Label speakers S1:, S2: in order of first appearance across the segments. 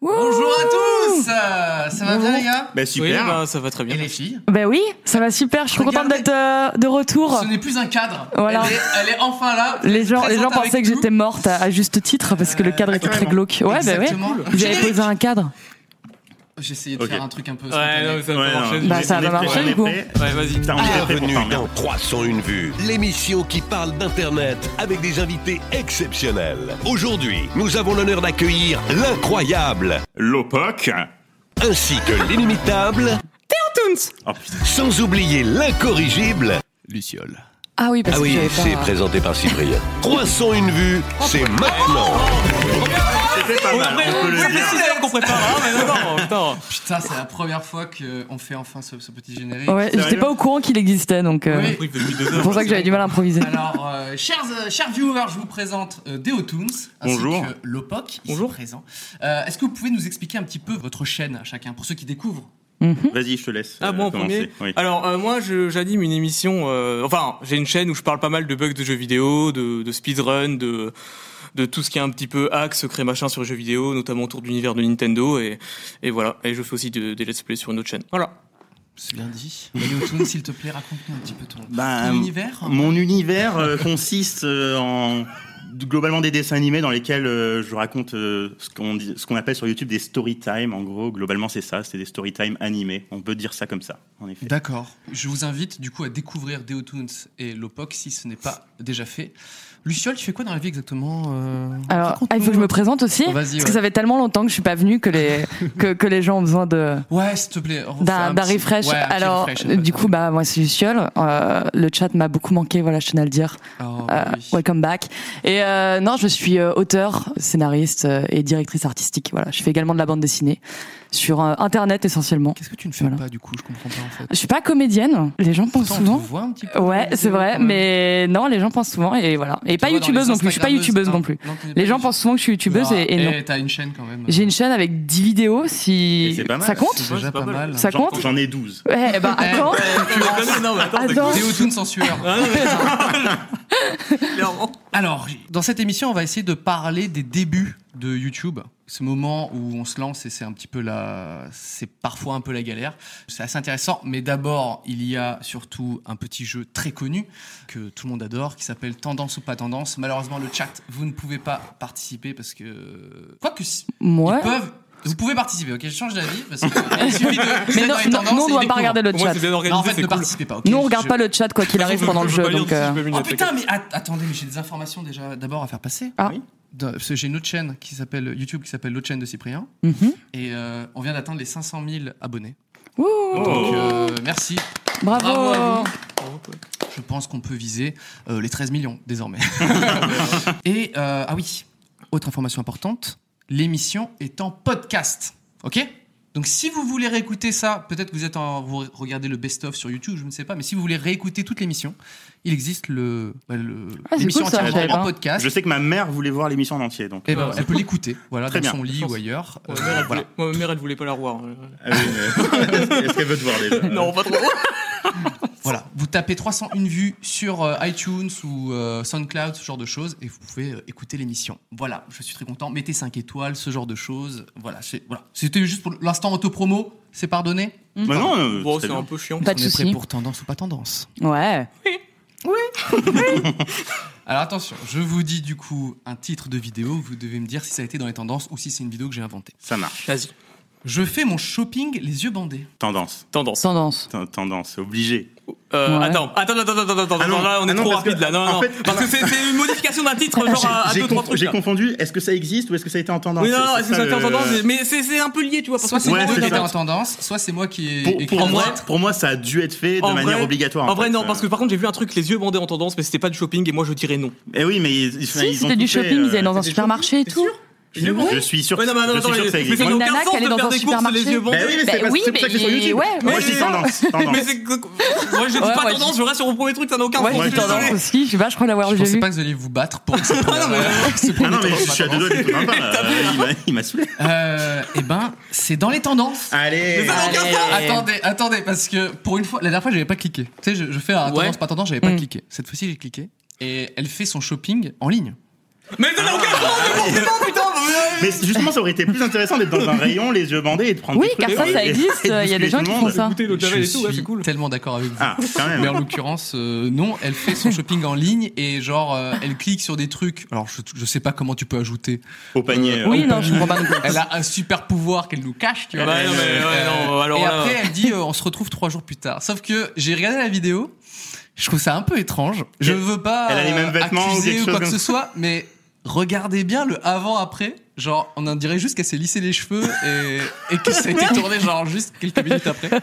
S1: Bonjour à tous Euh, Ça va bien les gars
S2: Bah
S3: Oui,
S2: super.
S3: bah, ça va très bien.
S1: Et les filles
S4: Ben oui, ça va super, je suis contente
S1: Regardez.
S4: d'être euh, de retour.
S1: Ce n'est plus un cadre.
S4: Voilà.
S1: Elle, est, elle est enfin là.
S4: Les gens, les gens
S1: présente
S4: pensaient
S1: avec
S4: que
S1: nous.
S4: j'étais morte à, à juste titre parce que le
S1: Euh,
S4: cadre était très
S2: carrément.
S4: glauque. Ouais, ben ouais.
S1: Exactement.
S4: Vous avez posé un cadre.
S1: J'essayais de
S2: Ok.
S1: faire un truc un peu.
S3: Ouais,
S1: spontané.
S3: non, mais ça
S2: Ouais,
S3: va marcher.
S2: non.
S4: Bah, ça
S2: On est
S4: va
S2: prêt,
S4: marcher,
S2: on
S4: du
S2: est
S4: coup.
S2: prêt.
S3: Ouais, vas-y.
S2: Putain, on est prêt pour
S5: Bienvenue
S2: ça, merde.
S5: dans 301 vues, l'émission qui parle d'Internet avec des invités exceptionnels. Aujourd'hui, nous avons l'honneur d'accueillir l'incroyable
S2: L'OPOC.
S5: ainsi que l'inimitable,
S2: Oh putain.
S5: sans oublier l'incorrigible.
S3: Luciole.
S4: Ah oui, parce
S5: Ah
S4: que
S5: oui, c'est
S4: j'avais pas.
S5: présenté par Cyprien. 301 vues, c'est maintenant.
S2: C'était pas mal. On peut le
S3: C'est
S2: dire.
S3: 6 heures qu'on prépare, hein, mais non, non, attends.
S1: Putain, c'est la première fois qu'on fait enfin ce, ce petit générique.
S4: Ouais, j'étais
S2: Sérieux
S4: pas au courant qu'il existait donc. euh,
S1: Oui.
S3: Oui, depuis deux
S4: C'est
S3: heures.
S4: pour ça que j'avais du mal à improviser.
S1: Alors, euh, chers, euh, chers viewers, je vous présente euh, Deo Toons, ainsi
S2: Bonjour.
S1: que Lopoc, ici
S3: Bonjour.
S1: présent. Euh, Est-ce que vous pouvez nous expliquer un petit peu votre chaîne à chacun, pour ceux qui découvrent
S2: Vas-y, je te laisse.
S3: Ah
S2: euh,
S3: bon, en
S2: commencer.
S3: premier
S2: Oui.
S3: Alors, euh, moi, je- j'anime une émission... euh, enfin, j'ai une chaîne où je parle pas mal de bugs de jeux vidéo, de, de speedrun, de de tout ce qui est un petit peu hack, secret, machin sur les jeux vidéo, notamment autour de l'univers de Nintendo, et, et voilà. Et je fais aussi de- des let's play sur une autre chaîne. Voilà.
S1: C'est bien dit. Deo Toons, s'il te plaît, raconte-nous un petit peu ton,
S2: Bah,
S1: ton
S2: euh,
S1: univers.
S2: Mon univers euh, consiste euh, en globalement des dessins animés dans lesquels euh, je raconte euh, ce qu'on dit- ce qu'on appelle sur YouTube des story time. En gros, globalement, c'est ça. C'est des story time animés. On peut dire ça comme ça, en effet.
S1: D'accord. Je vous invite du coup à découvrir Deotoons et Lopoc si ce n'est pas déjà fait. Luciole, tu fais quoi dans la vie exactement euh,
S4: Alors, ah,
S1: raconte-nous.
S4: il faut que je me présente aussi.
S1: Vas-y,
S4: Parce
S1: ouais.
S4: que ça fait tellement longtemps que je suis pas venue que les, que, que les gens ont besoin de.
S1: Ouais, s'il te plaît. refais
S4: d'un
S1: un
S4: d'un
S1: petit-
S4: refresh.
S1: Ouais, un petit
S4: Alors,
S1: refresh, en fait.
S4: du coup, bah moi c'est Luciole. Euh, le chat m'a beaucoup manqué, voilà, je tenais à le dire.
S1: Oh,
S4: Euh,
S1: oui.
S4: welcome back. Et euh, non, je suis euh, auteur, scénariste euh, et directrice artistique. Voilà, je fais également de la bande dessinée sur euh, internet essentiellement.
S1: Qu'est-ce que tu ne fais
S4: Voilà.
S1: pas du coup Je comprends pas en fait.
S4: Je suis pas comédienne. Les gens pensent
S1: Pourtant, on
S4: souvent.
S1: te voit un petit peu.
S4: Ouais, c'est vrai, mais non, les gens pensent souvent et voilà. Et pas youtubeuse non plus. Je suis pas
S1: hein.
S4: youtubeuse non plus. Les gens pensent souvent que je suis
S1: Bah,
S4: youtubeuse et, et non.
S1: Et t'as une chaîne quand même.
S4: J'ai une chaîne avec 10 vidéos
S2: Et
S4: si
S2: c'est pas mal.
S4: ça compte.
S1: C'est déjà pas mal.
S4: Ça
S3: J'entends-
S4: compte
S2: J'en ai 12.
S4: Ouais, eh ben attends.
S3: bah, Non, mais attends,
S4: Attends.
S1: Deotoons en sueur.
S3: Ah, non, mais- Clairement.
S1: Alors, dans cette émission, on va essayer de parler des débuts de YouTube. Ce moment où on se lance et c'est un petit peu la, c'est parfois un peu la galère. C'est assez intéressant, mais d'abord, il y a surtout un petit jeu très connu que tout le monde adore qui s'appelle Tendance ou pas tendance. Malheureusement, le chat, vous ne pouvez pas participer parce que, quoi que, si-
S4: Moi.
S1: ils peuvent, vous pouvez participer. Ok, je change d'avis parce que il suffit de,
S4: Mais non, non, nous, on doit pas regarder le
S3: Au
S4: chat.
S3: moins, c'est bien
S1: Non, en
S3: organisé,
S1: fait,
S3: c'est
S1: ne
S3: cool.
S1: participez pas. ok
S4: Nous, on regarde
S1: Je-
S4: pas le chat quoi qu'il arrive pendant le
S3: Je peux
S4: jeu,
S3: pas lire
S4: donc.
S3: si
S4: euh,
S3: je peux me
S1: Oh
S3: mettre à
S1: putain, mais att- attendez, mais j'ai des informations déjà d'abord à faire passer.
S4: Ah.
S2: Oui.
S1: De- parce que j'ai une autre chaîne qui s'appelle YouTube qui s'appelle l'autre chaîne de Cyprien
S4: mhm.
S1: et euh, on vient d'atteindre les 500 000 abonnés.
S4: Ouh,
S1: Donc
S2: Oh.
S1: euh, merci.
S4: Bravo.
S1: Bravo à vous. Je pense qu'on peut viser euh, les 13 millions désormais. et euh, ah oui, autre information importante, l'émission est en podcast. OK donc si vous voulez réécouter ça, peut-être que vous êtes en vous regardez le best-of sur YouTube, je ne sais pas, mais si vous voulez réécouter toute l'émission, il existe le, bah, le-
S4: Ah, c'est
S1: l'émission
S4: cool, ça,
S1: entièrement
S2: je savais
S1: en
S4: pas.
S1: podcast.
S2: Je sais que ma mère voulait voir l'émission en entier, donc.
S1: Eh ben,
S3: Ouais,
S1: elle peut l'écouter, voilà,
S2: Très
S1: dans
S2: bien.
S1: son lit
S3: Je pense.
S1: ou ailleurs.
S3: Ma
S1: Euh,
S3: mère, elle
S1: voilà.
S3: voulait- Moi, ma mère, elle voulait pas la revoir.
S2: Ah oui, mais- Est-ce qu'elle veut te voir déjà
S3: Non, pas trop.
S2: Euh,
S1: Voilà. Vous tapez 301 vues sur euh, iTunes ou euh, SoundCloud, ce genre de choses, et vous pouvez euh, écouter l'émission. Voilà, je suis très content. Mettez 5 étoiles, ce genre de choses. Voilà, c'est- voilà. c'était juste pour l'instant auto-promo, c'est pardonné.
S2: Bah non, euh,
S3: Bon,
S2: très
S3: c'est
S2: bien.
S3: un peu chiant.
S4: Pas de
S1: On est prêt
S4: soucis.
S1: pour tendance ou pas tendance.
S4: Ouais.
S1: Alors attention, je vous dis du coup un titre de vidéo, vous devez me dire si ça a été dans les tendances ou si c'est une vidéo que j'ai inventée.
S2: Ça marche.
S3: Vas-y.
S1: Je fais mon shopping les yeux bandés.
S2: Tendance.
S3: Tendance.
S4: Tendance.
S2: Ten- Tendance. Obligé.
S3: Euh,
S4: Ouais.
S3: Attends, attends, attends, attends, attends,
S2: Ah non,
S3: attends, là on est
S2: ah non,
S3: trop
S2: parce que-
S3: rapide là, non,
S2: en
S3: non,
S2: fait-
S3: parce que c'est c'est une modification d'un titre genre à, à
S2: J'ai
S3: deux trois
S2: conf-
S3: trucs.
S2: j'ai
S3: là.
S2: confondu, est-ce que ça existe ou est-ce que ça a été en tendance
S3: Oui, non, non,
S2: C'est
S3: c'est ça,
S2: le-
S3: t'es en tendance, mais c'est c'est un peu lié, tu vois, parce
S1: Soit
S3: que
S1: c'est
S2: Ouais,
S1: moi
S2: c'est
S1: qui
S2: ça.
S1: étais en tendance, soit c'est moi qui ai
S2: pour,
S1: écrit
S2: pour
S1: la
S2: moi,
S1: lettre.
S2: pour moi, ça a dû être fait de
S3: En
S2: manière
S3: vrai-
S2: obligatoire.
S3: En vrai,
S2: fait.
S3: non, parce que par contre, j'ai vu un truc, les yeux bandés en tendance, mais c'était pas du shopping, et moi je dirais non.
S2: Eh oui, mais ils, ils- ils ont
S4: Si, c'était
S2: tout
S4: du
S2: fait,
S4: shopping,
S2: euh,
S4: ils allaient dans un
S3: c'était
S4: supermarché et
S3: shopping,
S4: tout.
S2: Je,
S3: Oui.
S2: je suis sûr.
S3: Ouais, non, mais
S2: je
S3: attends,
S2: suis
S3: attends,
S2: sûr que ça
S3: mais ça
S2: existe.
S3: n'a
S4: Une
S3: aucun
S4: nana qui
S3: sens
S4: allait
S3: de
S4: dans
S3: faire
S4: un
S3: des courses les
S4: supermarché.
S3: yeux
S4: Bah
S2: Bah
S3: bandés.
S2: oui, mais c'est
S4: Bah
S2: parce-
S4: oui,
S2: c'est pour ça que c'est sur
S4: mais-
S2: YouTube.
S4: ouais,
S2: Moi,
S3: ouais.
S2: je dis tendance. tendance.
S3: Mais c'est. Moi je dis
S4: Ouais,
S3: pas
S4: ouais,
S3: tendance, je reste sur mon premier truc, ça n'a aucun
S4: Ouais,
S3: sens.
S4: j'ai
S3: je
S4: eu
S3: suis
S4: tendance
S3: désolé.
S4: aussi. Je sais pas, je crois l'avoir
S1: Je
S4: déjà
S1: pensais
S4: vu.
S1: pas que vous alliez vous battre pour ce
S3: non, mais-
S2: Ah non, mais je suis à deux doigts du coup d'un pas, là. Il m'a- Il m'a saoulé.
S1: Euh, eh ben, c'est dans les tendances.
S2: Allez.
S3: Mais ça n'a aucun
S4: Allez.
S3: sens.
S1: Attendez, attendez, parce que pour une fois, la dernière fois, j'avais pas cliqué. Tu sais, je, je fais un
S3: Ouais.
S1: tendance, pas tendance, j'avais pas
S4: Mm.
S1: cliqué. Cette fois-ci, j'ai cliqué. Et elle fait son shopping en ligne.
S3: Mais ça n'a aucun sens, mais forcément, putain
S2: Mais justement, ça aurait été plus intéressant d'être dans un rayon, les yeux bandés et de prendre
S4: Oui,
S2: des trucs
S4: car ça,
S2: et-
S4: ça
S2: et-
S4: existe,
S2: et de
S4: il y a des gens
S2: bousculer
S4: qui
S2: tout le
S4: font
S2: monde.
S4: ça.
S3: Goûter l'eau de Javel
S1: je
S3: et tout, ouais,
S1: suis
S3: c'est cool.
S1: tellement d'accord avec vous.
S2: Ah, quand même.
S1: Mais en l'occurrence, euh, non, elle fait son shopping en ligne et genre, euh, elle clique sur des trucs. Alors, je, je sais pas comment tu peux ajouter.
S2: Au panier.
S4: Oui,
S2: euh,
S4: non, je comprends pas.
S1: Elle a un super pouvoir qu'elle nous cache, tu vois.
S3: Bah non, mais ouais, non, alors
S1: et
S3: là-
S1: après, elle dit, euh, on se retrouve trois jours plus tard. Sauf que j'ai regardé la vidéo. Je trouve ça un peu étrange. Je
S2: Elle-
S1: veux pas
S2: elle a les
S1: euh,
S2: mêmes vêtements ou
S1: accuser
S2: quelque
S1: ou quoi
S2: chose
S1: que ce
S2: comme
S1: soit, mais regardez bien le avant-après. Genre, on en dirait juste qu'elle s'est lissé les cheveux et, et que ça a été tourné genre juste quelques minutes après.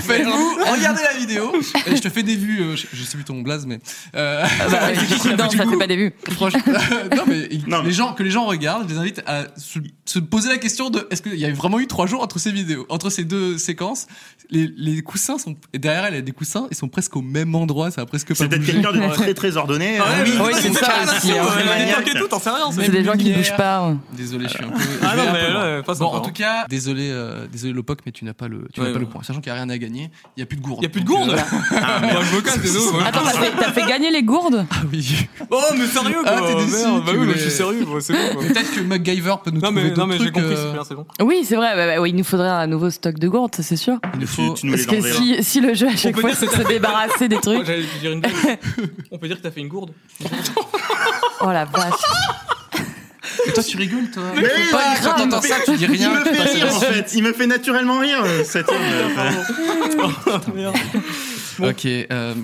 S1: Faites-vous, regardez la vidéo. Et je te fais des vues. euh, je, je sais plus ton blaze, mais euh,
S4: Bah, du coup, non, ça fait pas des vues.
S1: Franchement, non, mais il-
S2: Non, mais-
S1: les gens que les gens regardent, je les invite à se, se poser la question de est-ce qu'il y a vraiment eu trois jours entre ces vidéos, entre ces deux séquences. Les, les coussins sont et derrière elle, il y a des coussins, ils sont presque au même endroit, ça a presque pas
S2: C'est peut-être
S1: bougé.
S2: quelqu'un de très très ordonné.
S3: Ah ouais,
S2: euh,
S3: mais
S4: oui, c'est ça
S3: carrément
S4: aussi,
S3: sûr,
S4: hein.
S3: ouais,
S2: Maniaque.
S3: maniaque et tout, t'en sais rien.
S1: Mais-
S3: c'est-
S4: C'est des gens qui
S1: lumière.
S4: bougent pas. ouais.
S1: Désolé, je suis un peu.
S3: Ah
S1: je vais
S3: non,
S1: un
S3: mais
S1: peu loin.
S3: ouais, pas
S1: bon,
S3: sympa,
S1: en tout
S3: hein.
S1: cas, désolé, euh, désolé Lopoc, mais tu n'as pas le, tu
S3: Ouais,
S1: n'as pas le
S3: ouais.
S1: point. Sachant qu'il n'y a rien à gagner, il n'y a plus de gourde.
S3: Y a plus de
S1: Donc,
S3: gourde
S1: euh,
S3: Ah, merde. Je me casse, désolé. ouais.
S4: Attends, t'as fait, t'as fait gagner les gourdes
S1: Ah oui.
S3: Oh, mais sérieux, quoi
S1: Ah, t'es déçu,
S3: merde, Bah
S1: tu
S3: oui, mais je
S1: voulais-
S3: suis sérieux, moi, c'est bon, quoi.
S1: Peut-être que MacGyver peut nous
S3: Non,
S1: trouver
S3: mais, non,
S1: d'autres
S3: mais j'ai
S1: trucs.
S3: compris,
S1: euh,
S3: c'est bien, c'est bon.
S4: Oui, c'est vrai. bah, bah, oui, il nous faudrait un nouveau stock de gourdes, ça, c'est sûr.
S1: il nous
S2: tu-
S1: faut-
S2: tu nous les
S4: Parce que
S2: enverras.
S4: si, si le jeu à chaque
S3: peut
S4: fois
S3: dire que
S4: c'est de se débarrasser des
S3: Moi,
S4: trucs.
S3: j'allais te dire une blague. On peut dire que t'as fait une gourde.
S4: Oh la vache.
S1: Et toi, tu rigoles, toi.
S2: Mais oui,
S1: Pas
S4: mais
S1: quand
S4: grave.
S1: t'entends ça, tu dis
S2: Il
S1: rien.
S2: me fait
S1: Parce que-
S2: rire en fait, il me fait naturellement rire euh, cet homme. euh,
S1: Ok. euh,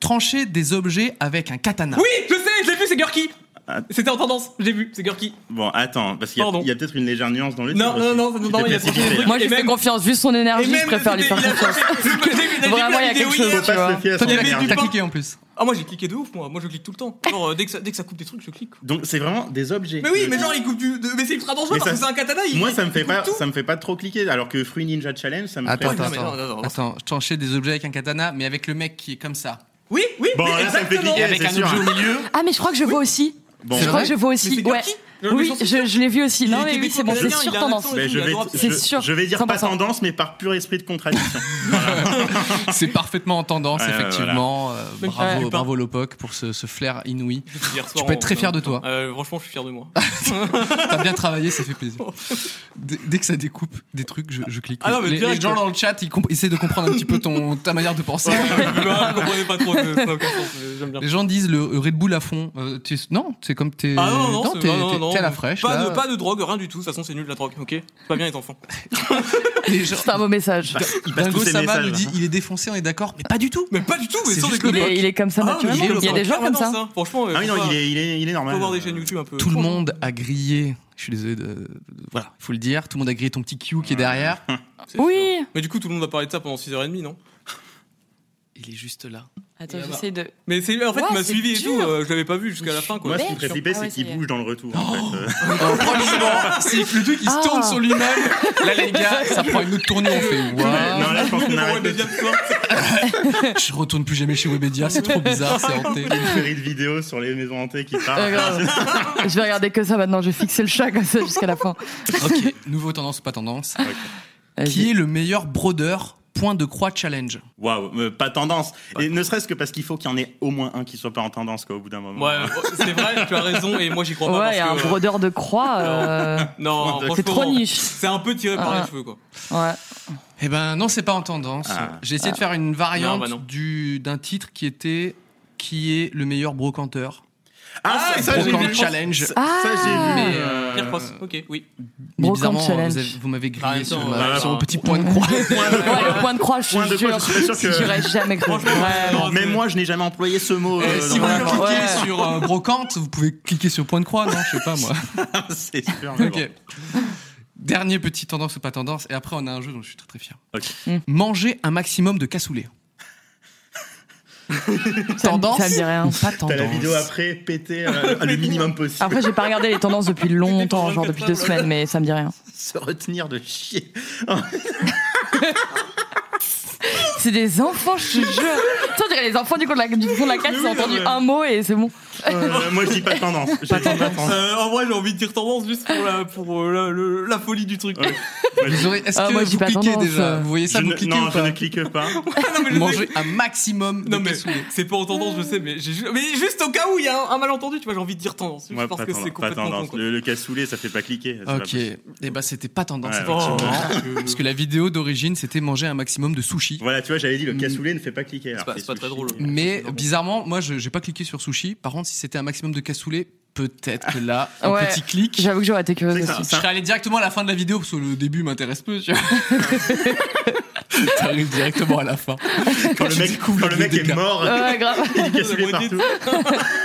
S1: trancher des objets avec un katana.
S3: Oui, je sais, je l'ai vu, c'est Gurki.
S2: Ah.
S3: C'était en tendance, j'ai vu, c'est Gurki.
S2: Bon, attends, parce qu'il y a-
S3: Pardon.
S2: il y a, peut-être une légère nuance dans le
S3: Non,
S2: titre
S3: non,
S2: aussi.
S3: non, non,
S2: Tu
S3: non,
S2: t'es
S3: il y a
S2: précipité.
S3: sorti des trucs.
S4: Moi
S3: Et
S4: je lui fais
S3: même-
S4: confiance, vu son énergie, je préfère lui
S3: c'était-
S4: faire
S3: il a-
S4: confiance.
S3: j'ai vu- j'ai vu la
S4: Vraiment, il y a
S3: vidéo
S4: quelque chose.
S3: hier.
S2: Faut pas
S4: tu
S2: se
S4: vois.
S2: fier à
S1: Toi,
S2: son
S1: t'as
S3: J'avais
S2: énergie.
S1: t'as
S3: pas.
S1: cliqué en plus.
S3: Ah, moi j'ai cliqué de ouf, moi. Moi je clique tout le temps. Genre, euh, dès, que ça, dès que ça coupe des trucs, je clique.
S2: Donc c'est vraiment des objets.
S3: Mais oui, mais genre il coupe du. de- Mais c'est ultra dangereux
S2: Mais
S3: parce
S2: ça-
S3: que c'est un katana. Il,
S2: Moi ça me fait
S3: il
S2: pas,
S3: coupe tout.
S2: ça me fait pas trop cliquer, alors que Fruit Ninja Challenge ça me.
S1: Attends,
S2: fait-
S1: attends,
S3: non, mais non, non,
S1: attends.
S3: non.
S1: Attends, je tranchais des objets avec un katana, mais avec le mec qui est comme ça.
S3: Oui, oui,
S2: Bon,
S3: mais
S2: là, ça me fait
S3: exactement.
S2: cliquer,
S1: Avec
S2: c'est
S1: un
S2: sûr. hein.
S1: objet au milieu.
S4: Ah mais je crois que je vois aussi.
S2: Bon,
S1: C'est
S4: Je crois
S1: vrai
S4: que je vois
S3: Mais
S4: aussi.
S3: c'est
S4: Ouais.
S3: Gurki. Je-
S4: Oui,
S3: j'en suis sûr.
S4: je, je l'ai vu aussi.
S3: Il
S4: Non
S3: est
S4: mais oui, c'est bon, c'est
S3: québécois,
S4: sur
S3: il a un
S4: tendance.
S3: accent et
S2: ben,
S3: tout,
S2: je
S3: il a
S2: vais,
S3: droit.
S4: C'est
S2: je-
S4: sûr,
S2: je vais dire pas
S4: 100%.
S2: tendance, mais par pur esprit de contradiction.
S1: C'est parfaitement en tendance,
S2: Ouais,
S1: effectivement. Euh,
S3: Même si tu
S1: bravo,
S3: fais
S1: bravo Lopoc pour ce, ce flair inouï.
S3: Hier soir,
S1: Tu peux être
S3: on-
S1: très fier de toi.
S3: Euh, franchement, je suis fier de moi.
S1: T'as bien travaillé, ça fait plaisir. Dès dès que ça découpe des trucs, je, je clique.
S3: Ah non, mais
S1: les, les
S3: direct,
S1: gens
S3: quoi.
S1: dans le chat, ils comp- essaient de comprendre un petit peu ton, ta manière de penser.
S3: Bah, je comprenais pas trop, ça n'a aucun sens, mais j'aime bien.
S1: Les gens disent le Red Bull à fond. Euh, tu- non, c'est comme t'es.
S3: Ah non, non, c'est-
S1: t'es,
S3: non, non,
S1: t'es-
S3: non.
S1: t'es à la fraîche.
S3: Pas,
S1: là.
S3: de, pas de drogue, rien du tout. De toute façon, c'est nul la drogue, ok Pas bien être enfant.
S1: Les gens-
S4: C'est un beau message.
S2: Il passe
S1: Dingo
S2: tous ses
S1: Sama
S2: messages. hein.
S1: nous
S2: là.
S1: dit il est défoncé, on est d'accord, mais pas du tout.
S3: Mais pas du tout, mais
S1: C'est
S3: sans
S1: juste
S4: Il
S3: déconner.
S4: est, il est comme ça
S3: Ah, mais
S4: naturellement. Il y a des gens comme
S3: permanence,
S4: ça.
S3: hein. Franchement,
S2: Ah oui, non, il
S3: faut
S2: est, il est, il est
S3: pas-
S2: normal.
S3: faut voir des chaînes YouTube un peu.
S1: Tout le monde a grillé. Je suis désolé de. de- Voilà, il faut le dire. Tout le monde a grillé ton petit Q qui est derrière.
S3: C'est
S4: Oui.
S3: sûr. Mais du coup, tout le monde a parlé de ça pendant 6h30, non
S1: Il est juste là.
S4: Attends,
S3: Et alors
S4: j'essaie de.
S3: Mais c'est en fait,
S4: Ouais,
S3: il m'a
S4: c'est
S3: suivi et
S4: dur.
S3: tout. euh, je l'avais pas vu jusqu'à la fin, quoi.
S2: Moi, ce qui me fait
S4: Bête.
S2: flipper,
S4: Ah ouais,
S2: c'est
S4: ça y
S2: qu'il
S4: est.
S2: bouge dans le retour. en
S1: Oh,
S2: fait, euh.
S1: Franchement, si le truc il se
S4: Ah.
S1: tourne sur lui-même, là les gars, ça prend une autre tournée, on fait waouh.
S2: Non, là, je pense qu'on
S3: Ouais,
S2: arrête
S3: mais
S2: de
S3: bien
S2: faire
S3: sûr.
S1: Je retourne plus jamais chez Webedia, c'est trop bizarre, c'est hanté.
S2: une série de vidéos sur les maisons hantées qui
S4: Euh,
S2: parlent.
S4: grave. je vais regarder que ça maintenant. Je vais fixer le chat comme ça jusqu'à la fin.
S1: Ok, nouveau tendance ou pas tendance. Qui
S4: Vas-y.
S1: est le meilleur brodeur point de croix challenge
S2: Waouh, euh, pas tendance. Et ne serait-ce que parce qu'il faut qu'il y en ait au moins un qui soit pas en tendance, quoi, au bout d'un moment.
S3: Ouais, oh, c'est vrai, tu as raison, et moi j'y crois pas.
S4: Ouais, il y a un
S3: parce que, euh,
S4: brodeur de croix. euh,
S3: Non,
S2: C'est
S4: C'est trop
S3: franchement,
S4: niche.
S3: C'est un peu tiré par
S4: Ah.
S3: les cheveux, quoi.
S4: Ouais.
S1: Eh ben non, c'est pas en tendance.
S2: Ah.
S1: J'ai essayé de faire une
S3: Non,
S1: variante
S3: bah non.
S1: du d'un titre qui était qui est le meilleur brocanteur.
S2: Ah,
S3: Ah,
S2: ça, j'ai
S1: Brocante
S2: vu.
S1: challenge.
S2: Ça,
S4: Ah.
S2: ça, j'ai vu.
S1: Mais, euh,
S3: Pierre Cross, ok, oui.
S1: mais
S4: Brocante
S1: bizarrement,
S4: challenge.
S1: vous avez- vous m'avez
S3: Ah,
S1: grillé
S3: attends,
S1: sur,
S3: bah,
S1: ma- sur mon
S3: alors,
S1: petit point de croix.
S4: Ouais, le point de croix, je
S2: Point de
S4: suis
S2: croix,
S4: sûre.
S2: je suis sûr que-
S4: J'aurais jamais cru.
S3: Franchement,
S4: Ouais.
S3: non,
S2: Mais
S3: c'est-
S2: moi, je n'ai jamais employé ce mot.
S1: Et
S2: euh,
S1: si vous
S2: dans
S4: ouais,
S2: ma-
S1: cliquez
S4: ouais.
S1: sur euh, brocante, vous pouvez cliquer sur point de croix, non Je sais pas moi.
S2: c'est sûr. mais bon.
S1: Ok. Dernier petit tendance ou pas tendance, et après on a un jeu dont je suis très très fier.
S2: Ok.
S4: Mm.
S1: Manger un maximum de cassoulet.
S4: Ça me-
S1: Tendance.
S4: Ça me dit rien. Pas
S2: T'as la
S4: tendance.
S2: vidéo après, péter euh, le minimum possible.
S4: Après, j'ai pas regardé les tendances depuis longtemps, genre depuis deux
S2: Voilà.
S4: semaines, mais ça me dit rien.
S2: Se retenir de chier.
S4: C'est des enfants, je te jure. Tu on dirait les enfants du fond de la, du fond de la classe, ils ont entendu un mot et c'est bon.
S2: Euh, moi, je dis pas de tendance. Je dis pas de tendance.
S3: Euh, en vrai, j'ai envie de dire tendance juste pour la, pour, euh, la, le- la folie du truc.
S2: Ouais.
S1: Vous aurez- Est-ce
S4: Ah,
S1: que
S4: moi, j'ai
S1: vous
S4: pas
S1: cliquez
S4: tendance,
S1: déjà
S4: euh.
S1: Vous voyez ça
S2: Je
S1: Vous
S2: ne-
S1: cliquez
S2: non,
S1: ou
S2: je ne
S1: pas
S2: clique pas.
S3: non, mais je sais-
S1: Manger un maximum de
S3: Non mais
S1: cassoulet.
S3: c'est pas en tendance, je sais, mais j'ai ju- mais juste au cas où il y a un, un malentendu, tu vois, j'ai envie de dire tendance.
S2: Moi,
S3: je pense
S2: pas
S3: que
S2: tendance,
S3: c'est
S2: pas
S3: complètement con.
S2: tendance.
S3: quoi.
S2: Le, le cassoulet, ça fait pas cliquer. c'est pas
S1: Ok,
S2: possible.
S1: et bah c'était pas tendance
S2: Ouais,
S1: effectivement.
S3: Oh,
S1: Parce que la vidéo d'origine c'était manger un maximum de sushi.
S2: Voilà, tu vois, j'avais dit
S1: Mm.
S2: le cassoulet ne fait pas cliquer. alors
S3: pas-
S2: c'est
S3: c'est pas très
S2: sushi.
S3: drôle.
S1: Mais bizarrement, moi je- j'ai pas cliqué sur sushi. Par contre, si c'était un maximum de cassoulet, peut-être que là, un
S4: Ouais.
S1: petit clic.
S4: J'avoue que j'aurais été curieuse
S2: C'est ça.
S4: aussi.
S1: Je serais allé directement à la fin de la vidéo parce que le début m'intéresse peu, tu vois. T'arrives directement à la fin.
S2: Quand le
S1: Je
S2: mec,
S1: découvre
S2: quand le mec est
S1: dégât.
S2: mort,
S4: Ouais, grave.
S2: il y a du cassoulet
S3: La moitié
S2: partout.
S3: de-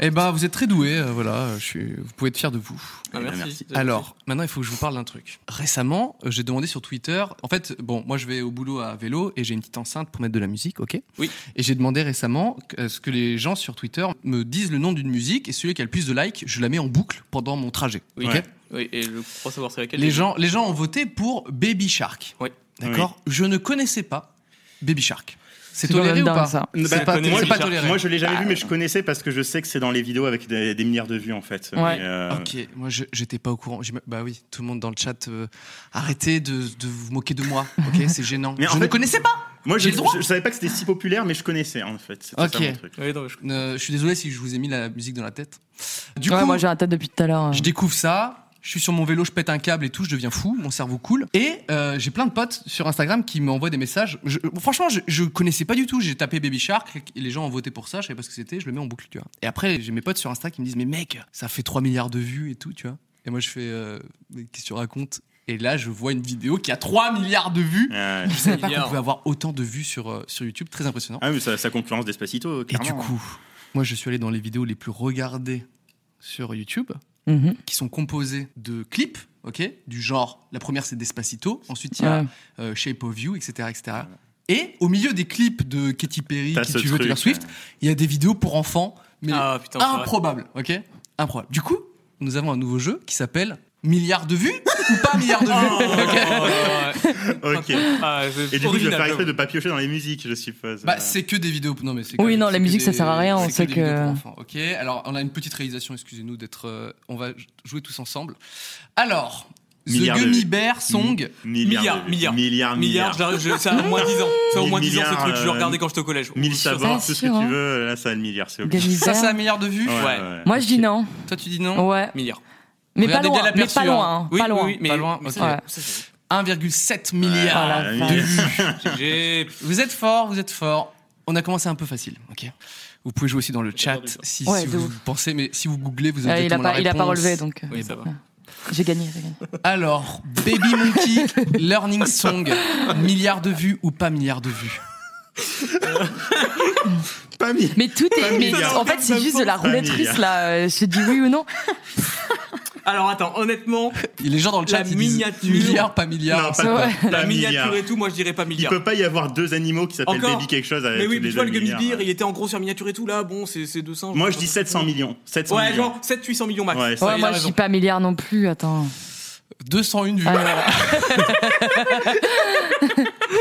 S1: Eh ben, vous êtes très doué, voilà. Je suis... Vous pouvez être fier de vous.
S3: Ah, merci.
S2: Merci.
S1: Alors, maintenant, il faut que je vous parle d'un truc. Récemment, euh, j'ai demandé sur Twitter. En fait, bon, moi, je vais au boulot à vélo et j'ai une petite enceinte pour mettre de la musique, ok
S3: Oui.
S1: Et j'ai demandé récemment euh, ce que les gens sur Twitter me disent le nom d'une musique et celui qui a le plus de likes, je la mets en boucle pendant mon trajet.
S3: Oui.
S1: ok
S2: Ouais.
S3: Oui, et je crois savoir c'est laquelle.
S1: les, gens, les gens ont voté pour Baby Shark.
S3: Oui.
S1: D'accord Je ne connaissais pas Baby Shark. C'est
S4: C'est quand
S1: toléré
S4: même
S1: ou
S4: dingue,
S1: pas
S4: ça.
S2: Bah,
S1: C'est pas,
S3: connais
S1: c'est
S3: Baby
S1: pas
S3: Shark.
S1: toléré.
S2: Moi, je l'ai jamais vu, mais je connaissais parce que je sais que c'est dans les vidéos avec des, des milliards de vues en fait. Mais,
S4: Ouais.
S2: euh,
S1: Ok, moi je- j'étais pas au courant. J'ai- Bah oui, tout le monde dans le chat, euh, arrêtez de, de vous moquer de moi. Ok, c'est gênant.
S2: Mais en
S1: je ne
S2: fait-
S1: connaissais pas.
S2: Moi, je,
S1: J'ai le droit
S2: je- je savais pas que c'était si populaire, mais je connaissais en fait. C'était
S1: Ok.
S2: ça mon truc.
S3: Oui, non, mais je-
S1: Euh, je suis désolé si je vous ai mis la musique dans la tête. Du
S4: Ouais,
S1: coup,
S4: moi j'ai la tête depuis tout à l'heure. euh.
S1: je découvre ça. Je suis sur mon vélo, je pète un câble et tout, je deviens fou, mon cerveau coule. Et euh, j'ai plein de potes sur Instagram qui m'envoient des messages. Je- franchement, je, je connaissais pas du tout. J'ai tapé Baby Shark, et les gens ont voté pour ça, je savais pas ce que c'était, je le mets en boucle, tu vois. Et après, j'ai mes potes sur Insta qui me disent Mais mec, ça fait 3 milliards de vues et tout, tu vois. Et moi, je fais euh, Mais Qu'est-ce que tu racontes Et là, je vois une vidéo qui a 3 milliards de vues.
S2: Ouais.
S1: Je savais pas qu'on
S3: Milliards.
S1: pouvait avoir autant de vues sur, euh, sur YouTube, très impressionnant.
S2: Ah oui, ça, ça concurrence d'Espacito.
S1: Et du
S2: clairement.
S1: coup, moi je suis allé dans les vidéos les plus regardées sur YouTube,
S4: Mhm.
S1: qui sont composées de clips, ok Du genre, la première c'est Despacito, ensuite il y a
S4: Ouais.
S1: euh, Shape of You, etc. etc. Et au milieu des clips de Katy Perry,
S2: T'as
S1: qui
S2: ce
S1: tu veux,
S2: truc,
S1: Taylor Swift,
S2: ouais.
S1: il y a des vidéos pour enfants, mais
S3: Ah putain, c'est vrai.
S1: improbables, ok Improbable. Du coup, nous avons un nouveau jeu qui s'appelle Milliard de vues ou pas milliard de vues ok
S3: Oh, ouais.
S2: Ok.
S3: Ah, c'est
S2: Et du coup, je vais
S3: original,
S2: faire exprès
S3: j'avoue.
S2: de papiocher dans les musiques, je suppose.
S1: Bah, c'est que des vidéos. Non, mais c'est
S4: Oui,
S1: que-
S4: non,
S1: c'est
S4: la
S1: que
S4: musique, ça
S1: des-
S4: sert à rien, on
S1: c'est que
S4: sait
S1: des vidéos
S4: que-
S1: pour enfants, Ok, alors on a une petite réalisation, excusez-nous, d'être. euh, on va j- jouer tous ensemble. Alors,
S2: Milliard
S1: The
S2: de
S1: Gummy
S2: vues. Mhm.
S1: Bear Song.
S2: milliards,
S3: Milliards,
S2: de vues.
S3: milliards.
S2: milliards,
S3: Milliards,
S2: milliards.
S3: j'arrive, je- c'est à au moins 10 ans. C'est à au
S2: Mille
S3: moins 10 ans ce
S2: milliards,
S3: truc, je
S2: euh,
S3: le regardais quand j'étais au collège.
S2: Mille
S3: Je suis sûr.
S2: savoir, tout
S4: Pas
S2: ce
S4: sûr,
S2: que
S4: hein.
S2: tu veux, là, ça a le milliard, c'est obligé.
S4: Des
S1: Ça, c'est un
S4: misères.
S1: milliard de vues
S2: Ouais,
S3: Ouais.
S2: ouais.
S4: Moi je dis non.
S1: Toi, tu dis non
S4: Ouais.
S3: Milliards.
S4: Mais pas
S1: Regardez bien
S4: loin. Mais
S1: l'aperçu,
S4: pas
S1: hein.
S4: loin. hein.
S3: Oui,
S4: Pas
S3: oui,
S4: loin.
S3: oui, mais
S1: Pas loin,
S3: mais
S1: ok.
S3: ça,
S4: Ouais.
S3: ça, ça-
S1: 1,7 milliard
S2: Ah,
S4: Voilà.
S1: de
S2: Ouais.
S1: vues.
S3: J'ai
S1: Vous êtes fort, vous êtes fort. On a commencé un peu facile, ok Vous pouvez jouer aussi dans le chat
S3: perdu, ça.
S1: si,
S4: Ouais,
S1: si
S4: de
S1: vous
S4: ouf.
S1: pensez, mais si vous googlez, vous
S4: Euh,
S1: avez
S4: il, a
S1: directement
S4: pas,
S1: la
S4: il a pas
S1: réponse.
S4: relevé donc. euh,
S3: Oui, ça va.
S4: J'ai gagné. j'ai gagné.
S1: Alors, Baby Monkey, Learning Song, milliard de vues ou pas milliard de vues
S2: Pas mi-
S4: Mais tout
S2: Pas
S4: est. Mais
S2: milliard.
S4: en fait, c'est juste de la
S2: Pas
S4: roulette
S2: milliard.
S4: russe là. euh, Je te dis oui ou non.
S3: Alors attends, honnêtement,
S1: Les gens dans le chat,
S3: La
S1: ils disent
S3: miniature.
S1: milliard, pas milliard.
S2: Non, pas,
S4: c'est
S2: pas,
S4: vrai.
S2: pas
S3: la
S2: milliard.
S3: miniature et tout, moi je dirais pas
S2: Il
S3: milliard.
S2: peut pas y avoir deux animaux qui s'appellent
S3: Encore
S2: Baby quelque chose avec
S3: Mais oui,
S2: tous
S3: mais
S2: les
S3: tu vois
S2: deux
S3: le gummy
S2: milliards,
S3: beer,
S2: ouais.
S3: il était en gros sur miniature et tout là, bon, c'est c'est 200.
S2: Moi, je dis 700 millions. 700
S3: Ouais,
S2: millions.
S3: genre 7 800 millions max.
S2: Ouais,
S3: Ouais,
S2: ça,
S4: Ouais,
S3: il a
S4: moi je
S3: raison.
S4: dis pas milliard non plus. Attends.
S1: 201 vues.
S4: Ah.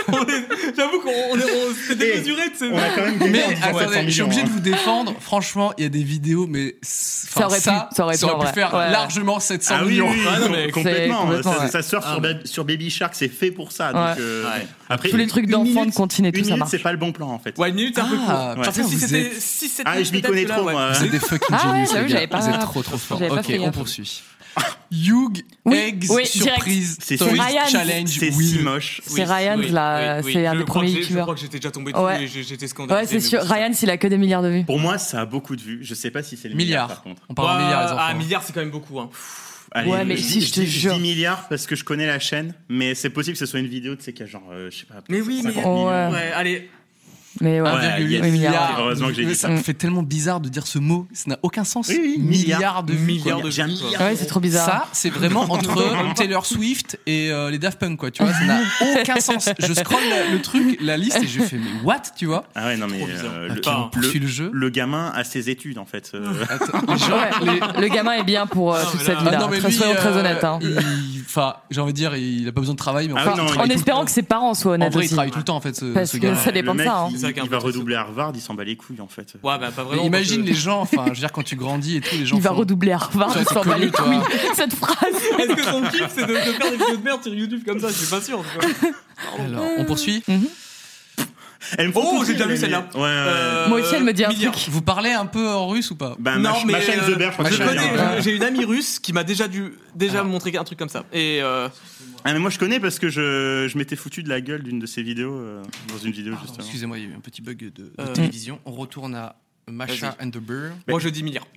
S3: On est- J'avoue qu'on on est- on s'est démesuré de ce.
S2: On a quand même gagné
S1: mais
S2: en disant
S1: attendez,
S2: 700
S1: je suis
S2: millions,
S1: obligé de
S2: hein.
S1: vous défendre. Franchement, il y a des vidéos, mais c- enfin,
S4: Ça aurait pu, ça aurait pu, en vrai.
S1: faire
S4: Ouais.
S1: largement 700
S2: Ah oui,
S1: millions.
S2: oui, oui,
S3: Ah non,
S2: com-
S3: mais
S4: c'est
S2: complètement.
S4: complètement,
S2: Ça,
S4: ouais.
S2: ça surfe sur,
S1: Ah,
S2: Ba- sur Baby Shark, c'est fait pour ça. donc,
S4: Ouais.
S2: euh,
S3: Ouais.
S2: Après,
S4: Tous les trucs d'enfants, de
S2: continent
S4: continent et
S2: Une
S4: tout ça
S2: minute,
S4: marche.
S2: c'est pas le bon plan en fait.
S3: Ouais, une minute, c'est un peu
S1: Ah,
S3: court. Parce que
S1: putain,
S3: si
S1: vous
S3: c'était
S1: êtes-
S3: 6 7
S2: Ah, je m'y connais trop, moi.
S1: Vous êtes des fucking
S4: Ah ouais,
S1: génies.
S4: j'avoue, j'avais pas-
S1: Vous êtes trop trop forts.
S4: j'avais pas
S1: Ok,
S4: fait
S1: on
S4: gaffe.
S1: poursuit. Youg
S4: Oui,
S1: Eggs
S4: oui, direct.
S1: Surprise
S2: C'est
S1: Toy
S4: Ryan.
S1: Challenge
S2: C'est si
S1: Win.
S2: moche.
S4: C'est Ryan, là, c'est un
S3: Je
S4: des
S3: crois que
S4: premiers
S3: j'ai- Je
S4: youtubeurs.
S3: crois que j'étais déjà tombé dessus
S4: Ouais.
S3: et j'ai- j'étais scandalisé.
S4: Ouais, c'est
S3: mais
S4: sûr.
S3: bon,
S4: Ryan, s'il a que des milliards de vues.
S2: Pour moi, ça a beaucoup de vues. Je sais pas si c'est le milliard, par
S1: Milliard.
S2: contre.
S1: On parle en
S3: Ouais,
S1: milliards, les enfants.
S3: Ah, milliard, c'est quand même beaucoup. Hein.
S2: Allez,
S4: Ouais, mais
S2: je
S4: si,
S2: dis-
S4: je te
S2: dis- dis
S4: jure.
S2: milliards parce que je connais la chaîne, mais c'est possible que ce soit une vidéo, tu sais, qui a genre, euh, je sais pas.
S3: Mais oui, mais-
S2: 50 millions.
S4: Ouais.
S3: Ouais, allez.
S4: Mais ouais.
S2: Ouais, yes.
S4: Oui, milliards.
S1: Milliards.
S2: Heureusement que j'ai
S1: Mais
S2: dit
S1: ça.
S2: ça.
S1: me fait tellement bizarre de dire ce mot. Ça n'a aucun sens.
S2: Oui, oui, milliards.
S1: Milliards de vues. quoi.
S3: Milliards de
S2: J'ai un
S3: vues, quoi.
S2: milliard.
S4: Ouais, c'est trop bizarre.
S1: Ça, c'est vraiment entre Taylor Swift et euh, les Daft Punk, quoi. Tu vois, ça n'a aucun sens. Je scrolle la- le truc, la liste, et je fais, mais what, tu vois
S2: Ah ouais, non, mais
S3: Trop bizarre.
S2: euh,
S1: Attends,
S2: le,
S1: on
S2: le-
S1: poursuit le jeu.
S2: le gamin a ses études, en fait. euh,
S1: Attends, les gens,
S4: Ouais,
S1: les-
S4: Le gamin est bien pour euh,
S3: Non,
S4: toute
S3: mais
S4: cette
S3: là-
S1: Ah
S4: vie-là.
S1: non, mais
S4: Très-
S1: lui,
S4: soyons très
S1: euh,
S4: honnêtes. hein.
S1: il- Enfin, j'ai envie de dire, il a pas besoin de travail, mais en
S2: Ah
S1: fait,
S2: oui, non,
S1: il
S2: il-
S4: En
S1: travaille tout le
S4: espérant
S1: temps.
S4: que ses parents soient
S1: En
S4: honnêtes
S1: vrai, il
S4: aussi.
S1: travaille tout le temps, en fait, ce,
S4: Parce
S1: ce
S4: que
S1: gars.
S4: ça dépend
S2: le
S4: de
S2: mec,
S4: ça, hein.
S2: il,
S3: C'est ça qui est
S2: il va
S3: important,
S2: redoubler à Harvard, il s'en bat les couilles, en fait.
S3: Ouais, bah pas
S1: Mais
S3: vraiment.
S1: imagine
S3: parce
S1: les gens, enfin, je veux dire, quand tu grandis et tout, les gens.
S4: Il va
S1: font-
S4: redoubler Harvard,
S1: Ça,
S4: il
S1: c'est
S4: s'en bat
S1: connu,
S4: les
S1: toi.
S4: couilles. Cette phrase.
S3: que- Est-ce que son kiff, c'est de, de faire des vidéos de merde sur YouTube comme ça Je suis pas sûr. tu vois.
S1: Alors, on poursuit
S2: Elle me fait
S3: Oh,
S2: penser,
S3: j'ai déjà
S2: elle,
S3: vu
S2: elle-
S3: celle-là.
S2: Ouais, ouais, ouais.
S3: Euh,
S4: Moi aussi, elle me dit un
S3: milliard.
S4: truc.
S1: Vous parlez un peu en russe ou pas
S2: Bah,
S3: Non,
S2: ma,
S3: mais.
S2: ma chaîne
S3: euh,
S2: The Bear, je crois que
S1: je
S2: c'est
S1: connais,
S2: la
S1: je-
S2: dernière.
S3: connais- euh, J'ai une amie russe qui m'a déjà dû déjà montré un truc comme ça. Et euh,
S2: Ah, mais moi, je connais parce que je, je m'étais foutu de la gueule d'une de ses vidéos, euh, dans une vidéo,
S1: Pardon,
S2: justement.
S1: Excusez-moi, il y a eu un petit bug de, de
S3: Euh.
S1: télévision. On retourne à Macha and the Bear.
S3: moi, je dis milliard.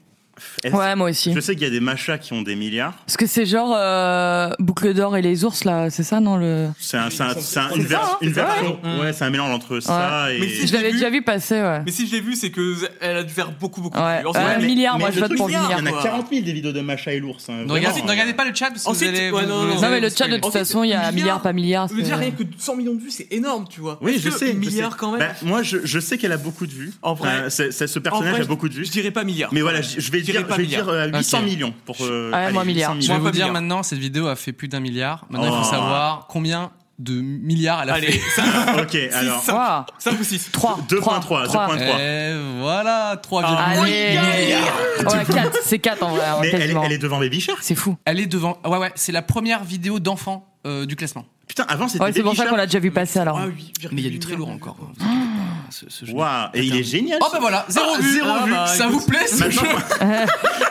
S2: Est-ce-
S4: Ouais, moi aussi.
S2: Je sais qu'il y a des machas qui ont des milliards.
S4: Parce que c'est genre euh, Boucle d'or et les ours, là, c'est ça, non le...
S2: C'est un, c'est un- c'est un-
S3: C'est
S2: une,
S3: ça,
S2: vers-
S3: hein,
S2: une
S3: c'est ça,
S2: version.
S3: ouais.
S2: Ouais, c'est un mélange entre ça et.
S3: Mais si
S4: Je l'avais
S3: vu.
S4: déjà vu passer, ouais.
S3: Mais si je l'ai vu, c'est que elle a dû faire beaucoup, beaucoup.
S4: Ouais.
S3: plus. Ensuite,
S4: Ouais,
S2: mais-
S4: milliard,
S2: mais
S4: moi,
S2: le
S4: je vote
S2: truc,
S4: pour
S2: il y en a-
S4: milliard,
S2: Il y en a
S3: quoi.
S2: 40 000 des vidéos de Macha et l'ours. hein,
S1: Ne regardez,
S2: vraiment,
S1: ne regardez
S2: euh.
S1: pas le chat parce que
S3: Ensuite,
S1: vous allez.
S3: ouais,
S1: vous-
S3: non,
S1: vous
S3: non,
S1: allez
S4: Non, mais
S1: vous
S4: le chat, de
S1: spoiler.
S4: toute
S3: Ensuite,
S4: façon, il y a
S3: milliard.
S4: milliard, pas milliard.
S3: Je veux
S4: c'est-
S3: dire, rien que 100 millions de vues, c'est énorme, tu vois.
S2: Oui,
S3: Est-ce
S2: je
S3: que
S2: sais. je
S3: Milliard
S2: sais.
S3: quand même.
S2: Bah, moi, je, je sais qu'elle a beaucoup de vues.
S3: En vrai.
S2: Euh, c'est- c'est- ce personnage
S3: En vrai,
S2: a beaucoup de vues.
S3: je dirais pas milliard.
S2: Mais voilà, je je vais
S3: Je dirais
S2: dire,
S3: pas
S2: je vais
S3: milliard.
S2: dire euh, 800
S1: Ok.
S2: millions pour. euh,
S4: Ouais, moi, milliard.
S1: Je vais
S3: Moins
S1: vous
S3: pas
S1: dire
S3: milliard.
S1: maintenant, cette vidéo a fait plus d'un milliard. Maintenant, il
S2: Oh.
S1: faut savoir combien de milliards elle a
S3: Allez,
S1: fait.
S3: 5,
S2: Ok, alors.
S4: Ouah.
S3: ou 6.
S4: 3.
S2: 2.3, 2.3.
S1: Et voilà, 3
S3: Ah.
S4: Allez Ouais, 4, c'est 4 en vrai,
S2: Mais
S4: ouais,
S2: elle, est-
S4: quasiment.
S2: elle est devant Baby Shark.
S4: C'est fou.
S1: Elle est devant. ah Ouais, ouais, c'est la première vidéo d'enfant euh, du classement.
S2: Putain, avant c'était
S4: Ouais, c'est pour
S2: Baby
S4: ça qu'on
S2: Shark.
S4: l'a déjà vu passer alors.
S3: Ah
S1: Mais il y a du très lourd encore. hein, vous inquiétez pas, ce- ce jeu.
S2: Waouh, et il est génial.
S1: Oh bah voilà, zéro
S2: Ah,
S1: vue.
S2: zéro
S1: Ah,
S2: vue.
S1: bah, ça
S2: écoute.
S1: vous plaît ce
S2: Maintenant,
S1: jeu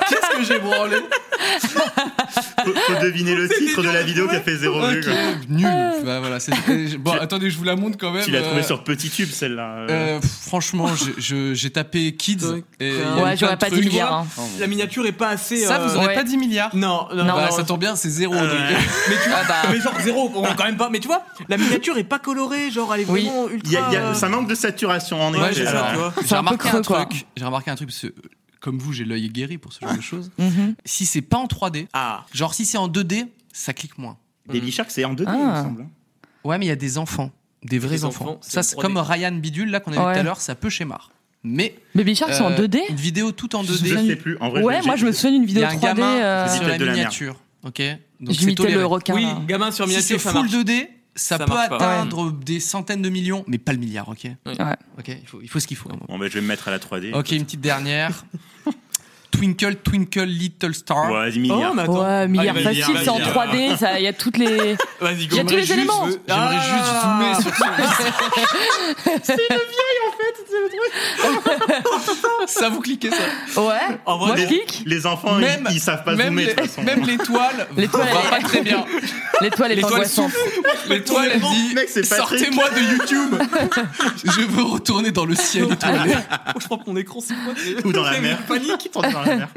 S1: Qu'est-ce que j'ai branlé
S2: faut, faut deviner le
S3: C'était
S2: titre de
S3: dur
S2: la
S3: à
S2: vidéo qui a
S3: trouver.
S2: fait 0 vues. quoi.
S3: ben
S1: Nul. Bah, voilà, c'est- euh, je- bon, attendez, je vous la montre quand même.
S2: Tu l'as trouvé
S1: euh,
S2: sur Petit Tube celle-là. euh.
S1: euh, pff, franchement, je- je- j'ai tapé kids.
S3: Ouais,
S1: et il y a plein
S4: Ouais,
S1: de
S4: j'aurais pas
S1: trucs.
S4: dit milliard. hein.
S3: La miniature est pas assez.
S1: Ça,
S3: euh,
S1: vous aurez
S4: Ouais.
S1: pas 10 milliards
S3: Non, non,
S4: Non.
S1: Bah,
S3: non,
S1: ça tombe bien, c'est zéro.
S2: Euh,
S1: donc- Ah, bah,
S3: Mais tu vois, mais genre zéro, on quand même pas. Mais tu vois, la miniature est pas colorée, genre elle est
S4: Oui.
S3: vraiment ultra. euh,
S2: Il y a- il y a- ça manque de saturation en
S3: ah. Ouais,
S2: effet.
S3: c'est ça,
S2: alors.
S3: tu vois.
S4: C'est
S1: J'ai
S4: un peu
S1: remarqué
S4: creux,
S1: un
S4: quoi.
S1: truc. J'ai remarqué un truc parce que, euh, comme vous, j'ai l'œil guéri pour ce genre de choses.
S4: Mhm.
S1: Si c'est pas en 3D,
S3: Ah,
S1: genre si c'est en 2D, ça clique moins.
S2: Baby Shark c'est en 2D il me
S4: Ah.
S2: semble. hein.
S1: Ouais, mais il y a des enfants, des vrais
S3: Des enfants,
S1: enfants.
S3: c'est
S1: Ça,
S3: en
S1: c'est
S3: 3D.
S1: comme Ryan Bidule là qu'on a vu
S4: Ouais.
S1: tout à l'heure, ça peut schémar. Mais
S4: Baby Shark, c'est en
S1: euh,
S4: 2D
S1: Une vidéo tout en
S4: Je
S1: 2D.
S2: Je sais plus. En vrai,
S4: Ouais,
S2: j'ai-
S4: moi je me souviens d'une
S1: Il y
S4: vidéo
S1: a un
S4: 3D.
S1: gamin
S4: euh,
S2: C'est
S1: sur la
S2: de la merde.
S1: miniature. Ok. Donc
S4: Je
S1: c'est
S4: limitais
S1: toléré.
S4: le requin.
S3: Ah. oui,
S4: là.
S3: gamin sur
S1: Si
S3: miniature,
S1: c'est
S3: ça
S1: full
S3: marche.
S1: 2D, ça,
S3: Ça
S1: peut
S3: marche pas.
S1: atteindre des centaines de millions, mais pas le milliard, ok
S4: Ouais.
S1: Ok, il faut, il faut ce qu'il faut.
S2: Bon, ben je vais me mettre à la 3D.
S1: Ok, une petite dernière. Twinkle, twinkle, little star.
S2: Ouais, 10 milliards.
S3: Oh, mais attends.
S4: Ouais, milliard
S3: Ah, il y a
S4: facile,
S3: milliard,
S4: c'est en
S3: milliard.
S4: 3D, ça- il y a toutes les.
S3: Vas-y,
S4: Il y a tous les éléments.
S1: J'aimerais juste zoomer sur ça. Vous cliquez ça.
S4: Ouais,
S3: En vrai,
S4: moi je
S3: les-
S4: clique.
S2: Les enfants,
S1: Même-
S2: ils, ils savent pas
S1: même
S2: zoomer de
S1: les-
S2: toute façon.
S1: même l'étoile
S4: L'étoile,
S1: va
S4: elle-
S1: pas très bien.
S4: L'étoile est
S1: L'étoile
S4: angoissante.
S1: L'étoile elle dit
S2: Mec, c'est Patrick.
S1: sortez-moi de YouTube. Je veux retourner dans le ciel étoilé.
S3: je prends mon écran, c'est quoi
S2: Ou dans la mer. Panique, dans la mer.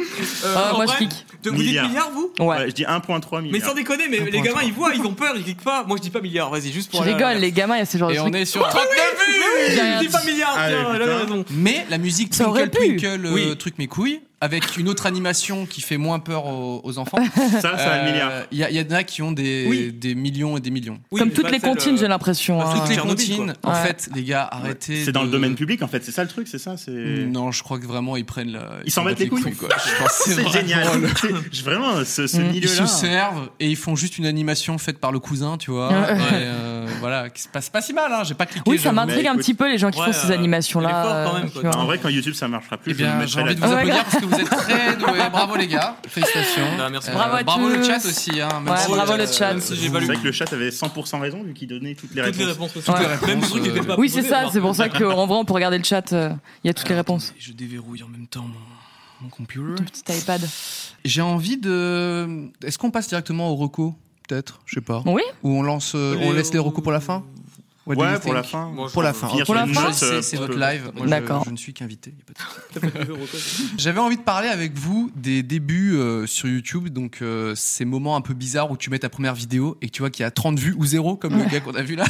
S3: Euh,
S4: Ah, moi je clique.
S3: Vous dites
S2: Milliard.
S3: milliard, vous
S4: Ouais.
S2: Ouais, je dis 1.3 milliards.
S3: Mais sans déconner, mais les gamins ils voient, ils ont peur, ils cliquent pas. Moi je dis pas milliard, vas-y, juste
S4: Je
S3: pour. aller à la
S4: rigole, les gamins, il y a ce genre de
S1: Et on
S4: truc.
S1: est sur 39 vues.
S4: J'ai
S3: merde.
S4: rien
S3: Je dis pas
S4: dit.
S3: milliard,
S2: Ah,
S3: tiens,
S2: putain.
S3: elle a raison.
S1: Mais la musique
S4: Ça aurait
S1: Twinkle
S4: pu.
S1: Twinkle euh,
S3: Oui.
S1: truc mes couilles avec une autre animation qui fait moins peur aux, aux enfants.
S2: Ça, ça va
S1: Euh,
S2: le milliard.
S1: Il y, a- il y en a qui ont des,
S3: Oui.
S1: des millions et des millions.
S3: Oui,
S4: Comme
S3: mais
S4: toutes
S3: pas
S4: les
S3: celle,
S4: comptines,
S3: euh,
S4: j'ai l'impression.
S3: Ah,
S4: hein.
S1: Toutes les
S3: Tchernobyl,
S1: comptines.
S4: quoi.
S1: En
S4: Ouais.
S1: fait, les gars, arrêtez.
S2: C'est dans le
S1: de-
S2: domaine public en fait, c'est ça le truc, c'est ça. C'est
S1: Non, je crois que vraiment ils prennent la.
S2: Ils s'en battent les couilles.
S1: quoi. Je pense que
S2: C'est
S1: vraiment-
S2: génial. C'est- Vraiment, ce, ce
S4: Mm.
S1: Ils se
S2: milieu-là.
S1: servent et ils font juste une animation faite par le cousin, tu vois.
S4: Ouais.
S1: Et, euh, voilà, qui se passe pas si mal, hein. J'ai pas cliqué.
S4: Oui, ça
S1: j'avoue.
S4: m'intrigue un
S2: écoute,
S4: petit peu les gens qui
S3: ouais,
S4: font ces
S3: euh,
S4: animations-là.
S3: il est fort quand
S4: euh,
S3: même,
S4: tu
S3: quoi.
S4: vois.
S2: hein. En vrai, quand YouTube ça marchera plus,
S1: Eh
S2: je me
S1: bien,
S2: mettrai
S1: j'ai
S2: la
S1: envie de vous
S4: Ouais,
S1: applaudir
S4: grave.
S1: parce que vous êtes très doués. Bravo les gars, félicitations. Euh,
S3: Non, merci.
S4: Bravo à
S1: bravo le
S4: tous.
S1: chat aussi. Hein, même
S4: Ouais,
S1: si-
S4: bravo le
S1: euh,
S4: chat.
S3: Même si j'ai
S2: C'est
S3: pas lu
S2: vrai que le chat avait 100% raison vu qu'il donnait toutes les
S3: toutes les
S2: réponses.
S3: réponses aussi.
S4: Toutes les
S3: Même
S1: réponses,
S3: des trucs qui
S1: euh,
S3: étaient pas
S4: Oui, c'est
S3: posés,
S4: ça,
S3: alors.
S4: c'est pour ça qu'en vrai, on peut regarder le chat, euh, il y a toutes les réponses.
S1: Je déverrouille en même temps mon. Mon computer.
S4: Ton petit iPad.
S1: J'ai envie de. Est-ce qu'on passe directement au reco Peut-être, je sais pas.
S4: Oui.
S1: Ou on lance, euh, on laisse les recos pour la fin What do you
S2: Ouais, pour
S1: think
S2: la fin.
S3: Bon,
S1: Pour la
S2: je
S1: fin.
S2: veux finir
S1: Pour
S2: sur
S1: la
S2: une
S1: fin,
S2: note,
S1: c'est
S2: euh,
S1: c'est
S2: pour
S1: votre
S2: que-
S1: live. Moi, je-
S4: D'accord.
S1: Je, ne suis qu'invité. y a pas de souci. J'avais envie de parler avec vous des débuts euh, sur YouTube, donc euh, ces moments un peu bizarres où tu mets ta première vidéo et que tu vois qu'il y a 30 vues ou zéro, comme le gars qu'on a vu là.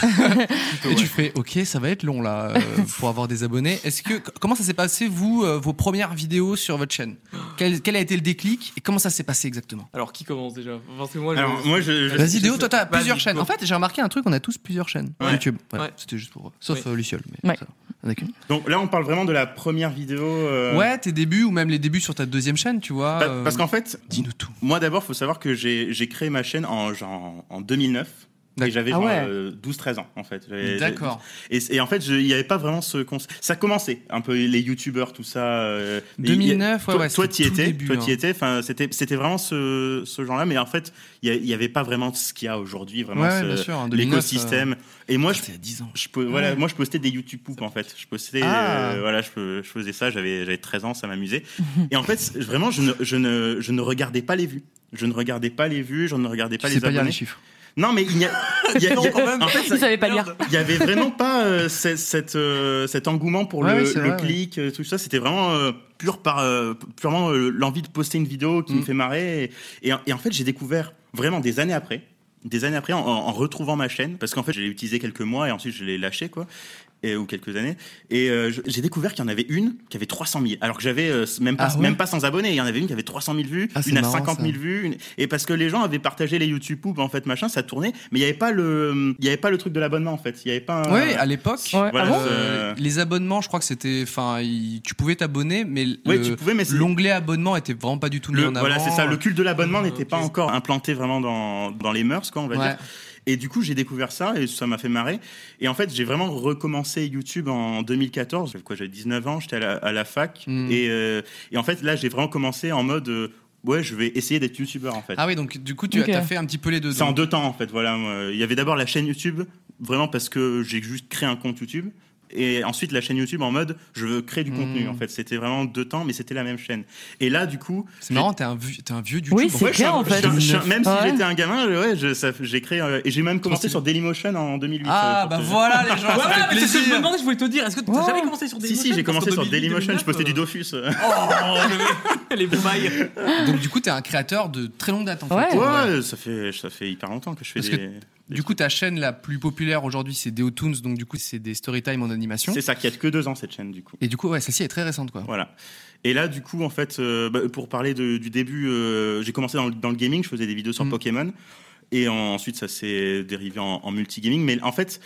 S1: et tu fais, ok, ça va être long là euh, pour avoir des abonnés. Est-ce que comment ça s'est passé vous euh, vos premières vidéos sur votre chaîne quel, quel a été le déclic et comment ça s'est passé exactement
S3: Alors, qui commence déjà Parce que moi, je-
S2: Alors, moi, je. je-
S1: Vas-y, Déo,
S3: je-
S1: toi t'as
S3: vas-y,
S1: plusieurs chaînes.
S3: go.
S1: En fait, j'ai remarqué un truc, on a tous plusieurs chaînes
S2: Ouais.
S1: YouTube. Voilà,
S3: Ouais.
S1: C'était juste pour sauf
S3: Oui.
S1: euh, Luciole, mais
S4: Ouais.
S1: ça va. On a qu'une.
S2: Donc là, on parle vraiment de la première vidéo. euh,
S1: Ouais, tes débuts ou même les débuts sur ta deuxième chaîne, tu vois.
S2: pa-
S1: euh,
S2: Parce qu'en fait,
S1: dis-nous tout.
S2: moi d'abord, faut savoir que j'ai j'ai créé ma chaîne en, genre, en 2009. Et
S1: D'accord.
S2: j'avais
S4: Ah
S2: genre
S4: ouais.
S2: 12-13 ans en fait. J'avais-
S1: D'accord.
S2: Et, et en fait, je- il n'y avait pas vraiment ce concept. Ça commençait un peu les youtubeurs, tout ça. euh, mais il y a-
S1: 2009, ouais,
S2: toi,
S1: ouais,
S2: Toi,
S1: c'était
S2: t'y
S1: tout
S2: étais.
S1: début,
S2: toi, t'y
S1: hein.
S2: étais. Enfin, c'était, c'était vraiment ce, ce genre-là. Mais en fait, il y a- il n'y avait pas vraiment ce qu'il y a aujourd'hui, vraiment
S1: Ouais,
S2: ce-
S1: bien sûr, en 2009,
S2: l'écosystème. Et moi, je,
S1: C'était il y a 10 ans.
S2: je peux- voilà, moi, je postais des YouTube poop en fait. Je postais,
S1: Ah.
S2: euh, voilà, je, peux- je faisais ça. J'avais, j'avais 13 ans, ça m'amusait. et en fait, vraiment, je ne, je ne, je ne regardais pas les vues. Je ne regardais pas les vues. Je ne regardais pas
S1: Tu sais
S2: les
S1: pas lire
S2: abonnés.
S1: les chiffres.
S2: non, mais il n'y a, il y a- il y a- en fait,
S4: Il savait pas lire.
S2: il y avait vraiment pas euh, cette, cette, euh, cet engouement pour
S1: Ouais,
S2: le,
S1: ouais, c'est
S2: le
S1: vrai, ouais.
S2: clic, euh, tout ça. C'était vraiment euh, pur par, euh, purement euh, l'envie de poster une vidéo qui
S1: Mm.
S2: me fait marrer. Et, et en- et en fait, j'ai découvert vraiment des années après, des années après, en, en- en retrouvant ma chaîne, parce qu'en fait, je l'ai utilisée quelques mois et ensuite je l'ai lâchée, quoi. Et, ou quelques années. Et euh, je- j'ai découvert qu'il y en avait une qui avait 300 000. Alors que j'avais euh, même, pas,
S1: Ah ouais
S2: même pas 100 abonnés. Il y en avait une qui avait 300 000 vues,
S1: Ah, c'est
S2: une à
S1: marrant,
S2: 50 000
S1: ça.
S2: vues. une- Et parce que les gens avaient partagé les YouTube poop, en fait, machin, ça tournait. Mais il n'y avait pas le, il y avait pas le truc de l'abonnement, en fait. Il y avait pas. un-
S1: Ouais, à l'époque.
S4: Ouais.
S2: Voilà,
S4: ah bon
S1: euh,
S2: c'est-
S1: les abonnements, je crois que c'était. Enfin, il- tu pouvais t'abonner, mais le-
S2: Ouais, tu pouvais, mais c'est-
S1: l'onglet abonnement était vraiment pas du tout mis
S2: le,
S1: en avant.
S2: voilà, c'est ça. Le culte de l'abonnement
S3: Euh,
S2: n'était pas
S3: ok.
S2: encore implanté vraiment dans, dans les mœurs, quoi, on va
S1: Ouais.
S2: dire. Et du coup, j'ai découvert ça et ça m'a fait marrer. Et en fait, j'ai vraiment recommencé YouTube en 2014. J'avais Quoi, j'avais 19 ans, j'étais à la, à la fac.
S1: Mm.
S2: Et, euh, et en fait, là, j'ai vraiment commencé en mode, euh, ouais, je vais essayer d'être YouTubeur, en fait.
S1: Ah oui, donc du coup, tu
S4: Ok.
S1: as fait un petit peu les deux.
S2: C'est en
S1: donc.
S2: deux temps en fait, voilà. moi. Il y avait d'abord la chaîne YouTube, vraiment parce que j'ai juste créé un compte YouTube. Et ensuite la chaîne YouTube en mode je veux créer du contenu en fait. C'était vraiment deux temps, mais c'était la même chaîne. Et là du coup.
S1: C'est marrant, t'es un, vieux- t'es un vieux du
S4: Oui,
S1: tout.
S4: c'est
S2: Ouais, je suis
S4: clair,
S2: un-
S4: en fait.
S2: je suis un- je suis un- même si
S4: Ouais.
S2: j'étais un gamin, je- ouais, je- ça- j'ai créé euh, et j'ai même commencé sur Dailymotion en 2008. euh,
S1: Ah
S2: pour
S1: bah
S2: te-
S1: voilà les gens, ça
S3: Voilà,
S1: fait
S3: mais c'est ce que je me
S1: plaisir.
S3: demandais, je voulais te dire. Est-ce que t'as
S4: Ouais.
S3: jamais commencé sur
S2: Si
S3: Dailymotion
S2: si, j'ai
S3: Parce
S2: commencé
S3: qu'en
S2: sur
S3: 2008,
S2: Dailymotion, je postais du
S3: 2009,
S2: Dofus.
S3: euh, Oh, le- les boumailles.
S1: Donc du coup, t'es un créateur de très longue date en fait.
S4: Ouais.
S2: Ouais, ça fait ça fait hyper longtemps que je fais
S1: Parce que
S2: des. des
S1: Du coup, ta chaîne la plus populaire aujourd'hui, c'est Deotoons, donc du coup, c'est des storytime en animation.
S2: trucs. c'est ça qui a que deux ans cette chaîne du coup.
S1: Et du coup, ouais, celle-ci est très récente, quoi.
S2: Voilà. Et là, du coup, en fait, euh, bah, pour parler de- du début, euh, j'ai commencé dans le, dans le gaming, je faisais des vidéos sur
S1: Mm.
S2: Pokémon. Et en- ensuite, ça s'est dérivé en, en multigaming. Mais en fait,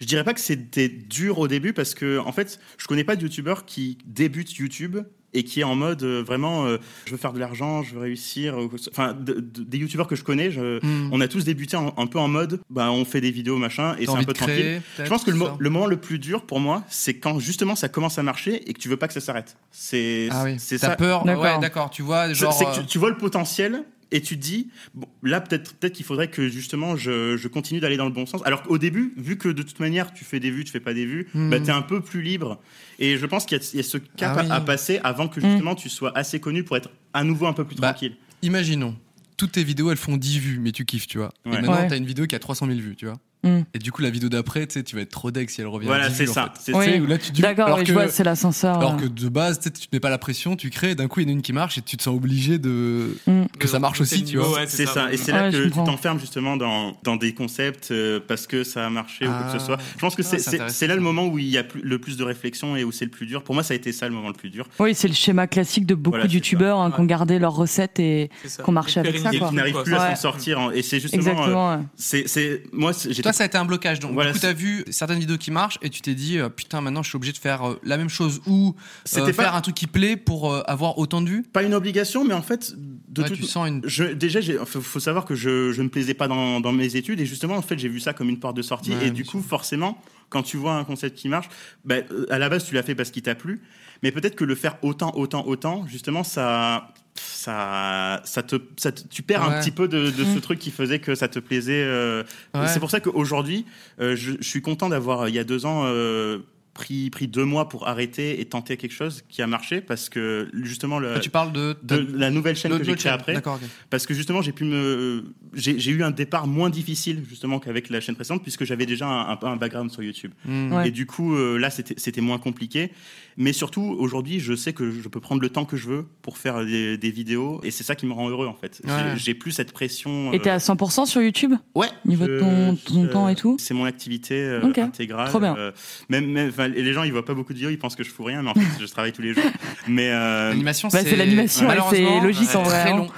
S2: je dirais pas que c'était dur au début parce que, en fait, je connais pas de youtubeur qui débute YouTube et qui est en mode euh, vraiment, euh, je veux faire de l'argent, je veux réussir. ou quoi que ce- Enfin, de- de- des youtubeurs que je connais, je-
S1: Hmm.
S2: on a tous débuté en- un peu en mode, bah, on fait des vidéos, machin,
S1: T'as
S2: et c'est un
S1: envie
S2: peu
S1: de
S2: tranquille.
S1: créer,
S2: Je pense que le,
S1: peut-être,
S2: mo-
S1: ça.
S2: le moment le plus dur pour moi, c'est quand justement ça commence à marcher et que tu veux pas que ça s'arrête. C'est
S1: Ah oui,
S2: c'est
S1: t'as
S2: ça.
S1: peur.
S4: D'accord.
S1: Ouais, d'accord, tu vois,
S2: C'est-
S1: genre. euh
S2: c'est que tu, tu vois le potentiel et tu te dis bon, là peut-être peut-être qu'il faudrait que justement je, je continue d'aller dans le bon sens. Alors qu'au début, vu que de toute manière tu fais des vues, tu fais pas des vues,
S1: Hmm.
S2: bah, t'es un peu plus libre. Et je pense qu'il y, a- il y a ce cap
S1: Ah oui.
S2: à, à passer avant que justement tu sois assez connu pour être à nouveau un peu plus
S1: Bah,
S2: tranquille.
S1: euh, imaginons, toutes tes vidéos, elles font 10 vues, mais tu kiffes, tu vois. Et
S2: Ouais.
S1: maintenant,
S4: Ouais.
S1: t'as une vidéo qui a 300 000 vues, tu vois.
S4: Hmm.
S1: Et du coup, la vidéo d'après, tu sais, tu vas être trop deg si elle revient. à
S2: Voilà,
S1: 10
S2: c'est
S1: vues, en
S2: ça.
S1: fait.
S2: C'est-
S4: Oui.
S1: Tu sais, où là, tu te dis-
S4: D'accord,
S1: alors
S4: ouais,
S1: que-
S4: je vois, c'est l'ascenseur.
S1: Alors
S4: ouais.
S1: que de base, tu sais, tu te mets pas la pression, tu crées, et d'un coup, il y en a une qui marche et tu te sens obligé de.
S4: Mm.
S1: Que ça marche aussi, tu vois.
S3: Ouais,
S2: C'est ça. Et c'est
S4: Ouais,
S2: là
S4: je
S2: que tu
S4: comprends.
S2: t'enfermes justement dans, dans des concepts euh, parce que ça a marché ou quoi que
S1: Ah.
S2: ce soit. Je pense que
S1: Ah,
S2: c'est-
S1: c'est
S2: c'est
S1: intéressant,
S2: c'est là
S1: ça.
S2: le moment où il y a plus- le plus de réflexion et où c'est le plus dur. Pour moi, ça a été ça le moment le plus dur.
S4: Oui, c'est le schéma classique de beaucoup
S2: Voilà,
S4: de
S2: c'est ça.
S4: youtubeurs hein,
S3: Ouais.
S4: qui ont gardé leurs recettes et.
S3: c'est ça.
S4: qu'on marchait avec ça,
S2: Et
S4: quoi.
S2: qui n'arrive plus
S4: Ouais.
S2: à s'en sortir. hein. Et c'est justement. euh,
S4: Exactement. ouais.
S2: c'est c'est- moi, c'est- j'étais.
S1: Toi, ça a été un blocage. Donc,
S2: Voilà,
S1: du coup,
S2: c'est-
S1: t'as vu certaines vidéos qui marchent et tu t'es dit, euh, putain, maintenant, je suis obligé de faire euh, la même chose ou euh,
S2: C'était
S1: faire
S2: pas,
S1: un truc qui plaît pour euh, avoir autant de vues.
S2: pas une obligation, mais en fait, de
S1: Ouais,
S2: toute
S1: tu sens une.
S2: Je, déjà, il faut, faut savoir que je, je ne plaisais pas dans, dans mes études et justement, en fait, j'ai vu ça comme une porte de sortie.
S1: Ouais,
S2: et du
S1: bien
S2: coup, forcément, quand tu vois un concept qui marche, bah, euh, à la base, tu l'as fait parce qu'il t'a plu, mais peut-être que le faire autant, autant, autant, justement, ça, ça, ça te, ça te- tu perds
S1: Ouais.
S2: un petit peu de, de ce truc qui faisait que ça te plaisait. euh,
S1: Ouais.
S2: C'est pour ça qu'aujourd'hui, euh, je, je suis content d'avoir, euh, il y a deux ans. euh, pris, pris deux mois pour arrêter et tenter quelque chose qui a marché parce que justement le,
S1: Ah, Tu parles de,
S2: Euh, de la nouvelle chaîne que j'ai créée après
S1: D'accord, ok.
S2: parce que justement j'ai pu me j'ai j'ai eu un départ moins difficile justement qu'avec la chaîne précédente puisque j'avais déjà un, un, un background sur YouTube
S1: Hmm.
S4: Ouais.
S2: et du coup euh, là c'était c'était moins compliqué mais surtout aujourd'hui je sais que je peux prendre le temps que je veux pour faire des, des vidéos et c'est ça qui me rend heureux en fait
S1: Ouais.
S2: J'ai- j'ai plus cette pression
S4: Et t'es
S2: euh,
S4: à 100% sur YouTube
S2: Ouais.
S4: Niveau de ton- ton temps et tout
S2: C'est mon activité euh,
S4: Ok.
S2: intégrale.
S4: Trop bien.
S2: Euh, même, même- enfin, et les gens, ils voient pas beaucoup de vidéos, ils pensent que je fous rien, mais en fait, je travaille tous les jours. Mais euh,
S1: L'animation,
S4: Bah, c'est l'animation, elle, c'est
S1: malheureusement,
S4: logique, en vrai,
S1: Très
S4: hein.
S1: long,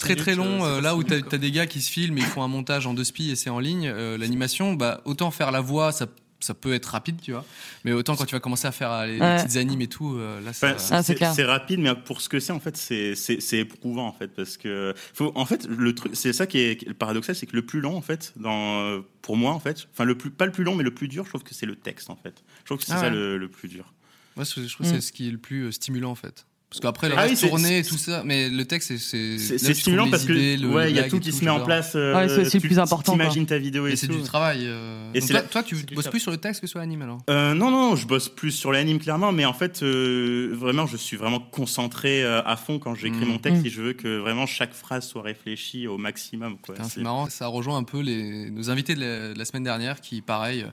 S1: très très long. euh, là où t'as as des gars qui se filment, et ils font un montage en deux spies et c'est en ligne. euh, L'animation, bah autant faire la voix, ça ça peut être rapide, tu vois. Mais autant quand tu vas commencer à faire euh, les, les
S4: Ouais.
S1: petites animes et tout, euh, là
S2: Enfin,
S1: ça.
S2: c'est-
S4: Ah, c'est
S2: c'est
S4: clair.
S2: c'est rapide, mais pour ce que c'est, en fait, c'est- c'est c'est éprouvant, en fait, parce que faut, en fait, le truc, c'est ça qui est qui est paradoxal, c'est que le plus long, en fait, dans, euh, pour moi, en fait, enfin, le plus, pas le plus long, mais le plus dur, je trouve que c'est le texte, en fait. Je trouve que c'est
S1: Ah
S2: ça
S1: ouais.
S2: le, le plus dur.
S1: Moi, je trouve que
S4: Mm.
S1: c'est ce qui est le plus euh, stimulant en fait. Parce qu'après, le
S2: Ah
S1: reste
S2: oui, c'est-
S1: tourné et tout ça, mais le texte, c'est- c'est.
S2: C'est
S1: là,
S2: c'est
S1: tu trouves
S2: stimulant
S1: les
S2: parce
S1: idées,
S2: que,
S1: le-
S2: ouais,
S1: le
S2: il y a
S1: gag
S2: tout
S1: et
S2: qui se met en
S1: j'adore.
S2: place. euh,
S4: Ouais, c'est- c'est le
S2: tu-
S4: plus important, quoi.
S2: T'imagines ta vidéo et,
S1: Mais c'est
S2: tout.
S1: du travail. euh.
S2: Et
S1: Donc
S2: c'est
S1: toi,
S2: la-
S1: toi, tu
S3: c'est du
S1: bosses
S3: taf.
S1: plus sur le texte que sur l'anime alors
S2: Euh, non, non, je bosse plus sur l'anime clairement, mais en fait, euh, vraiment, je suis vraiment concentré euh, à fond quand j'écris
S1: Mm.
S2: mon texte
S4: Mm.
S2: et je veux que vraiment chaque phrase soit réfléchie au maximum. Quoi.
S1: Putain,
S2: C'est-
S1: C'est marrant, ça rejoint un peu les, nos invités de la, de la semaine dernière qui, pareil,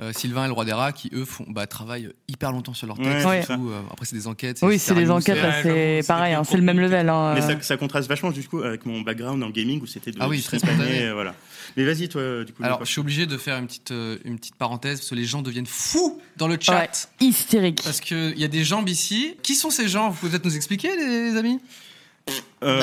S1: euh, Sylvain et le roi des rats, qui eux font, bah, travaillent hyper longtemps sur leur texte.
S2: Ouais,
S1: et
S2: c'est
S1: tout. Euh, après, c'est des enquêtes.
S4: Oui, c'est des
S1: interviews,
S4: enquêtes,
S1: c'est-
S4: là, c'est
S3: c'est
S4: pareil,
S3: des
S4: hein, c'est le même level. hein.
S2: Mais ça, ça contraste vachement du coup avec mon background en gaming où c'était de
S1: Ah oui,
S2: du
S1: très
S2: spontané,
S1: spontané.
S2: euh, voilà. Mais vas-y toi, euh, du coup.
S1: Alors,
S2: Nicolas.
S1: je suis obligé de faire une petite, euh, une petite parenthèse parce que les gens deviennent fous dans le chat.
S4: Ouais, hystérique.
S1: Parce qu'il y a des jambes ici. Qui sont ces gens Vous pouvez peut-être nous expliquer, les, les amis
S2: Euh,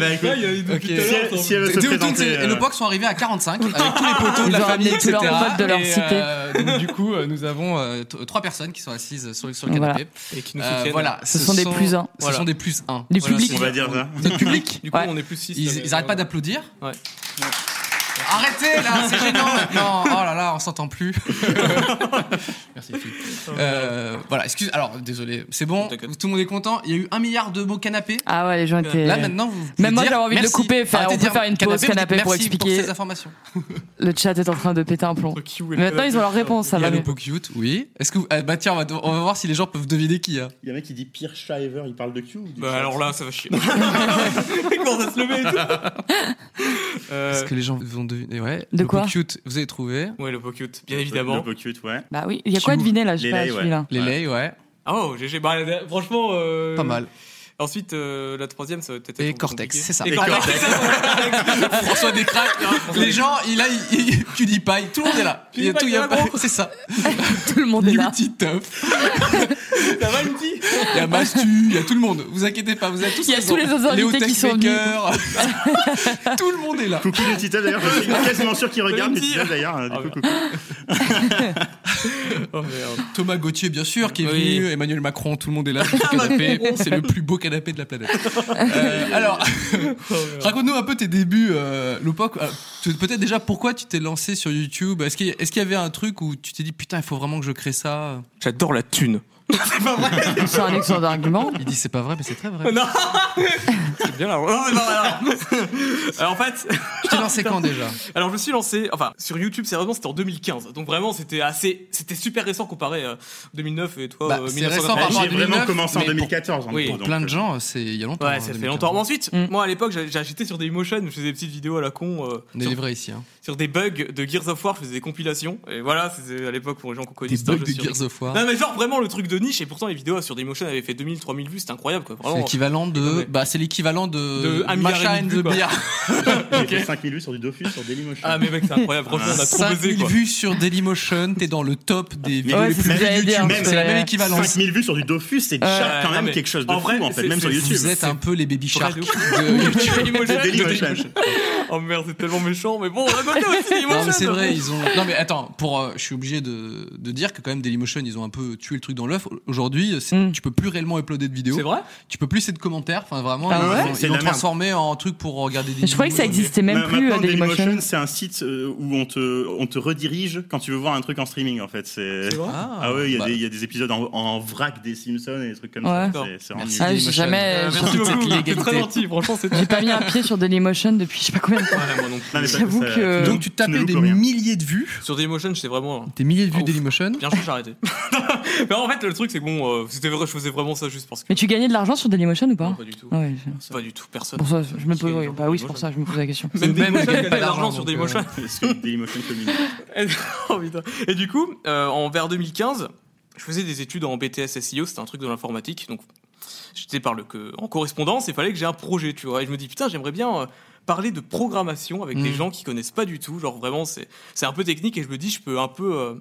S2: bah, écoute,
S1: Ok.
S2: si, si elle veut se
S1: Théo Toots
S2: présenter,
S1: et, et
S2: euh,
S1: nos pocs sont arrivés à 45 avec tous les poteaux
S4: Ils
S1: de la
S4: ont ramené
S1: famille,
S4: tous
S1: etc.
S4: leurs potes de leur
S1: Et, euh, donc, du coup, euh, nous avons euh, t- trois personnes qui sont assises sur, sur le
S4: Voilà.
S1: canapé.
S3: Et qui nous
S1: Euh,
S3: soutiennent.
S1: voilà,
S4: Ce sont des plus un.
S1: Ce
S3: Voilà.
S1: sont des plus un.
S4: Des publics.
S1: c'est
S2: on va dire ça.
S1: Des publics.
S3: Du coup,
S4: Ouais.
S3: on est plus euh, 6.
S1: Ils, ils arrêtent pas d'applaudir.
S3: Ouais.
S1: Arrêtez là, c'est gênant maintenant. Oh là là, on s'entend plus. Merci. Philippe. Euh, voilà, excuse. Alors désolé, c'est bon.
S3: T'inquiète.
S1: Tout le monde est content. Il y a eu un milliard de mots canapé.
S4: Ah ouais, les gens étaient.
S1: Là maintenant, vous pouvez
S4: Même moi,
S1: dire
S4: j'avais envie de le
S1: merci.
S4: couper et faire-
S1: Arrêtez
S4: on
S1: de
S4: peut
S1: dire
S4: faire une pause
S1: vous dites
S4: canapé pour
S1: merci
S4: expliquer.
S1: pour ces informations.
S4: Le chat est en train de péter un plomb. Mais maintenant, ils ont leur réponse, ça
S1: Il y
S4: va
S1: a le
S4: mieux.
S1: Pocute, oui. Est-ce que vous- ah, bah tiens, on va, on va voir si les gens peuvent deviner qui. Hein.
S2: Il y a un mec qui dit Pierre Shiver, il parle de Q. ou du
S3: Bah
S2: chat
S3: alors là, ça va chier. Ils commencent à se lever et tout.
S1: Est-ce
S3: Euh,
S1: que les gens vont deviner Ouais.
S4: De
S1: le
S4: quoi
S1: Pocute, vous avez trouvé.
S3: Ouais, le Pocute, bien
S2: Le-
S3: évidemment.
S2: Le Pocute, ouais.
S4: Bah oui, il y a quoi à deviner là, je sais
S2: Les
S4: pas,
S2: lays, ouais.
S4: celui-là.
S1: Les lays, ouais.
S3: Ah, Oh, GG. Bah, la- franchement. euh,
S1: Pas mal.
S3: Ensuite, euh, la troisième, ça va peut-être.
S1: Et
S3: être
S1: Cortex,
S3: compliqué.
S1: c'est ça.
S3: Et
S1: Et
S3: Cortex,
S1: Cortex.
S3: c'est ça.
S1: François Descraques, les gens, il a, il, il- PewDiePie, tout le monde est là. Il y a tout, il y a
S3: PewDiePie,
S1: c'est ça.
S4: Tout le monde est là.
S1: Petit Tuff,
S3: Ça va, Lutti
S1: il y a Mastu, il y a tout le monde. Vous inquiétez pas, vous êtes tous
S4: Il y a
S1: raison.
S4: tous les autres
S1: Léo
S4: invités qui sont
S1: Techmaker. Tout le monde est là.
S2: Coucou le Tita d'ailleurs, je suis quasiment sûr qu'il regarde le
S3: Petit.
S2: Tita d'ailleurs. hein, du
S3: Ah,
S2: coup,
S3: bah.
S2: coucou.
S3: Oh merde.
S1: Thomas Gauthier, bien sûr, qui est
S3: Oui.
S1: venu. Emmanuel Macron, tout le monde est là sur
S4: Ah,
S1: ce canapé. C'est le plus beau canapé de la planète. Euh, alors, raconte-nous un peu tes débuts, euh, Lopoc. Euh, tu- Peut-être déjà pourquoi tu t'es lancé sur YouTube. Est-ce qu'il y, est-ce qu'il y avait un truc où tu t'es dit putain, il faut vraiment que je crée ça
S3: J'adore la thune.
S4: C'est un excellent argument.
S1: Il dit c'est pas vrai, mais c'est très vrai.
S3: Non C'est bien là. Non, mais non, mais non. Alors, en fait,
S1: Tu t'es lancé quand déjà
S3: alors je me suis lancé, enfin, sur YouTube, sérieusement, c'était en 2015. Donc vraiment, c'était assez, c'était super récent comparé euh, à 2009 et toi,
S1: Bah,
S3: euh,
S1: c'est
S3: 1999.
S1: récent par rapport à
S2: J'ai vraiment
S1: 2009,
S2: commencé en
S1: mais pour-
S2: 2014. en
S3: oui,
S2: gros,
S1: Pour
S2: donc,
S1: plein de
S2: euh,
S1: gens, euh, c'est il y a longtemps. hein,
S3: Ouais, ça fait
S1: 2015.
S3: longtemps. Mais ensuite,
S4: Mm.
S3: moi à l'époque, j'a- j'achetais sur Dailymotion, je faisais des petites vidéos à la con euh,
S1: On est
S3: sur,
S1: livré ici. Hein.
S3: sur des bugs de Gears of War, je faisais des compilations. Et voilà, c'était à l'époque pour les gens qui ont connu
S1: Des
S3: ce
S1: bugs
S3: jeu
S1: de
S3: sur-
S1: Gears of War.
S3: Non mais genre vraiment le truc de niche et pourtant les vidéos sur Dailymotion avaient fait 2000 3000 vues, c'était incroyable quoi.
S1: C'est
S3: Vraiment.
S1: l'équivalent de.
S3: Ouais.
S1: Bah, c'est l'équivalent de.
S3: De un milliard et
S1: Macha
S3: demi
S1: and
S3: de
S1: the
S3: vues, quoi.
S1: Bear.
S2: J'ai fait 5000 vues sur du Dofus, sur Dailymotion.
S3: Ah mais mec, c'est incroyable, franchement on a trop buzzé
S1: 5000
S3: quoi.
S1: vues sur Dailymotion, t'es dans le top des vidéos
S4: Ouais,
S1: les
S4: c'est
S1: plus
S4: ce que
S1: vues
S4: j'allais dire,
S1: YouTube.
S2: parce que
S1: C'est la même
S4: ouais.
S1: équivalence.
S2: 5000 vues sur du Dofus, c'est déjà
S3: ouais,
S2: quand
S3: Euh, non,
S2: même
S3: mais
S2: quelque chose de
S3: en
S2: fou
S3: vrai,
S2: en fait,
S3: c'est-
S2: même sur
S3: c'est-
S2: YouTube.
S1: Vous êtes un peu les baby
S3: Ouais,
S1: sharks
S3: de
S1: de
S3: ouf.
S1: YouTube.
S3: Dailymotion.
S2: Dailymotion.
S3: Oh merde, c'est tellement méchant, mais bon, on a noté aussi Dailymotion.
S1: Non mais c'est vrai, ils ont. Non mais attends, pour, euh, je suis obligé de, de dire que quand même Dailymotion, ils ont un peu tué le truc dans l'œuf Minecraft aujourd'hui, c'est-
S4: Mm.
S1: tu peux plus réellement uploader de vidéos.
S3: Hmm. C'est vrai
S1: Tu peux plus laisser de commentaires. Enfin, vraiment,
S4: Ah
S1: ils
S4: ouais
S1: l'ont- ils
S2: C'est de
S1: l'ont
S2: la merde.
S1: transformé en truc pour regarder des
S4: Mais je croyais que ça
S1: vidéos.
S4: existait même
S2: Ma-
S4: plus, euh,
S2: Bah, maintenant,
S4: Dailymotion.
S2: c'est un site euh, où on te, on te redirige quand tu veux voir un truc en streaming, en fait. C'est...
S3: C'est vrai
S1: Ah,
S2: Ah ouais, il y, a
S1: bah,
S2: des- il y a des épisodes en, en vrac des Simpsons et des trucs comme
S4: Ouais.
S2: ça. C'est, c'est
S1: Merci.
S2: vraiment nul.
S4: Ah, j'ai
S1: Dailymotion.
S4: jamais.
S1: Euh, merci
S4: j'ai-
S3: Merci
S1: beaucoup.
S3: beaucoup.
S1: L'égalité.
S3: C'est très gentil, franchement, c'est
S4: J'ai pas mis un pied sur Dailymotion depuis je sais pas combien de temps.
S3: Voilà, moi non plus.
S2: Non, mais ça-
S4: J'avoue
S2: ça-
S4: que-
S1: Donc tu
S2: ne
S1: tapais
S2: loupes
S1: des
S2: rien.
S1: milliers de vues,
S3: Sur Dailymotion, j'étais vraiment.
S1: Euh, des milliers de vues
S3: Ah, Ouf.
S1: Dailymotion.
S3: Bien sûr, j'ai arrêté. mais en fait, le truc, c'est que bon, euh, c'était vrai, je faisais vraiment ça juste parce que.
S4: Mais tu gagnais de l'argent sur Dailymotion ou
S3: Non,
S4: pas
S3: pas du tout.
S4: Ah ouais, je-
S3: Pas du tout, personne.
S4: Pour ça, je me
S3: Qui
S4: pose.
S3: gagne
S4: oui,
S3: sur
S4: Bah oui, c'est
S3: Dailymotion.
S4: pour ça, je me pose la question.
S3: Même
S1: Même
S3: Dailymotion,
S1: gagne
S3: gagne
S1: pas
S3: de l'argent
S1: d'argent,
S3: sur
S1: donc, euh,
S3: Dailymotion.
S2: Parce que Dailymotion communique.
S3: Et- oh, putain. Et du coup, euh, en vers 2015, je faisais des études en BTS SEO, c'était un truc de l'informatique, donc j'étais par le que en correspondance, il fallait que j'ai un projet, tu vois. Et je me dis putain, j'aimerais bien euh, parler de programmation avec des
S1: Mm.
S3: gens qui connaissent pas du tout, genre vraiment c'est c'est un peu technique et je me dis je peux un peu euh,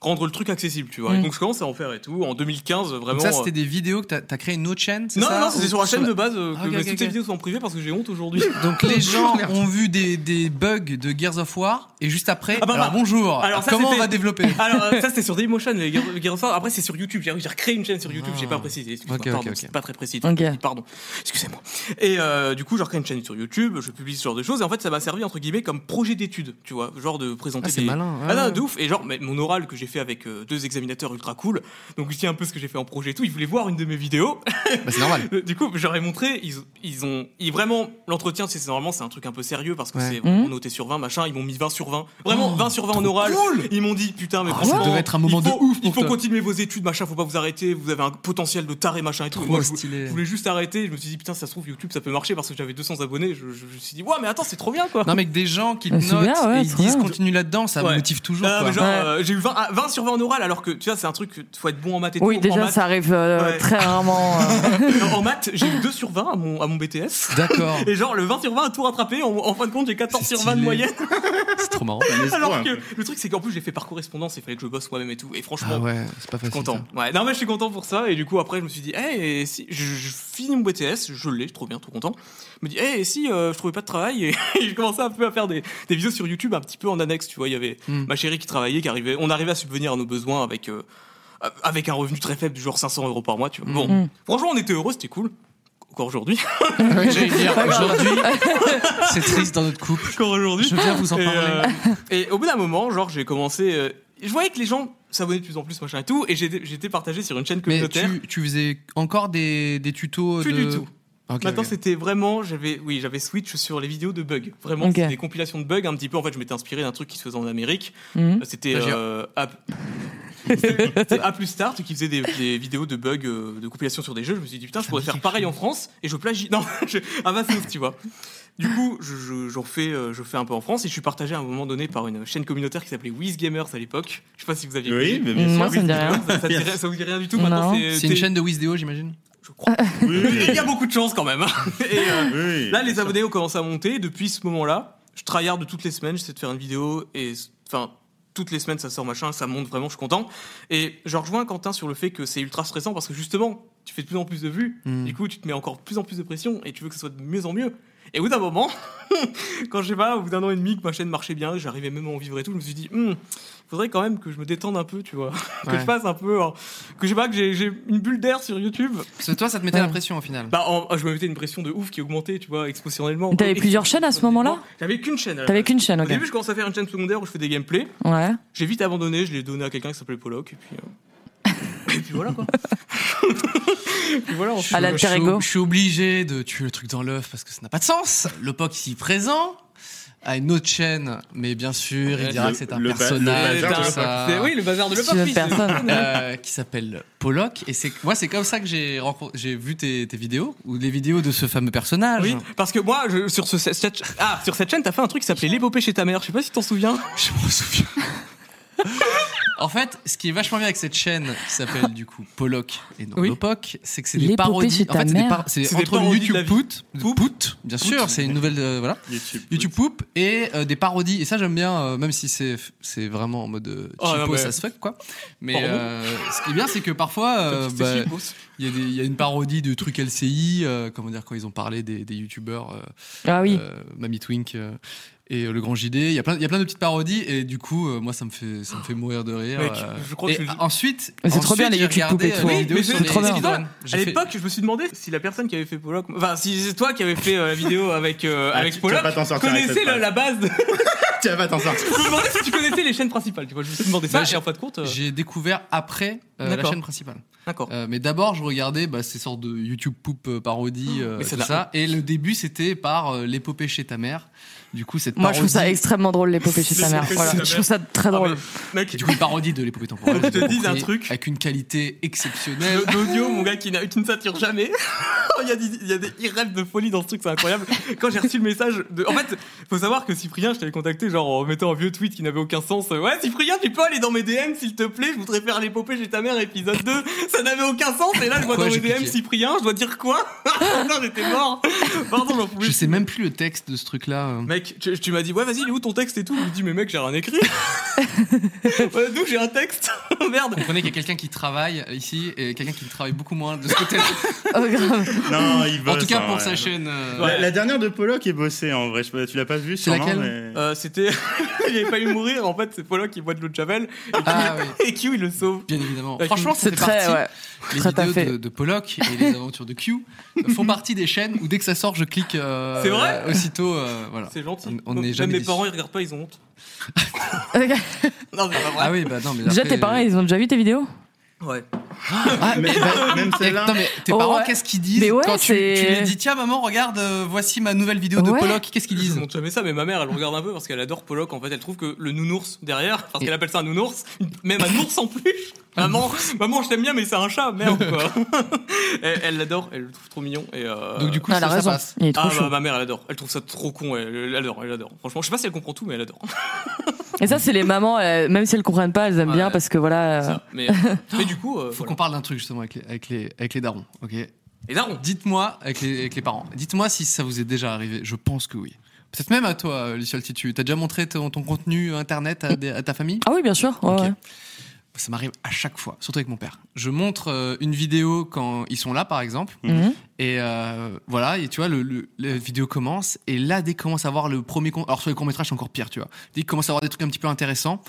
S3: rendre le truc accessible, tu vois. Et
S4: Mm.
S3: donc je commence à en faire et tout. En 2015, vraiment.
S1: Donc ça,
S3: euh,
S1: c'était des vidéos que t'as- t'as créé une autre chaîne, c'est
S3: non,
S1: ça
S3: non, c'était
S1: Ou- Ah,
S3: sur la chaîne de base. euh, que
S1: Ok,
S3: mais
S1: ok,
S3: toutes
S1: ok.
S3: les vidéos sont en privé parce que j'ai honte aujourd'hui.
S1: Donc les gens ont vu des, des bugs de Gears of War et juste après,
S3: Ah bah,
S1: alors
S3: bah.
S1: bonjour,
S3: Alors ça,
S1: comment on
S3: c'était-
S1: va développer Ah,
S3: Alors euh, ça c'était sur Dailymotion, les Gears Gears of War. Après c'est sur YouTube. J'ai j'ai recréé une chaîne sur YouTube.
S1: Ah.
S3: J'ai pas précisé. excuse-moi,
S1: Ok, ok,
S3: pardon,
S1: ok.
S3: c'est pas très précis.
S4: Ok.
S3: Pardon. Excusez-moi. Et euh, du coup j'ai recréé une chaîne sur YouTube. Je publie ce genre de choses. Et en fait ça m'a servi entre guillemets comme projet d'étude. Tu vois, genre de présenter.
S1: Ah, c'est
S3: des-
S1: malin, ouais,
S3: Ah non,
S1: ouais.
S3: de ouf. Et genre mais mon oral que j'ai fait avec euh, deux examinateurs ultra cool. Donc je dis un peu ce que j'ai fait en projet et tout. Ils voulaient voir une de mes vidéos.
S1: Bah, c'est normal.
S3: Euh, Du coup, j'aurais montré, ils, ils ont ils, vraiment l'entretien, tu sais, c'est normalement c'est un truc un peu sérieux parce que
S1: Ouais. Oh,
S3: c'est
S4: Mhm.
S3: noté sur 20, machin, ils m'ont mis 20 sur 20. Vraiment 20 sur 20 en oral. Ils m'ont dit putain mais
S1: Ah,
S3: franchement,
S1: ça devait être un moment
S3: il faut,
S1: de ouf
S3: Il
S1: pour
S3: faut
S1: toi.
S3: continuer vos études, machin, faut pas vous arrêter, vous avez un potentiel de taré machin et tout.
S1: Trop
S3: Et moi, je, vou-
S1: stylé.
S3: je voulais juste arrêter, je me suis dit putain ça se trouve YouTube ça peut marcher parce que j'avais 200 abonnés, je, je- je me suis dit ouais mais attends, c'est trop bien quoi.
S1: Non mais que des gens qui te
S4: Ah, c'est bien,
S1: notent
S4: ouais,
S1: et ils
S4: c'est
S1: disent
S4: bien.
S1: continue là-dedans, ça me
S3: Ouais.
S1: motive toujours.
S3: Ah,
S1: quoi.
S3: mais genre,
S4: Ouais.
S3: euh, j'ai eu 20, à- 20 sur 20 en oral alors que tu vois c'est un truc que faut être bon en maths et
S4: Oui,
S3: tout, en
S4: déjà,
S3: maths,
S4: ça arrive euh,
S3: Ouais.
S4: très rarement. euh.
S3: en maths, j'ai eu 2 sur 20 à mon à mon BTS.
S1: D'accord,
S3: Et genre, le 20 sur 20 a tout rattrapé. En, en fin de compte, j'ai 14
S1: C'est
S3: sur 20 de
S1: stylé.
S3: moyenne.
S1: c'est trop marrant.
S3: Alors que le truc, c'est qu'en plus, j'ai fait par correspondance. Il fallait que je bosse moi-même et tout. Et franchement,
S1: Ah ouais, c'est pas
S3: je suis
S1: facile.
S3: content.
S1: ça.
S3: Ouais, non, mais je suis content pour ça. Et du coup, après, je me suis dit, hey, et si je, je finis mon BTS, je l'ai, trop bien, trop content. Je me dis, hey, et si euh, je trouvais pas de travail Et je commençais un peu à faire des, des vidéos sur YouTube, un petit peu en annexe. Tu vois, il y avait
S1: Hmm.
S3: ma chérie qui travaillait, qui arrivait. On arrivait à subvenir à nos besoins avec. euh, avec un revenu très faible du genre 500 euros par mois, tu vois. Bon,
S4: Hmm.
S3: franchement, on était heureux, c'était cool. Encore aujourd'hui.
S1: Ouais, j'allais dire, aujourd'hui, c'est triste dans notre couple.
S3: Encore aujourd'hui.
S1: Je viens vous en
S3: Et,
S1: parler.
S3: euh, et au bout d'un moment, genre, j'ai commencé. euh, je voyais que les gens s'abonnaient de plus en plus, machin et tout, et j'ai- j'étais partagé sur une chaîne
S1: Mais
S3: communautaire.
S1: tu, tu faisais encore des, des tutos
S3: Plus
S1: de...
S3: du tout.
S1: Ok,
S3: Maintenant,
S1: ok.
S3: c'était vraiment, j'avais, oui, j'avais switch sur les vidéos de bugs. Vraiment,
S4: Ok.
S3: c'était des compilations de bugs un petit peu. En fait, je m'étais inspiré d'un truc qui se faisait en Amérique.
S4: Mhm.
S3: C'était
S1: Plagiat.
S3: euh, A, c'était A plus Start qui faisait des, des vidéos de bugs, euh, de compilations sur des jeux. Je me suis dit putain, je pourrais faire pareil en France et je plagie. Non, je, ah, à ma sauce, tu vois. Du coup, je, je, j'en fais, euh, je fais un peu en France et je suis partagé à un moment donné par une chaîne communautaire qui s'appelait Gamers à l'époque. Je sais pas si vous aviez.
S2: Oui, mais bien sûr.
S4: Moi, ça me dit rien.
S3: Ça, ça, te dit rien- ça vous dit rien du tout. Maintenant,
S4: Non.
S1: C'est une chaîne de Wizdeo, j'imagine
S3: Je crois.
S2: Oui, oui,
S3: Il y a beaucoup de chance quand même. Et, euh,
S2: oui.
S3: Là, les abonnés ont commencé à monter. Depuis ce moment-là, je tryhard de toutes les semaines. J'essaie de faire une vidéo et enfin toutes les semaines ça sort machin, ça monte vraiment. Je suis content. Et je rejoins Quentin sur le fait que c'est ultra stressant parce que justement, tu fais de plus en plus de vues.
S1: Mm.
S3: Du coup, tu te mets encore de plus en plus de pression et tu veux que ce soit de mieux en mieux. Et au bout d'un moment, quand je sais pas, au bout d'un an et demi que ma chaîne marchait bien, j'arrivais même à en vivre et tout, je me suis dit, il faudrait quand même que je me détende un peu, tu vois, que
S1: Ouais.
S3: je fasse un peu, hein, que je sais pas, que j'ai j'ai une bulle d'air sur YouTube.
S1: Parce que toi, ça te mettait
S4: Ouais.
S1: la pression au final.
S3: Bah, en- je me mettais une pression de ouf qui augmentait, tu vois, exponentiellement.
S4: Mais t'avais
S3: Ex-
S4: plusieurs chaînes à ce moment-là
S3: J'avais qu'une chaîne. à la
S4: T'avais
S3: base.
S4: qu'une chaîne,
S3: Au
S4: ok.
S3: début, je commençais à faire une chaîne secondaire où je fais des gameplays.
S4: Ouais.
S3: J'ai vite abandonné, je l'ai donné à quelqu'un qui s'appelait Pollock. Et puis, euh, et puis voilà quoi. et puis voilà, euh, on
S1: Je suis-
S4: À la
S1: je
S4: Alter
S1: suis-
S4: Ego.
S1: Je suis obligé de tuer le truc dans l'œuf parce que ça n'a pas de sens. Le POC ici présent a une autre chaîne, mais bien sûr, il
S3: Ouais,
S1: dira
S3: le-
S1: que c'est un
S2: le ba-
S1: personnage
S2: le bazar
S1: tout
S2: de
S1: ça,
S3: C'est- Oui, le bazar de
S4: C'est une
S3: Lepape.
S4: autre personne.
S1: euh, qui s'appelle Pollock. Et c'est moi, c'est comme ça que j'ai rencontré- j'ai vu tes, tes vidéos ou les vidéos de ce fameux personnage.
S3: Oui, parce que moi, je- sur, ce, cette, ah, sur cette chaîne, t'as fait un truc qui s'appelait L'épopée chez ta mère. Je sais pas si t'en souviens.
S1: Je m'en souviens. En fait, ce qui est vachement bien avec cette chaîne qui s'appelle du coup Pollock et non
S3: Oui.
S1: Lopoc, c'est que c'est
S4: Les
S1: des
S4: poupées
S1: parodies.
S4: chez
S1: En fait,
S4: ta
S1: c'est des
S4: mère.
S1: par- c'est
S3: C'est des
S1: entre
S3: parodies de
S1: YouTube
S3: la vie.
S1: Pout,
S3: Pout.
S1: Pout, bien sûr, c'est une nouvelle euh, voilà.
S2: YouTube.
S1: YouTube Poop et euh, des parodies. Et ça, j'aime bien, euh, même si c'est c'est vraiment en mode euh,
S3: Oh, non,
S1: cheapo,
S3: mais-
S1: ça se fuck, quoi. Mais
S3: Pardon
S1: euh, ce qui est bien, c'est que parfois, euh,
S3: C'était
S1: bah,
S3: si beau, ça.
S1: il y, a des- il y a une parodie de trucs LCI, euh, comment dire, quand ils ont parlé des, des youtubeurs, euh,
S4: Ah oui.
S1: euh, Mamie Twink, euh, et euh, le grand JD. Il y a plein, il y a plein de petites parodies et du coup, euh, moi, ça me fait, ça me fait mourir de rire.
S3: Mec,
S1: euh.
S3: je crois que
S1: Et
S3: je-
S1: ensuite,
S4: Mais c'est trop
S1: ensuite,
S4: bien, les
S1: j'ai
S4: YouTube
S1: regardé,
S4: poupées,
S1: euh,
S4: toi.
S1: les
S4: Oui,
S1: vidéos
S3: mais
S1: sur
S3: c'est
S1: les
S4: trop bien.
S1: speedruns. J'ai
S3: À
S1: fait-
S3: l'époque, je me suis demandé si la personne qui avait fait Pollock, enfin si c'est toi qui avais fait euh, la vidéo avec euh,
S2: Ah,
S3: avec
S2: tu- tu
S3: Pollock,
S2: vas pas t'en sortir avec
S3: connaissais
S2: cette
S3: le- la base. de-
S2: Tu vas pas t'en sortir.
S3: je me demandais si tu connaissais les chaînes principales. Tu vois, je me suis demandé ça.
S1: Bah, j'ai-
S3: et en fin de compte, euh,
S1: j'ai découvert après euh, la
S3: D'accord.
S1: chaîne principale.
S3: d'accord.
S1: Euh, mais d'abord, je regardais bah, ces sortes de YouTube poop euh, parodies, euh,
S3: Mais
S1: tout
S3: c'est
S1: ça.
S3: la
S1: Et le début, c'était par euh, l'épopée chez ta mère. Du coup, cette
S4: Moi, je
S1: parodie,
S4: trouve ça extrêmement drôle, l'épopée chez sa mère.
S3: L'épopée chez
S4: Voilà.
S3: sa mère.
S4: Je trouve ça très
S3: Ah,
S4: drôle.
S3: mais, mec,
S1: du coup, une parodie de l'épopée temporelle.
S3: Je te
S1: j'ai
S3: dis
S1: compris,
S3: un truc.
S1: avec une qualité exceptionnelle.
S3: Le- L'audio, mon gars, qui, n'a- qui ne sature jamais. il, y a des, il y a des irrêves de folie dans ce truc, c'est incroyable. Quand j'ai reçu le message de. En fait, faut savoir que Cyprien, je t'avais contacté genre en mettant un vieux tweet qui n'avait aucun sens. Euh, Ouais, Cyprien, tu peux aller dans mes DM s'il te plaît, je voudrais faire l'épopée chez ta mère épisode 2. Ça n'avait aucun sens. Et là, je vois
S1: Pourquoi
S3: dans mes
S1: j'ai
S3: DM
S1: cliqué
S3: Cyprien, je dois dire quoi Non, j'étais mort. Pardon, j'en pouvais
S1: Je sais même plus le texte de ce truc-là. euh.
S3: Mec, tu, tu m'as dit, ouais, vas-y, il est où ton texte et tout Je lui dis, mais mec, j'ai rien écrit. ouais, d'où j'ai un texte Merde.
S1: Comprenez qu'il y a quelqu'un qui travaille ici et quelqu'un qui travaille beaucoup moins de ce côté-là.
S4: Oh, grave.
S2: Non, il
S1: en
S2: bosse,
S1: tout cas,
S2: hein,
S1: pour
S2: ouais.
S1: sa chaîne. euh,
S2: La, la dernière de Pollock est bossée en vrai. Je sais pas, tu l'as pas vue,
S1: C'est
S2: sûrement,
S1: laquelle
S2: mais-
S3: Euh, c'était. il avait failli mourir, en fait, c'est Pollock qui boit de l'eau de Javel.
S1: Ah oui.
S3: Et Q, il le sauve.
S1: Bien évidemment.
S3: Avec
S1: Franchement,
S4: Bah, C'est
S1: c'est
S4: très,
S1: partie.
S4: ouais.
S1: Les
S4: Très
S1: vidéos
S4: taffé.
S1: de, de Pollock et les aventures de Q font partie des chaînes où dès que ça sort, je clique. euh,
S3: C'est vrai
S1: Aussitôt, euh, voilà.
S3: C'est gentil.
S1: On- on n'est
S3: Même
S1: jamais
S3: mes
S1: déçus.
S3: parents, ils regardent pas, ils ont honte.
S4: Ok.
S3: Non, c'est pas vrai.
S1: Ah oui, bah non, mais
S4: Déjà,
S1: après,
S4: tes parents, ils ont déjà vu tes vidéos
S3: Ouais.
S1: Ah, mais, bah,
S2: Même
S1: eh,
S2: celle-là.
S1: non, mais tes
S4: Oh,
S1: parents,
S4: ouais.
S1: qu'est-ce qu'ils disent
S4: Mais ouais,
S1: quand tu,
S4: c'est-
S1: tu lui dis tiens maman regarde euh, voici ma nouvelle vidéo de
S4: Ouais. Euh,
S1: Pollock qu'est-ce qu'ils
S3: Ils
S1: disent
S3: montrent jamais ça, mais ma mère, elle regarde un peu parce qu'elle adore Pollock. En fait, elle trouve que le nounours derrière, parce qu'elle appelle ça un nounours, même un ours en plus. Maman, maman, je t'aime bien, mais c'est un chat, merde quoi. elle elle l'adore, elle le trouve trop mignon. Et euh,
S1: donc du coup
S4: Ah,
S1: ça,
S4: elle a
S1: ça
S4: raison.
S1: passe
S4: Il est trop
S3: ah,
S4: chaud.
S3: bah, ma mère, elle adore. Elle trouve ça trop con. Elle, elle adore, elle adore. Franchement, je sais pas si elle comprend tout, mais elle adore.
S4: Et ça, c'est les mamans, euh, même si elles comprennent pas, elles aiment
S3: bah. Ouais.
S4: bien parce que voilà. euh,
S3: Ça. Mais, mais du coup,
S1: Ah.
S3: euh,
S1: faut
S3: voilà.
S1: qu'on parle d'un truc justement avec les, avec les, avec les darons ok
S3: Et daron.
S1: dites-moi avec les, avec les parents dites-moi si ça vous est déjà arrivé je pense que oui peut-être même à toi euh, Luciole si tu t'as déjà montré ton, ton contenu euh, internet à, des- à ta famille
S4: Ah oui, bien sûr. ouais,
S1: Ok.
S4: ouais.
S1: ça m'arrive à chaque fois surtout avec mon père je montre euh, une vidéo quand ils sont là par exemple
S4: Mhm.
S1: Et euh, voilà, et tu vois, le, le- la vidéo commence, et là, dès qu'ils commencent à voir le premier... con- Alors, sur les courts-métrages, c'est encore pire, tu vois. Dès qu'ils commencent à voir des trucs un petit peu intéressants,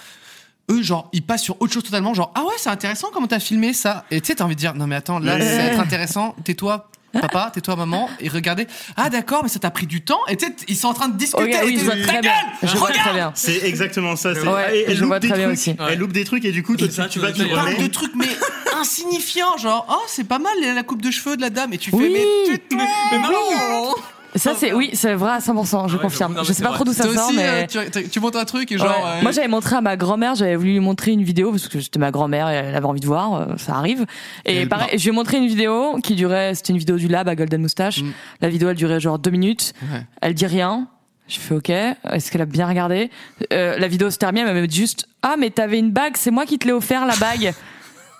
S1: eux, genre, ils passent sur autre chose totalement, genre, ah ouais, c'est intéressant comment t'as filmé ça. Et tu sais, t'as envie de dire, non mais attends, là,
S2: Mais-
S1: c'est être intéressant, tais-toi. Papa, tais-toi maman, et regardez. Ah d'accord, mais ça t'a pris du temps. Et tu sais, ils sont en train de discuter.
S4: Ok, oui,
S1: et
S4: je
S1: t'es-
S4: vois
S1: Ta
S4: très bien.
S1: gueule Ah,
S4: Je vois très bien.
S2: C'est exactement ça. c'est- Ah,
S4: Ouais,
S2: elle
S4: je
S2: loupe
S4: vois
S2: des
S4: très bien
S2: trucs.
S4: aussi.
S3: Ouais.
S2: Elle loupe des trucs et du coup, toi,
S3: Et ça,
S2: tu, tu
S3: tu
S2: vas
S3: vas
S2: te
S1: Ils parlent de
S2: remettre.
S1: trucs mais insignifiants, genre oh c'est pas mal la coupe de cheveux de la dame et tu fais
S4: Oui.
S1: mais tu te-
S3: Mais, mais maman,
S4: Ça, c'est oui, c'est vrai à 100%, je
S3: Ah Ouais,
S4: confirme.
S3: j'avoue, non,
S4: Je
S3: mais
S4: sais
S3: c'est
S4: pas
S3: vrai.
S4: trop d'où ça
S1: Toi
S4: sort,
S1: aussi, euh,
S4: mais.
S1: tu, tu montes un truc et
S4: Ouais.
S1: genre euh,
S4: Moi, j'avais montré à ma grand-mère, j'avais voulu lui montrer une vidéo parce que j'étais ma grand-mère et elle avait envie de voir, euh, ça arrive. Et
S1: Elle-
S4: pareil, je lui ai montré une vidéo qui durait, c'était une vidéo du lab à Golden Moustache.
S1: Mm.
S4: La vidéo, elle durait genre deux minutes.
S1: Ouais.
S4: Elle dit rien. Je fais OK. Est-ce qu'elle a bien regardé Euh, La vidéo se termine, elle me dit juste Ah, mais t'avais une bague, c'est moi qui te l'ai offert la bague.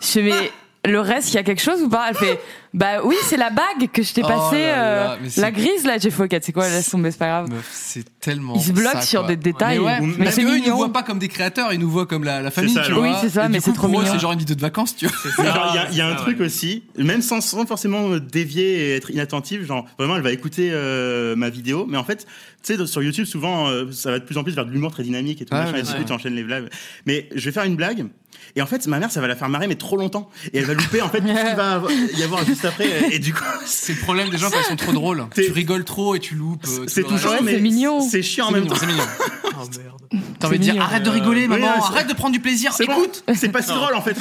S4: je fais Mais le reste, il y a quelque chose ou pas Elle fait Bah oui, c'est la bague que je t'ai
S1: Oh
S4: passée,
S1: là là,
S4: euh,
S1: mais c'est-
S4: la grise là. J'ai fait OK, c'est quoi Laisse tomber, c'est pas grave.
S1: Meuf, c'est tellement.
S4: Ils se bloquent
S1: ça,
S4: sur
S1: quoi.
S4: des détails.
S1: Mais, ouais,
S4: Mais
S1: parce
S4: c'est
S1: qu'eux, ils
S4: mignon.
S1: nous voient pas comme des créateurs, ils nous voient comme la, la famille,
S2: ça,
S1: tu
S2: le-
S1: vois.
S4: Oui, c'est ça,
S1: Et du
S4: mais
S1: coup,
S4: c'est trop
S1: pour eux,
S4: mignon.
S1: c'est genre une vidéo de vacances, tu vois.
S3: C'est
S2: Mais
S3: ça,
S2: genre, Il y a- il y, a un
S3: c'est ça,
S2: truc
S3: Ah, ouais.
S2: aussi, même sans, sans forcément euh, dévier et être inattentif, genre vraiment elle va écouter euh, ma vidéo, mais en fait, tu sais, sur YouTube souvent euh, ça va de plus en plus vers de l'humour très dynamique et tout,
S1: Ouais,
S2: machin,
S1: ouais,
S2: et du
S1: ouais.
S2: coup tu enchaînes les blagues. Mais je vais faire une blague, et en fait ma mère ça va la faire marrer, mais trop longtemps, et elle va louper en fait tout ce qui va y avoir juste après, et du coup
S1: C'est le problème des gens quand ils sont trop drôles. hein.
S2: T'es-
S1: Tu rigoles trop et tu loupes. euh,
S2: c'est
S1: tout le
S2: touchant,
S1: reste.
S4: Ouais,
S2: mais
S4: c'est mignon.
S2: c'est chiant en
S1: C'est
S2: même
S1: mignon,
S2: temps.
S1: c'est mignon.
S3: Ah, merde.
S1: T'as envie de
S4: mignon.
S1: dire arrête de rigoler,
S2: Euh,
S1: maman,
S2: ouais, c'est-
S1: arrête de prendre du plaisir.
S2: C'est bon,
S1: Écoute,
S2: c'est pas si drôle en fait.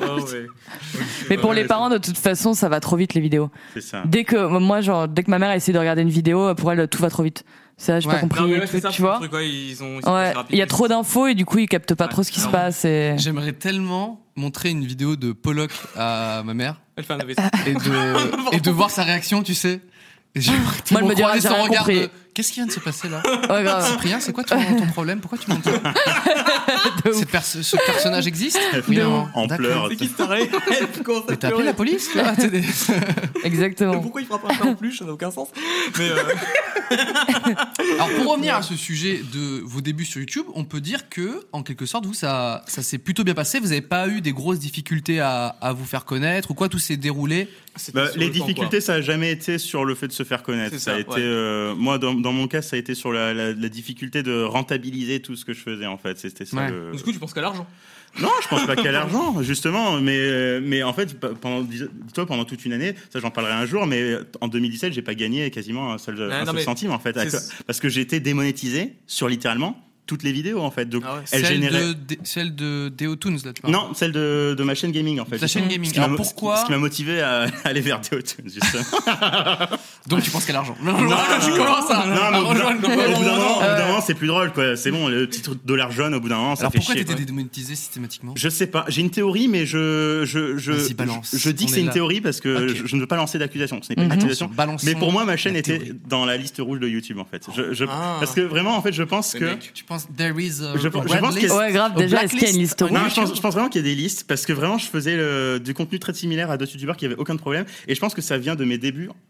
S3: Ah, ouais.
S4: Mais pour
S2: Ouais,
S4: les
S2: c'est-
S4: parents, de toute façon, ça va trop vite les vidéos.
S2: C'est ça.
S4: Dès que moi, genre, dès que ma mère a essayé de regarder une vidéo, pour elle, tout va trop vite. Ça, j'ai
S1: Ouais.
S4: pas compris.
S3: Non, mais ouais,
S4: tout,
S3: c'est ça,
S4: tu
S3: le
S4: vois
S3: truc, ouais, ils ont- ils sont
S4: Ouais.
S3: assez rapides.
S4: Il y a trop d'infos et du coup, ils captent pas
S3: Ouais,
S4: trop ce qui se
S3: clairement.
S4: passe. Et...
S1: j'aimerais tellement montrer une vidéo de Pollock à ma mère
S3: Elle fait un AVC.
S1: et de et de voir sa réaction, tu sais. Et J'aimerais
S4: Moi, elle
S1: tellement
S4: me dira,
S1: croiser
S4: j'ai
S1: son
S4: rien
S1: regard
S4: compris.
S1: de, Qu'est-ce qui vient de se passer là
S4: Ouais, grave.
S1: Cyprien, c'est quoi ton, ton problème Pourquoi tu montes
S4: De ouf.
S1: Cette perso- ce personnage existe
S2: Elle fait
S4: De
S2: en-
S1: ouf.
S2: en
S1: D'accord.
S2: pleurs.
S3: C'est qui cette arrêt Elle commence à
S1: Mais T'as appelé
S3: pleurer.
S1: la police tu vois, t'es des-
S3: Mais
S4: Exactement.
S3: Pourquoi il frappe un chat en plus Ça n'a aucun sens. Mais euh,
S1: Alors pour revenir à ce sujet de vos débuts sur YouTube, on peut dire que en quelque sorte vous ça ça s'est plutôt bien passé. Vous n'avez pas eu des grosses difficultés à, à vous faire connaître ou quoi Tout s'est déroulé.
S3: c'était
S2: Bah,
S3: sur
S2: les
S3: le temps,
S2: difficultés, ça a jamais été sur le fait de se faire connaître.
S3: C'est
S2: Ça, a
S3: ça,
S2: été
S3: ouais.
S2: euh, moi dans, dans mon cas, ça a été sur la, la- la difficulté de rentabiliser tout ce que je faisais en fait. C'était ça.
S1: Ouais.
S2: le-
S3: Du coup, tu penses qu'à l'argent.
S2: Non, je pense pas qu'à l'argent, justement. Mais, euh, mais en fait, pe- pendant, dis- dis-toi, pendant toute une année, ça j'en parlerai un jour, mais euh, en 2017, j'ai pas gagné quasiment un seul, un
S3: Ah, non,
S2: seul
S3: mais
S2: centime, en fait. à
S3: c'est-
S2: co- Parce que j'ai été démonétisé sur littéralement toutes les vidéos, en fait. Donc,
S3: Ah ouais.
S2: elles
S1: celle,
S2: généraient.
S1: de, de- celle de Deo Toons, là, tu parles.
S2: Non, celle de, de ma chaîne gaming, en fait.
S1: Ta chaîne gaming.
S2: Ce qui m'a-
S1: Alors, pourquoi
S2: Ce qui m'a motivé à à aller vers Deotune, justement.
S1: Donc, tu penses qu'à l'argent. Non,
S3: je commence à-
S2: Non, mais
S3: à
S2: au bout d'un-
S3: rejoindre
S2: au bout d'un
S3: le-
S1: euh,
S2: moment, au bout d'un moment, c'est plus drôle, quoi. C'est bon, le titre dollar jaune, au bout d'un moment, ça
S1: Alors,
S2: fait
S1: pourquoi
S2: chier.
S1: t'étais
S2: quoi.
S1: démonétisé systématiquement
S2: Je sais pas, j'ai une théorie, mais je je je
S1: Vas-y,
S2: je-
S1: balance.
S2: je, dis
S1: On
S2: que
S1: est
S2: c'est une
S1: là.
S2: théorie parce que
S1: Ok.
S2: je, je ne veux pas lancer d'accusation. Ce n'est pas une
S4: Mhm.
S2: accusation.
S1: Balançons
S2: Mais pour moi, ma chaîne
S1: la
S2: était
S1: théorie.
S2: dans la liste rouge de YouTube en fait. Je, je-
S3: Ah.
S2: Parce que vraiment, en fait, je pense
S3: Mais
S2: que
S3: mec,
S1: Tu penses, there is a
S2: Je pense- je
S1: red
S2: pense
S1: list,
S2: que-
S4: Ouais, grave,
S1: a
S4: déjà, est-ce qu'il y a une Ah.
S1: blacklist
S4: liste rouge
S1: on
S2: non,
S1: est
S2: je pense, je pense vraiment qu'il y a des listes parce que vraiment je faisais le- du contenu très similaire à d'autres youtubeurs qui avaient aucun problème et je pense que ça vient de mes débuts.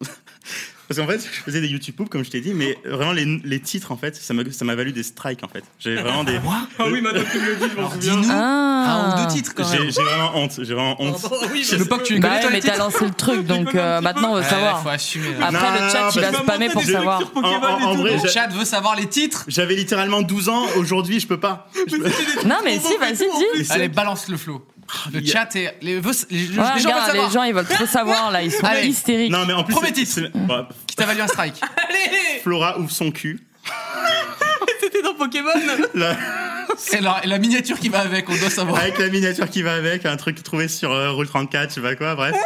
S2: parce qu'en fait, je faisais des YouTube poop comme je t'ai dit, mais vraiment les, les titres en fait, ça m'a ça m'a valu des strikes en fait. J'ai vraiment des
S3: Ah oui, maintenant que tu me le dis, je m'en
S1: Alors,
S3: souviens.
S1: dis-nous
S4: Ah.
S1: un ou deux titres, quand
S2: j'ai
S1: même.
S2: j'ai vraiment honte, j'ai vraiment honte.
S3: Pardon, Ah oui,
S1: Je veux pas que tu les
S4: Bah
S1: connais,
S4: ouais,
S1: toi, les
S4: mais t'as
S1: titres.
S4: lancé le truc, donc euh, maintenant on veut
S1: Ouais,
S4: savoir. Ah,
S1: Faut assumer. là.
S4: Après,
S2: Non,
S4: le
S2: non,
S4: chat,
S2: non,
S4: il va
S2: parce
S4: se spammer pour savoir.
S2: En- en- en vrai,
S1: Le
S2: j'ai-
S1: chat veut savoir les titres.
S2: J'avais littéralement 12 ans, aujourd'hui je peux pas. Je peux-
S4: Non, mais si, vas-y, dis.
S1: Allez, balance le flow. Le
S2: Ah, il y a-
S1: chat est. Les, veut- les- les
S4: Ouais,
S1: gens veulent
S4: regarde,
S1: savoir.
S4: les gens, ils veulent trop savoir, là, ils sont
S1: Allez.
S4: hystériques.
S2: Non mais en plus.
S1: Premier
S2: c'est-
S1: titre.
S2: c'est- bah,
S1: Qui t'a valu un strike
S2: Flora ouvre son cul.
S3: C'était dans Pokémon.
S2: Là,
S1: C'est la, la miniature qui va avec, on doit savoir.
S2: avec la miniature qui va avec, un truc trouvé sur euh, Rule 34, je sais pas quoi, bref.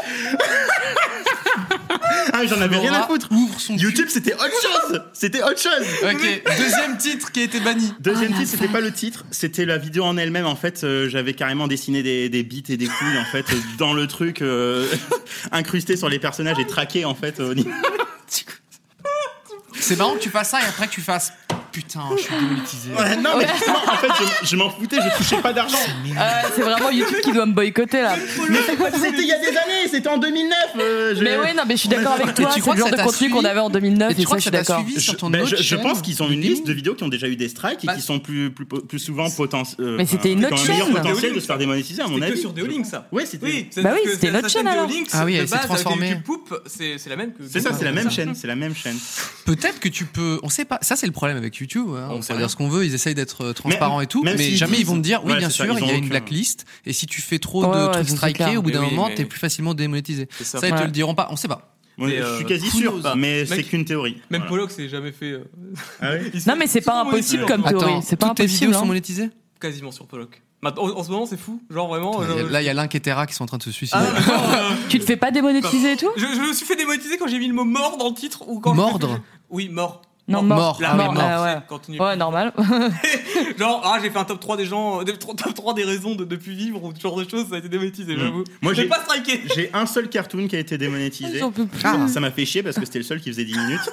S2: ah mais j'en avais rien à
S1: Laura
S2: foutre.
S1: Ouvre son cul.
S2: YouTube c'était autre chose C'était autre chose
S1: Ok, deuxième titre qui a été banni.
S2: Deuxième titre, c'était pas le titre, c'était la vidéo en elle-même. En fait, euh, j'avais carrément dessiné des, des bites et des couilles en fait euh, dans le truc, euh, incrusté sur les personnages et traqué en fait. Au... niveau-
S1: C'est marrant que tu fasses ça et après que tu fasses. Putain, je suis démonétisé.
S2: Ouais, non mais justement, en fait, je, je m'en foutais, je touchais pas d'argent.
S4: Euh, c'est vraiment YouTube qui doit me boycotter là.
S2: Mais c'était il y a des années, c'était en 2009. euh, je-
S4: Mais ouais, non, mais je suis d'accord avec toi.
S1: tu
S4: C'est
S1: crois
S4: le genre
S1: que ça
S4: de
S1: t'a
S4: contenu qu'on
S1: suivi
S4: avait en 2009
S1: Et
S4: et,
S1: tu
S4: Ah, ça,
S1: crois
S4: je
S1: que ça
S4: suis
S1: t'a
S4: d'accord.
S1: suivi
S2: Je,
S1: sur ton
S2: ben,
S1: autre
S2: je- je
S1: chaîne
S2: pense qu'ils ont
S1: de
S2: une
S1: gaming
S2: liste de vidéos qui ont déjà eu des strikes et qui sont plus, plus, plus souvent euh, potentiels.
S4: Bah, Mais c'était une autre chaîne.
S2: potentiel de se faire démonétiser, à mon
S3: C'était
S2: avis.
S3: que sur Deolink, ça.
S2: Ouais, c'était.
S3: Oui,
S4: Bah oui,
S3: c'est-à-dire que
S4: c'était
S3: c'est-
S4: notre
S3: la
S4: chaîne, alors.
S3: Deolink,
S1: Ah oui,
S3: de
S1: elle s'est
S3: base, avec les
S1: transformée.
S3: YouTube Poop, c'est c'est la même que.
S2: C'est ça, c'est la
S3: que
S2: même chaîne. C'est la même chaîne.
S1: Peut-être que tu peux. On sait pas. Ça, c'est le problème avec YouTube. hein. On
S3: sait
S1: peut
S3: rien.
S1: dire ce qu'on veut. Ils essayent d'être euh, transparents et tout.
S2: même
S1: Mais
S2: s'ils
S1: jamais ils
S2: disent-
S1: vont te dire, oui,
S2: Ouais,
S1: bien
S2: c'est ça,
S1: sûr,
S2: ils
S1: il y
S2: ont
S1: a une
S2: aucun-
S1: blacklist. Et si tu fais trop
S4: Ouais,
S1: de
S4: ouais,
S1: trucs
S4: ça, c'est
S1: strikés,
S4: clair.
S1: au bout d'un
S3: Mais oui,
S1: moment,
S3: mais-
S1: t'es plus facilement démonétisé.
S3: C'est ça.
S1: Ça, ils te
S4: Ouais.
S1: le diront pas. On sait pas.
S2: Moi,
S3: Et,
S2: je suis
S3: euh,
S2: quasi
S1: who
S2: sûr,
S1: knows
S2: mais
S3: Mec-
S2: c'est qu'une théorie.
S3: Même
S2: Voilà.
S3: Pollock s'est jamais fait. euh,
S2: Ah ouais
S3: il s'est-
S4: Non, mais c'est pas
S3: tout le monde est
S4: impossible
S3: sûr,
S4: comme
S3: hein.
S4: théorie.
S1: Attends,
S4: C'est pas
S1: toutes tes vidéos
S4: impossible.
S1: sont
S4: hein.
S1: monétisées
S3: Quasiment sur Pollock. Maintenant, en en ce moment, c'est fou. Genre vraiment.
S1: Putain, y a-
S3: je-
S1: Oh Là, il y a l'un qui est Terra qui sont en train de se suicider.
S3: Ah, mais non, euh,
S4: Tu te fais pas démonétiser et tout
S3: je, je me suis fait démonétiser quand j'ai mis le mot mort dans le titre ou quand. je-
S1: Mordre
S3: Oui, mort.
S4: Non,
S1: mort.
S4: mort.
S3: La
S1: Ah oui,
S3: mort,
S1: mort.
S4: Ah ouais.
S3: c'est- continue.
S4: Ouais, normal.
S3: Genre, ah, j'ai fait un top 3 des gens, euh, des- top 3 des raisons de ne plus vivre ou ce genre de choses, ça a été démonétisé,
S2: Mm.
S3: j'avoue.
S2: Moi,
S3: j'ai
S2: j'ai-
S3: pas striké.
S2: J'ai un seul cartoon qui a été démonétisé.
S4: J'en peux plus.
S2: Ah, Ça m'a fait chier parce que c'était le seul qui faisait 10 minutes.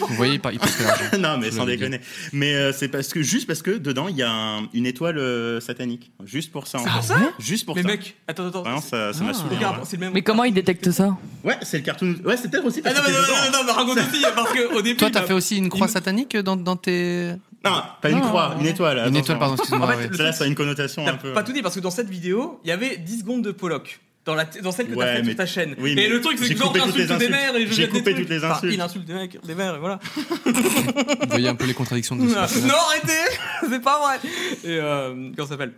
S1: Vous voyez pas, il passe l'argent.
S2: non, mais
S1: Je
S2: sans
S1: l'avais dit.
S2: déconner. Mais euh, c'est parce que juste parce que dedans il y a un- une étoile euh, satanique. Juste pour ça. en fait. Juste pour
S3: Mais
S2: ça.
S3: mec, attends, attends.
S2: Vraiment,
S3: c'est-
S2: ça ça m'a saoulé.
S3: Regarde, c'est le même.
S4: Mais comment ils détectent ça
S2: Ouais, c'est le cartoon. Ouais, c'est peut-être aussi.
S3: Ah
S2: parce
S3: non,
S2: que
S3: mais non,
S2: t'es dedans.
S3: non, non, non, mais raconte aussi, parce qu'au début.
S1: Toi,
S3: il
S1: t'as
S3: m'a-
S1: fait aussi une croix
S3: il-
S1: satanique dans, dans tes.
S2: Non, pas une
S4: Non.
S2: croix, une étoile.
S1: Une
S2: attention.
S1: étoile, pardon, excuse-moi.
S3: En fait,
S1: ouais.
S3: le-
S2: Celle-là, ça a une connotation
S3: T'as
S2: un peu.
S3: pas tout dit parce que dans cette vidéo, il y avait 10 secondes de Pollock. Dans, la, dans celle que
S2: Ouais,
S3: t'as faite
S2: mais-
S3: sur ta chaîne.
S2: oui,
S3: et
S2: mais
S3: le truc, c'est
S2: j'ai
S3: que genre,
S2: coupé toutes les
S3: t'insultes des
S2: insultes.
S3: mères et je
S2: J'ai
S3: jette des
S2: coupé
S3: trucs.
S2: toutes les
S3: Enfin,
S2: insultes.
S3: il insulte des mecs, des mères, et voilà.
S1: Vous voyez un peu les contradictions de ce
S3: non,
S1: personnage.
S3: arrêtez C'est pas vrai Et euh, comment ça s'appelle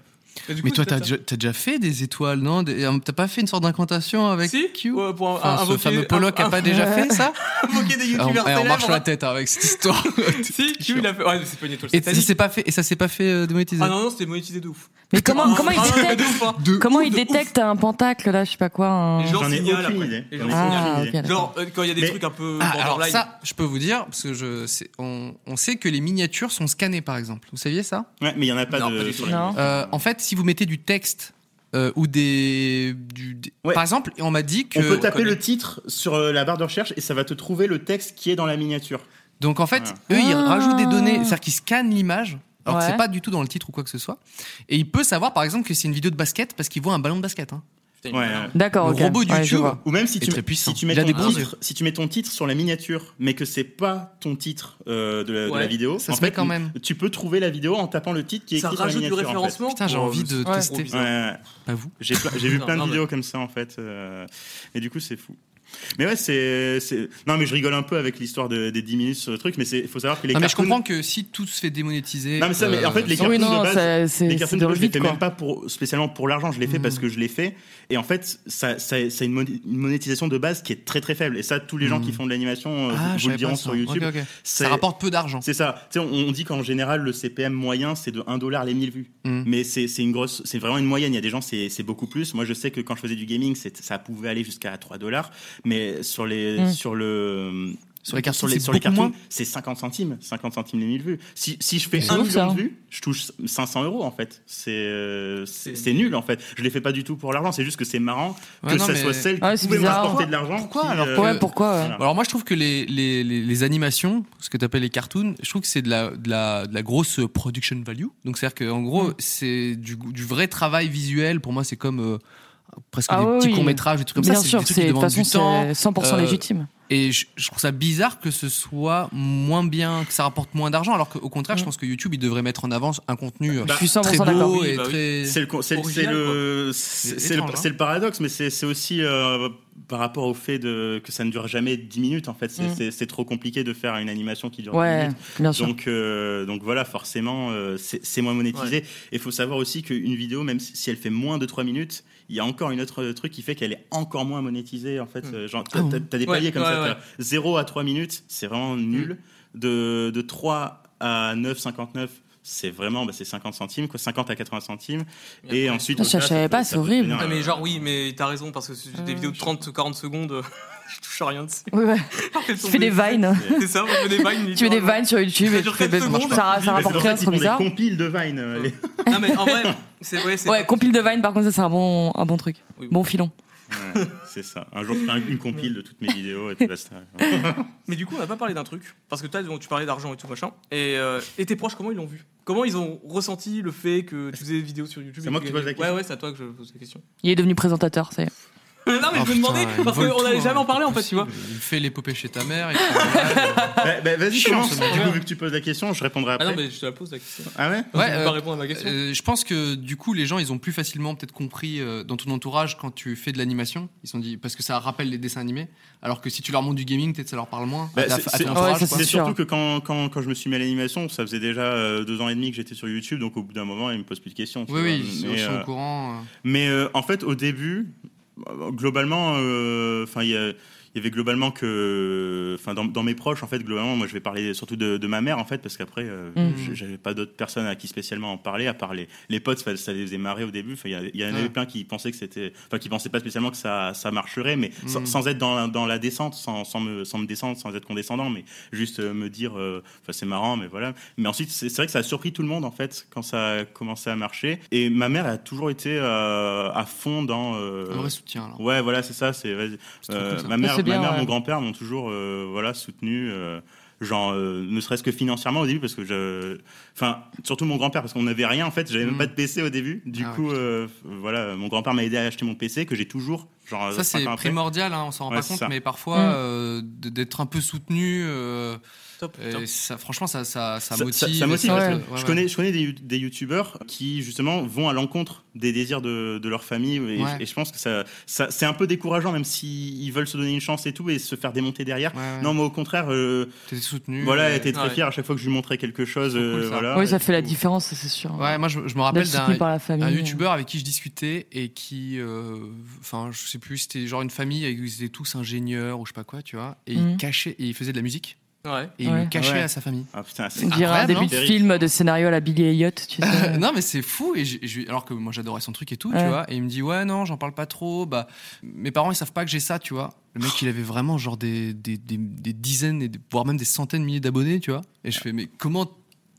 S3: Et du
S1: Mais
S3: coup,
S1: toi,
S3: c'est
S1: t'as
S3: ça.
S1: déjà, t'as déjà fait des étoiles, non Des- euh, T'as pas fait une sorte d'incantation avec
S3: Si
S1: Q
S3: Ouais, pour un-
S1: Enfin,
S3: un-
S1: ce
S3: invoquer-
S1: fameux Pollock
S3: un-
S1: a pas déjà fait ça
S3: invoquer des
S1: Ah, on,
S3: youtubeurs
S1: eh, on
S3: célèbres.
S1: marche sur la tête hein, avec cette histoire.
S3: Si, Q, il a fait. Ouais, mais c'est pas une étoile
S1: et ça
S3: satanique.
S1: s'est pas fait, et ça s'est pas fait euh, démonétiser.
S3: Ah non, non, c'était monétisé de ouf.
S4: Mais comment,
S3: Ah,
S4: comment ils
S3: ah, ouais,
S4: détectent
S3: de ouf, hein.
S4: Comment ils
S3: de ouf.
S4: détectent un pentacle là, je sais pas quoi un-
S3: Les gens
S2: J'en ai
S3: signalent
S2: aucune
S3: après.
S2: idée.
S3: Les
S2: J'en
S3: gens
S2: ai
S3: signalent.
S4: Ah,
S2: aucune idée.
S4: ok, d'accord.
S3: Genre, euh, quand il y a des
S2: Mais-
S3: trucs un peu
S1: Ah, alors
S3: borderline.
S1: ça, je peux vous dire parce que je, c'est- on, on sait que les miniatures sont scannées par exemple. Vous saviez ça
S2: Ouais, mais il y en a pas
S3: Non,
S2: de.
S3: pas du tout.
S2: sur la-
S4: Non.
S1: Euh, En fait, si vous mettez du texte euh, ou des, du, des-
S2: Ouais.
S1: par exemple, on m'a dit que
S2: On peut taper
S3: connaît.
S2: le titre sur euh, la barre de recherche et ça va te trouver le texte qui est dans la miniature.
S1: Donc en fait, eux, ils
S4: Ah.
S1: rajoutent des données, c'est-à-dire qu'ils scannent l'image. Alors que
S4: Ouais.
S1: c'est pas du tout dans le titre ou quoi que ce soit. Et il peut savoir par exemple que c'est une vidéo de basket parce qu'il voit un ballon de basket. hein.
S3: Putain,
S2: Ouais.
S3: merde.
S4: D'accord,
S1: Le
S4: Ah, ok.
S1: robot de
S4: Ouais, je
S1: YouTube,
S4: vois.
S2: Ou même si
S1: Et
S2: tu,
S1: très puissant.
S2: si tu mets
S1: Il a
S2: ton
S1: des bons
S2: titre, si tu mets ton titre sur la miniature, mais que c'est pas ton titre euh, de, la, de
S3: Ouais.
S2: la vidéo,
S1: Ça
S2: en
S1: se
S2: fait,
S1: met quand même.
S2: Tu peux trouver la vidéo en tapant le titre qui est
S3: Ça
S2: écrit sur la
S3: rajoute du
S2: miniature. en fait.
S3: référencement.
S1: Putain, j'ai
S3: pour-
S1: envie de
S3: c'est
S1: tester.
S3: trop bizarre.
S2: Ouais, ouais, ouais.
S1: Pas vous.
S2: J'ai plein- j'ai vu
S3: Non,
S2: plein de
S3: non, mais-
S2: vidéos comme ça en fait, euh, et du coup c'est fou. Mais ouais, c'est, c'est- Non, mais je rigole un peu avec l'histoire de- des 10 minutes sur le truc, mais il faut savoir que les
S1: Non, mais je
S2: cartoons-
S1: comprends que si tout se fait démonétiser.
S2: Non, mais ça, mais en fait, les
S1: ça-
S4: Oui,
S2: cartoons
S4: non,
S2: de
S4: ça-
S2: base,
S4: c'est
S2: les
S4: c'est
S2: cartoons
S4: dans
S2: de
S4: le
S2: base, je les
S4: vide,
S2: fais
S4: quoi.
S2: même pas pour, spécialement pour l'argent, je les fais parce
S1: Hmm.
S2: que je les fais. Et en fait, ça, ça, ça a une moni- une monétisation de base qui est très très faible. Et ça, tous les gens qui font de l'animation euh,
S1: Hmm. Ah, je savais
S2: vous le
S1: pas
S2: diront
S1: ça.
S2: sur YouTube.
S1: Ok, ok.
S2: C'est-
S1: Ça rapporte peu d'argent.
S2: C'est ça. Tu sais, on, on dit qu'en général, le CPM moyen, c'est de 1 dollar les 1000 vues.
S1: Mm.
S2: Mais c'est c'est une grosse, c'est vraiment une moyenne. Il y a des gens, c'est c'est beaucoup plus. Moi, je sais que quand je faisais du gaming, c'est- ça pouvait aller jusqu'à 3 dollars. Mais sur les,
S4: Mm.
S2: sur le,
S1: Sur les cartons,
S2: sur les,
S1: c'est
S2: sur les
S1: beaucoup
S2: cartons,
S1: moins.
S2: c'est 50 centimes, 50 centimes les 1000 vues. Si, si je fais
S4: C'est
S2: 1
S4: ouf,
S2: million
S4: ça.
S2: de vues, je touche 500 euros en fait. C'est euh, c'est c'est nul en fait. Je les fais pas du tout pour l'argent. C'est juste que c'est marrant
S1: Ouais,
S2: que
S1: non,
S2: ça
S1: mais-
S2: soit celle qui
S4: Ouais, c'est
S2: pouvait me
S4: bizarre.
S2: rapporter de l'argent.
S1: Pourquoi
S2: qui,
S1: alors
S2: euh,
S1: que-
S4: Ouais, pourquoi ouais.
S2: Voilà.
S1: Alors moi je trouve que les, les, les, les animations, ce que tu appelles les cartoons, je trouve que c'est de la, de, la, de la grosse production value. Donc c'est-à-dire qu'en gros c'est du, du vrai travail visuel. Pour moi c'est comme euh, presque
S4: Ah
S1: des
S4: oui,
S1: petits
S4: oui.
S1: courts-métrages, des trucs comme
S4: Bien
S1: ça.
S4: sûr,
S1: des trucs
S4: c'est
S1: qui
S4: de toute
S1: demandent
S4: façon
S1: du temps.
S4: c'est 100%
S1: euh,
S4: légitime.
S1: Et je, je trouve ça bizarre que ce soit moins bien, que ça rapporte moins d'argent. Alors qu'au contraire je pense que YouTube il devrait mettre en avance un contenu euh,
S2: Bah,
S4: je suis 100%
S1: très
S4: d'accord.
S1: beau
S3: Oui,
S1: et
S3: bah oui.
S1: très...
S2: C'est le, con- c'est le- c'est
S1: original,
S2: le, c'est
S1: C'est
S2: c'est le,
S1: étrange, hein.
S2: c'est le paradoxe, mais c'est c'est aussi euh, par rapport au fait de, que ça ne dure jamais 10 minutes. En fait, C'est-
S4: Mm.
S2: c'est c'est trop compliqué de faire une animation qui dure 10
S4: Ouais,
S2: minutes.
S4: bien sûr.
S2: Donc, euh, donc voilà, forcément, euh, c'est c'est moins monétisé. Et il faut savoir aussi qu'une vidéo, même si si elle fait moins de 3 minutes, il y a encore une autre euh, truc qui fait qu'elle est encore moins monétisée. En fait, Euh, genre, t'as
S1: Ah bon
S2: t'as- t'as des
S3: Ouais,
S2: paliers comme
S3: ouais,
S2: ça.
S3: ouais.
S2: t'as 0 à 3 minutes, c'est vraiment nul. De, de 3 à 9,59, c'est vraiment bah, c'est 50 centimes, quoi, 50 à 80 centimes. Et ensuite,
S4: Ah, je
S2: au-delà,
S4: savais
S2: ça peut-
S4: pas,
S2: ça
S4: c'est
S2: peut
S4: horrible.
S2: devenir,
S3: Ah,
S2: euh,
S3: mais genre, oui, mais t'as raison, parce que c'est des vidéos de 30-40 secondes, euh, je touche à rien dessus.
S4: Ouais, ouais.
S3: Tu
S4: Tu fais des vines.
S3: C'est ça, je fais des vines.
S4: Tu fais des vines sur YouTube et
S3: Ça
S4: tu
S3: dure
S4: fais.
S3: quatre secondes.
S4: Ça, ça
S2: mais
S4: rapporte
S2: pour ça
S4: rien,
S2: qu'ils
S4: c'est trop
S2: font des
S4: bizarre.
S2: compiles de Vine. euh, les-
S3: Non, mais en vrai, c'est ouais, c'est
S4: Ouais,
S3: pas-
S4: compile de Vine, par contre, ça c'est un bon, un bon truc.
S3: Oui, oui.
S4: Bon filon.
S2: Ouais, c'est ça. Un jour, je ferai un- une compile de toutes mes vidéos et puis basta.
S3: Mais du coup, on n'a pas parlé d'un truc. Parce que toi, donc, tu parlais d'argent et tout machin. Et, euh, et tes proches, comment ils l'ont vu Comment ils ont ressenti le fait que tu faisais des vidéos sur YouTube
S2: C'est
S3: et
S2: moi que tu poses la question
S3: Ouais, ouais, c'est à toi que je pose la question.
S4: Il est devenu présentateur, ça y est.
S3: non, mais
S1: Oh,
S3: je me
S1: putain,
S3: demandais,
S1: il
S3: parce
S1: vole
S3: qu'on
S1: tout,
S3: n'allait
S1: hein,
S3: jamais en parler en fait, tu
S1: impossible.
S3: vois.
S1: Il fait l'épopée chez ta mère. Et puis, voilà.
S2: Bah, bah, Vas-y,
S3: Chiant,
S2: commence.
S3: ce
S2: Du
S3: mec.
S2: coup, vu que tu poses la question, je répondrai
S3: Ah non,
S2: après.
S3: mais je te la pose la question.
S2: Ah ouais
S1: Ouais,
S3: tu peux
S1: euh,
S3: pas répondre à ma question.
S1: Euh, je pense que du coup, les gens, ils ont plus facilement peut-être compris euh, dans ton entourage quand tu fais de l'animation. Ils se sont dit parce que ça rappelle les dessins animés. Alors que si tu leur montres du gaming, peut-être ça leur parle moins.
S2: Bah,
S1: à ta-
S2: c'est-
S1: à
S2: c'est-
S1: ton
S4: Ouais,
S1: entourage,
S4: ça,
S1: quoi.
S4: c'est
S2: C'est
S4: sûr.
S2: surtout que quand, quand, quand je me suis mis à l'animation, ça faisait déjà euh, deux ans et demi que j'étais sur YouTube, donc au bout d'un moment, ils me posent plus de questions. tu
S1: Oui,
S2: vois.
S1: oui, ils sont-
S2: mais,
S1: ils sont
S2: euh,
S1: au courant. euh.
S2: mais, euh, en fait, au début, euh, globalement, euh, 'fin, il y a- il y avait globalement que, enfin, dans, dans mes proches, en fait, globalement, moi, je vais parler surtout de, de ma mère, en fait, parce qu'après, euh,
S4: Mm.
S2: j- j'avais pas d'autres personnes à qui spécialement en parler, à part les, les potes, ça, ça les faisait marrer au début. 'Fin, Il y, a- il y en avait
S1: Ouais.
S2: plein qui pensaient que c'était, enfin, qui pensaient pas spécialement que ça, ça marcherait, mais sans,
S1: Mm.
S2: sans être dans, la- dans la descente, sans, sans me, sans me descendre, sans être condescendant, mais juste euh, me dire, euh, enfin, c'est marrant, mais voilà. Mais ensuite, c'est c'est vrai que ça a surpris tout le monde, en fait, quand ça a commencé à marcher. Et ma mère elle a toujours été euh, à fond dans. euh,
S1: Un vrai soutien. Alors.
S2: Ouais, voilà, c'est ça. C'est vas-y.
S1: C'est trop
S2: Euh,
S1: cool, ça.
S2: ma mère,
S4: c'est bien,
S2: ma mère,
S4: ouais.
S2: mon grand-père m'ont toujours euh, voilà soutenu. euh, genre euh, ne serait-ce que financièrement au début parce que je enfin surtout mon grand-père parce qu'on n'avait rien en fait j'avais
S1: Mm.
S2: même pas de PC au début du
S1: Ah ouais,
S2: coup euh, voilà mon grand-père m'a aidé à acheter mon PC que j'ai toujours genre
S1: Ça,
S2: cinq
S1: c'est
S2: ans après.
S1: primordial, hein, on s'en rend
S2: Ouais,
S1: pas
S2: c'est
S1: compte,
S2: ça.
S1: mais parfois,
S4: Mm.
S1: euh, de- d'être un peu soutenu, euh,
S3: Top,
S1: et
S3: top.
S1: ça, franchement, ça, ça, ça
S2: Ça-
S1: motive.
S2: Ça,
S1: et
S2: ça motive,
S1: ça-
S2: parce que
S1: ouais,
S2: je
S1: ouais.
S2: connais, je connais des, des youtubeurs qui justement vont à l'encontre des désirs de, de leur famille et,
S1: Ouais.
S2: et je pense que ça, ça- c'est un peu décourageant même s'ils veulent se donner une chance et tout et se faire démonter derrière.
S1: Ouais, ouais.
S2: Non, moi au contraire, euh,
S1: T'es soutenu. euh,
S2: voilà,
S1: ouais.
S2: elle était très
S3: Ouais.
S2: fière à chaque fois que je lui montrais quelque chose.
S1: C'est cool,
S2: euh,
S1: ça.
S2: voilà,
S4: Oui, ça
S2: Et
S4: fait la
S2: tout.
S4: différence, ça, c'est sûr.
S1: Ouais, moi, je, je me
S4: D'être
S1: rappelle d'un
S4: soutenu par la famille.
S1: un youtubeur avec qui je discutais et qui, euh, enfin, je sais plus, c'était genre une famille, avec- ils étaient tous ingénieurs ou je sais pas quoi, tu vois, et
S4: Mhm.
S1: il cachait, et il faisait de la musique
S3: Ouais.
S1: et il
S4: Ouais.
S1: le cachait
S2: Ouais.
S1: à sa famille.
S2: Ah, putain,
S4: On
S2: c'est
S4: dirait un
S1: incroyable,
S4: début
S1: non
S4: de
S2: Terrible.
S4: film de scénario à la Billy Elliot, tu sais.
S1: non mais c'est fou et j'ai- j'ai- alors que moi j'adorais son truc et tout,
S4: Ouais.
S1: tu vois, et il me dit ouais non j'en parle pas trop, bah mes parents ils savent pas que j'ai ça, tu vois. Le
S4: Oh.
S1: mec il avait vraiment genre des, des, des- des dizaines et des- voire même des centaines de milliers d'abonnés, tu vois. Et je fais mais comment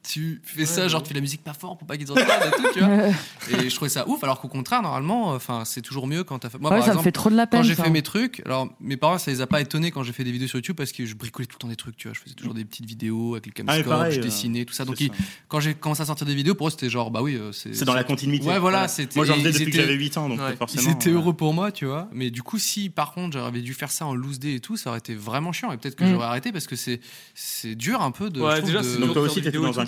S1: tu fais ça,
S3: Ouais,
S1: genre
S3: ouais.
S1: tu fais la musique pas fort pour pas qu'ils entendent et tout, tu vois.
S4: Euh,
S1: Et je trouvais ça ouf, alors qu'au contraire, normalement, euh, enfin, c'est toujours mieux quand t'as fait. Moi,
S4: ouais,
S1: par
S4: ça me
S1: exemple,
S4: fait trop de la peine.
S1: quand j'ai
S4: ça.
S1: fait mes trucs, alors mes parents, ça les a pas étonnés quand j'ai fait des vidéos sur YouTube parce que je bricolais tout le temps des trucs, tu vois. Je faisais toujours des petites vidéos avec le
S2: Ah, mais
S1: caméscope,
S2: pareil,
S1: je
S2: euh,
S1: dessinais, tout ça. Donc,
S2: C'est
S1: ils-
S2: ça.
S1: quand j'ai commencé à sortir des vidéos, pour eux, c'était genre, bah oui, euh, c'est.
S2: C'est dans la continuité.
S1: Ouais, voilà, c'était-
S2: Moi, j'en faisais
S1: ils
S2: depuis que
S1: étaient-
S2: j'avais 8 ans, donc
S3: Ouais.
S2: forcément.
S1: Ils étaient
S2: euh,
S1: heureux pour moi, tu vois. Mais du coup, si par contre j'avais dû faire ça en loose day et tout, ça aurait été vraiment chiant. Et peut-être que
S4: Mm.
S1: j'aurais arrêté parce que c'est c'est dur un peu de. je
S3: Ouais,
S1: trouve,
S3: déjà,
S1: de-
S3: c'est
S2: Donc, toi
S3: Faire
S2: aussi,
S3: des
S2: t'étais
S3: vidéos
S2: dans un
S3: toute
S2: cadre.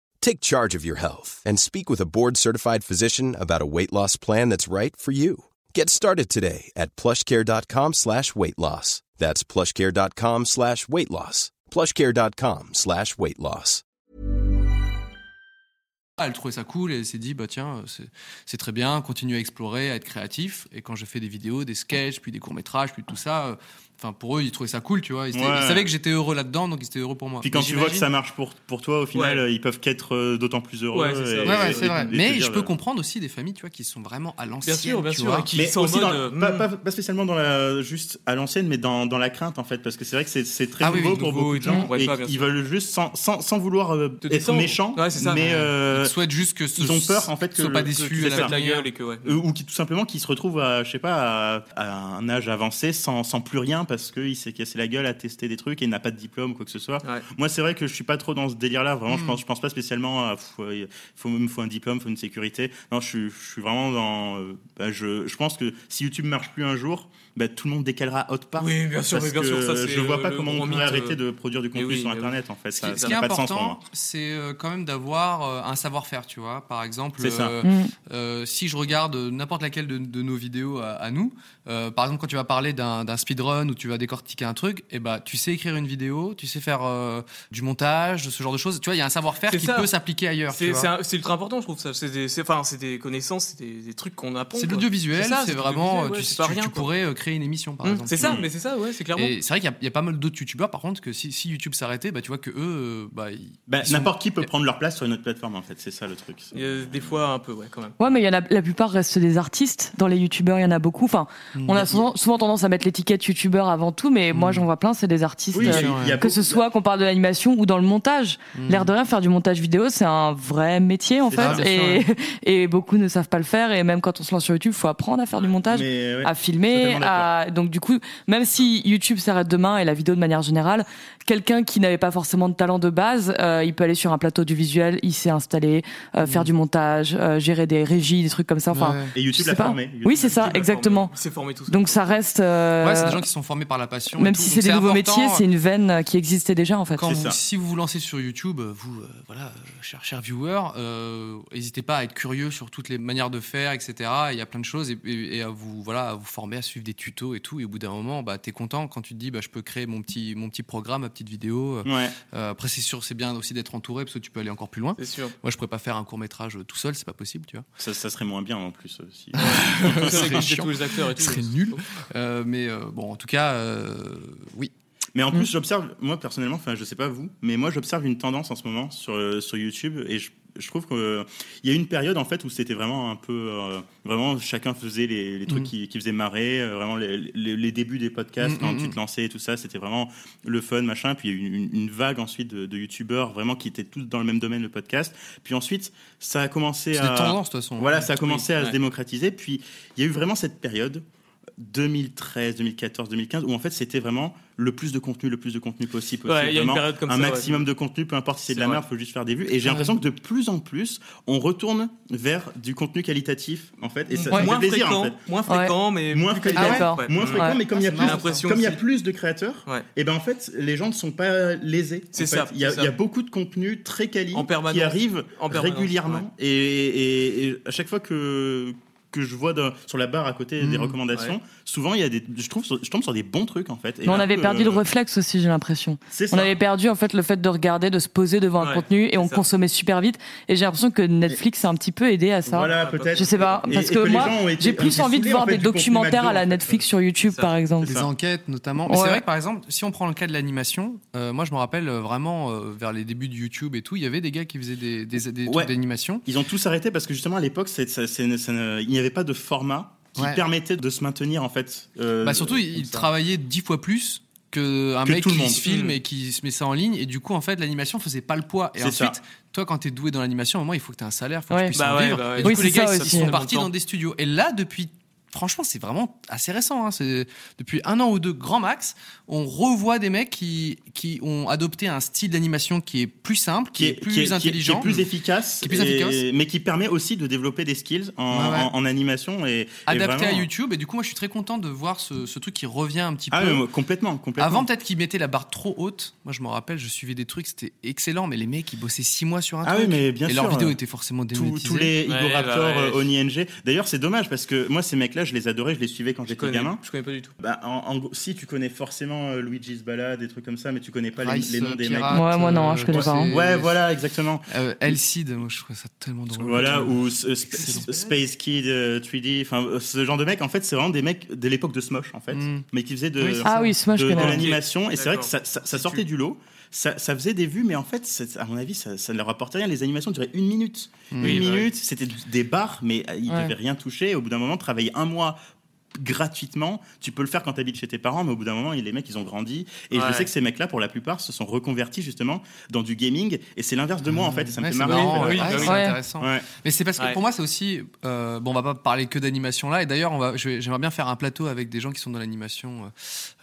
S6: Take charge of your health and speak with a board-certified physician about a weight loss plan that's right for you. Get started today at plushcare.com slash weight loss. That's plushcare.com slash weight loss. plushcare.com slash weight loss.
S1: Ah, elle trouvait ça cool et elle s'est dit bah tiens euh, c'est- c'est très bien continue à explorer à être créatif et quand j'ai fait des vidéos des sketchs puis des courts métrages puis tout ça euh, enfin pour eux ils trouvaient ça cool tu vois ils, étaient-
S2: Ouais.
S1: ils savaient que j'étais heureux là dedans donc ils étaient heureux pour moi
S2: Puis quand
S1: Mais
S2: tu vois que
S1: j'imagine-
S2: ça marche pour, pour toi, au final,
S3: Ouais.
S2: euh, ils peuvent qu'être euh, d'autant plus heureux.
S3: Ouais, c'est ça.
S2: et-
S1: Ouais, ouais,
S2: et-
S1: c'est vrai.
S2: et te
S1: Mais
S2: dire,
S1: je peux
S2: euh,
S1: comprendre aussi des familles, tu vois, qui sont vraiment à l'ancienne.
S3: Bien sûr, bien
S1: tu
S3: sûr.
S1: vois.
S3: et qui
S2: Mais
S3: sont en
S2: aussi
S3: mode,
S2: dans-
S3: euh,
S2: pas,
S3: hmm.
S2: pas- pas spécialement dans la, juste à l'ancienne, mais dans, dans la crainte en fait, parce que c'est vrai que c'est- c'est très
S1: Ah oui,
S2: nouveau
S1: oui,
S2: pour
S3: nouveau
S2: beaucoup
S3: et
S2: de
S3: tout.
S2: gens
S3: Ouais,
S2: et
S3: pas, bien
S2: ils
S3: sûr.
S2: veulent juste sans, sans, sans vouloir euh,
S3: Te
S2: être
S3: descendre.
S2: méchants,
S3: Ouais, c'est ça.
S2: mais
S3: Ouais.
S2: euh,
S1: Ils souhaitent juste que ce
S2: ils ont peur, en fait, que
S1: soient
S2: le-
S1: pas
S2: que-
S1: déçus
S2: que
S1: à
S2: ça
S1: la
S3: Faites la
S1: fin.
S3: gueule et que ouais.
S2: euh, ou qui tout simplement qui se retrouvent à, je sais pas, à, à un âge avancé sans, sans plus rien parce qu'il s'est cassé la gueule à tester des trucs et n'a pas de diplôme ou quoi que ce soit.
S3: Ouais.
S2: Moi, c'est vrai que je suis pas trop dans ce délire-là. Vraiment, je
S1: Mm.
S2: pense, je pense pas spécialement. à pff, ouais, faut, il me faut un diplôme, faut une sécurité. Non, je suis, je suis vraiment dans. euh, bah, je, je pense que si YouTube marche plus un jour, bah, tout le monde décalera autre part.
S3: Oui, bien sûr,
S2: Parce
S3: mais bien sûr,
S2: que
S3: ça c'est.
S2: je vois
S3: euh,
S2: pas
S3: le
S2: comment on
S3: grand
S2: pourrait
S3: mythe,
S2: arrêter
S3: euh,
S2: de produire du
S3: mais
S2: contenu
S3: oui,
S2: sur
S3: mais oui.
S2: Internet. En fait,
S1: Ce
S2: ça
S1: qui, ce
S2: ça
S1: qui est
S2: n'a pas de sens pour moi.
S1: important, c'est euh, quand même d'avoir euh, un savoir-faire, tu vois. Par exemple,
S2: C'est ça.
S1: euh,
S4: Mm.
S1: euh, si je regarde euh, n'importe laquelle de, de nos vidéos à, à nous, euh, par exemple, quand tu vas parler d'un d'un speedrun ou tu vas décortiquer un truc, et bah, tu sais écrire une vidéo, tu sais faire euh, du montage, ce genre de choses. Tu vois, il y a un savoir-faire
S3: C'est
S1: qui
S3: ça.
S1: peut s'appliquer ailleurs. tu
S3: C'est
S1: vois.
S3: c'est un- c'est ultra important, je trouve ça. C'est des, c'est- enfin, c'est des connaissances, c'est des, des trucs qu'on apprend.
S1: C'est de
S3: quoi.
S1: l'audiovisuel,
S3: C'est ça,
S1: c'est
S3: c'est de
S1: vraiment.
S3: l'audiovisuel,
S1: tu
S3: ouais, c'est
S1: tu-
S3: pas rien,
S1: tu
S3: quoi.
S1: pourrais euh, créer une émission, par
S3: Hmm,
S1: exemple.
S3: C'est ça,
S2: Mm.
S3: mais c'est ça, ouais, c'est clairement.
S1: Et c'est vrai qu'il y a- il y, a pas mal d'autres youtubeurs, par contre, que si, si YouTube s'arrêtait, bah, tu vois que eux, euh, bah, ils-
S2: Bah,
S1: ils sont-
S2: N'importe qui peut prendre leur place sur une autre plateforme. En fait, c'est ça le truc.
S3: Il y a des fois un peu, ouais, quand même.
S4: Ouais, mais il y en a, la plupart restent des artistes. Dans les youtubeurs, il y en a beaucoup. Enfin, on
S1: Mm.
S4: a souvent, souvent tendance à mettre l'étiquette youtubeur avant tout, mais moi, j'en vois plein, c'est des artistes.
S2: Oui, il y a-
S4: euh,
S2: il y a
S4: que ce
S2: beaucoup-
S4: soit qu'on parle de l'animation ou dans le montage.
S1: Mm.
S4: L'air de rien, faire du montage vidéo, c'est un vrai métier, en
S2: C'est
S4: fait.
S2: ça,
S4: et, et beaucoup ne savent pas le faire. Et même quand on se lance sur YouTube, faut apprendre à faire du montage.
S2: Mais, ouais.
S4: à filmer,
S2: totalement
S4: à... donc du coup, même si YouTube s'arrête demain et la vidéo de manière générale, quelqu'un qui n'avait pas forcément de talent de base, euh, il peut aller sur un plateau du visuel, il s'est installé, euh, faire du montage, euh, gérer des régies, des trucs comme ça. Enfin,
S1: Mm. Ouais.
S2: Et
S4: je
S2: YouTube
S4: sais
S2: l'a
S4: pas.
S2: formé.
S4: oui, c'est ça,
S3: YouTube l'a
S4: exactement.
S3: formé. Il s'est formé tout seul.
S4: Donc ça reste, euh,
S1: Ouais, c'est des gens qui sont formés par la passion. et
S4: même
S1: tout.
S4: si
S1: Donc
S4: c'est des nouveaux
S1: important,
S4: métiers, c'est une veine euh, qui existait déjà en fait.
S1: Quand
S2: C'est
S1: vous-
S2: ça.
S1: si vous vous lancez sur YouTube, euh, vous, euh, voilà, euh, chers chers viewers, euh, n'hésitez pas à être curieux sur toutes les manières de faire, etc. Il y a plein de choses et, et- et à vous, voilà, à vous former, à suivre des tutos et tout. Et au bout d'un moment, bah, t'es content quand tu te dis, bah, je peux créer mon petit, mon petit programme, ma petite vidéo. Euh,
S2: Ouais.
S1: après, c'est sûr, c'est bien aussi d'être entouré parce que tu peux aller encore plus loin.
S3: C'est sûr.
S1: Moi, je pourrais pas faire un court métrage tout seul, c'est pas possible, tu vois.
S2: Ça, ça serait moins bien en plus aussi.
S3: C'est
S1: serait
S3: vrai que j'ai
S1: chiant.
S3: tous les acteurs et tout.
S1: Ce serait nul. Euh, mais euh, bon, en tout cas, euh, oui.
S2: Mais
S4: Mm.
S2: en plus, j'observe, moi personnellement, enfin, je sais pas vous, mais moi j'observe une tendance en ce moment sur, euh, sur YouTube et je, je trouve qu'il il y a une période en fait où c'était vraiment un peu. euh, vraiment, chacun faisait les, les
S4: Mm.
S2: trucs
S1: Mhm.
S2: qui, qui faisaient marrer, euh, vraiment les, les- les débuts des
S1: Mhm,
S2: podcasts,
S4: mm,
S2: quand tu
S1: mhm.
S2: te lançais et tout ça, c'était vraiment le fun, machin. Puis il y a eu une, une vague ensuite de, de YouTubeurs vraiment qui étaient tous dans le même domaine, le podcast. Puis ensuite, ça a commencé
S1: C'est
S2: à.
S1: des tendances, de toute façon.
S2: euh, Voilà, ça a commencé à
S3: Mmh. ouais.
S2: se démocratiser. Puis il y a eu vraiment cette période 2013, 2014, 2015 où en fait c'était vraiment le plus de contenu, le plus de contenu possible.
S3: Ouais,
S2: possible.
S3: il y a une
S2: Vraiment,
S3: période comme
S2: un
S3: ça, ouais.
S2: maximum de contenu, peu importe si c'est de
S3: C'est
S2: la
S3: vrai.
S2: merde, faut juste faire des vues. Et j'ai
S1: Ouais.
S2: l'impression que de plus en plus, on retourne vers du contenu qualitatif en fait. Et ça,
S4: Ouais.
S2: ça fait
S3: Moins
S2: plaisir en
S3: fréquent,
S2: fait.
S3: moins fréquent, mais
S2: Moins
S3: plus
S2: fréquent.
S3: qualitatif,
S4: D'accord.
S3: ouais.
S2: Moins
S3: Ouais.
S2: fréquent, mais comme il y a
S1: c'est
S2: plus,
S1: marrant,
S3: ça.
S2: comme il y a plus de créateurs,
S3: Ouais.
S2: et ben en fait les gens ne sont pas lésés.
S3: C'est
S2: en
S3: ça,
S2: fait. Il y, a-
S3: c'est ça.
S2: il y a beaucoup de contenu très quali
S3: En permanence.
S2: qui arrive
S3: En permanence,
S2: régulièrement et, et- et à chaque fois que que je vois dans- sur la barre à côté des
S1: Mhm.
S2: recommandations, souvent il y a des, je trouve, sur- je tombe sur des bons trucs en fait. Et
S4: Mais on
S2: un
S4: avait
S2: peu,
S4: perdu le
S2: euh,
S4: réflexe aussi, j'ai l'impression.
S2: C'est ça.
S4: On avait perdu en fait le fait de regarder, de se poser devant
S3: Ouais,
S4: un contenu et
S3: c'est
S4: on
S3: ça.
S4: consommait super vite. Et j'ai l'impression que Netflix a un petit peu aidé à ça.
S2: Voilà,
S3: Je
S2: peut-être.
S4: Je sais pas,
S2: Et-
S4: parce
S2: et
S4: que,
S2: les
S4: moi,
S2: gens ont été-
S4: j'ai
S2: ont
S4: plus
S2: été
S4: envie de
S2: saoulés,
S4: voir
S2: en fait,
S4: des
S2: du contenu
S4: documentaires
S2: McDo,
S4: à la
S2: en fait.
S4: Netflix sur YouTube,
S3: ça.
S4: par exemple.
S2: C'est
S1: Des
S2: ça.
S1: enquêtes notamment. Mais
S4: Ouais,
S1: c'est vrai
S4: ouais.
S1: que par exemple, si on prend le cas de l'animation, euh, moi je me rappelle euh, vraiment euh, vers les débuts de YouTube et tout, il y avait des gars qui faisaient des, des, des trucs
S2: Ouais.
S1: d'animation.
S2: Ils ont tous arrêté parce que justement à l'époque, c'est- ça- c'est- ça ne- il n'y avait pas de format qui
S1: Ouais.
S2: permettait de se maintenir en fait. euh,
S1: bah, surtout, ils
S2: comme ça.
S1: travaillaient dix fois plus qu'un
S2: Que
S1: mec
S2: tout le
S1: qui
S2: monde.
S1: se filme
S3: Mm.
S1: et qui se met ça en ligne. Et du coup, en fait, l'animation faisait pas le poids. Et
S2: C'est ça.
S1: ensuite, toi, quand t'es doué dans l'animation, au moins, il faut que t'aies un salaire, faut que
S4: Ouais.
S1: tu puisses
S3: Bah
S1: en
S3: ouais,
S1: vivre.
S3: bah ouais.
S1: Et du
S4: Oui,
S1: coup,
S4: c'est
S1: les gars,
S4: ça
S1: ils- ils
S4: aussi.
S1: sont partis
S3: Longtemps.
S1: dans des studios. Et là, depuis franchement, c'est vraiment assez récent. hein. C'est depuis un an ou deux, grand max, on revoit des mecs qui, qui ont adopté un style d'animation qui est plus simple, qui, est, plus
S2: qui
S1: intelligent.
S2: qui est plus efficace,
S1: Qui est plus
S2: et-
S1: efficace.
S2: mais qui permet aussi de développer des skills en,
S1: Ouais, ouais.
S2: en- en animation et et
S1: adapté à
S2: vraiment-
S1: YouTube. Et du coup, moi, je suis très content de voir ce, ce truc qui revient un petit
S2: Ah,
S1: peu.
S2: mais complètement, complètement.
S1: Avant, peut-être qu'ils mettaient la barre trop haute. Moi, je m'en rappelle, je suivais des trucs, c'était excellent, mais les mecs, ils bossaient six mois sur un
S2: Ah
S1: truc.
S2: oui, mais bien
S1: et
S2: sûr.
S1: leurs vidéos étaient forcément
S2: tous,
S1: démonétisées.
S2: tous les
S3: Ouais,
S2: Igor
S3: bah
S2: Raptor,
S3: ouais.
S2: euh, Oni NG. D'ailleurs, c'est dommage parce que moi, ces mecs-là, je les adorais, je les suivais quand
S3: Je
S2: j'étais
S3: connais,
S2: gamin.
S3: je connais pas du tout.
S2: Bah, en, en gros, si tu connais forcément euh, Luigi's Ballade, des trucs comme ça, mais tu connais pas les,
S1: Rice, euh,
S2: les noms des
S1: Pirate,
S4: Ouais, moi, non, je connais
S1: euh,
S4: pas, hein.
S2: mecs. Ouais, voilà, exactement.
S1: Euh, Elcid, moi, je trouvais ça tellement drôle. Mmh.
S2: Voilà, ou s- euh, sp-
S1: Excellent.
S2: Space Kid euh, 3D, enfin euh, ce genre de mec, en fait, c'est vraiment des mecs de l'époque de Smosh, en fait,
S1: Mm.
S2: mais qui faisaient de,
S1: Oui, c'est
S4: Ah oui, Smosh,
S2: de,
S4: je
S2: de
S4: connais.
S2: l'animation, et c'est vrai que
S3: D'accord.
S2: ça, ça- ça
S3: Si
S2: sortait
S3: tu-
S2: du lot, ça, ça faisait des vues, mais en fait, c'est- à mon avis, ça, ça ne leur apportait rien. Les animations duraient une minute.
S3: Oui,
S2: Une
S3: bah oui.
S2: minute, c'était des bars, mais euh, ils
S4: Ouais.
S2: n'avaient rien touché. Au bout d'un moment, travailler un mois gratuitement, tu peux le faire quand tu habites chez tes parents, mais au bout d'un moment, les mecs, ils ont grandi. Et
S3: Ouais.
S2: je sais que ces mecs-là, pour la plupart, se sont reconvertis justement dans du gaming, et c'est l'inverse de moi, en fait, et ça
S1: Mmh. Ouais,
S2: me fait
S1: c'est
S2: marrer.
S1: marrant,
S3: Oui,
S1: ouais,
S3: bah
S1: ouais,
S3: oui.
S1: c'est
S4: Ouais.
S1: intéressant.
S2: Ouais.
S1: Mais c'est parce que
S3: Ouais.
S1: pour moi, c'est aussi. euh, bon, on va pas parler que d'animation là. Et d'ailleurs, on va. je vais- J'aimerais bien faire un plateau avec des gens qui sont dans l'animation. euh,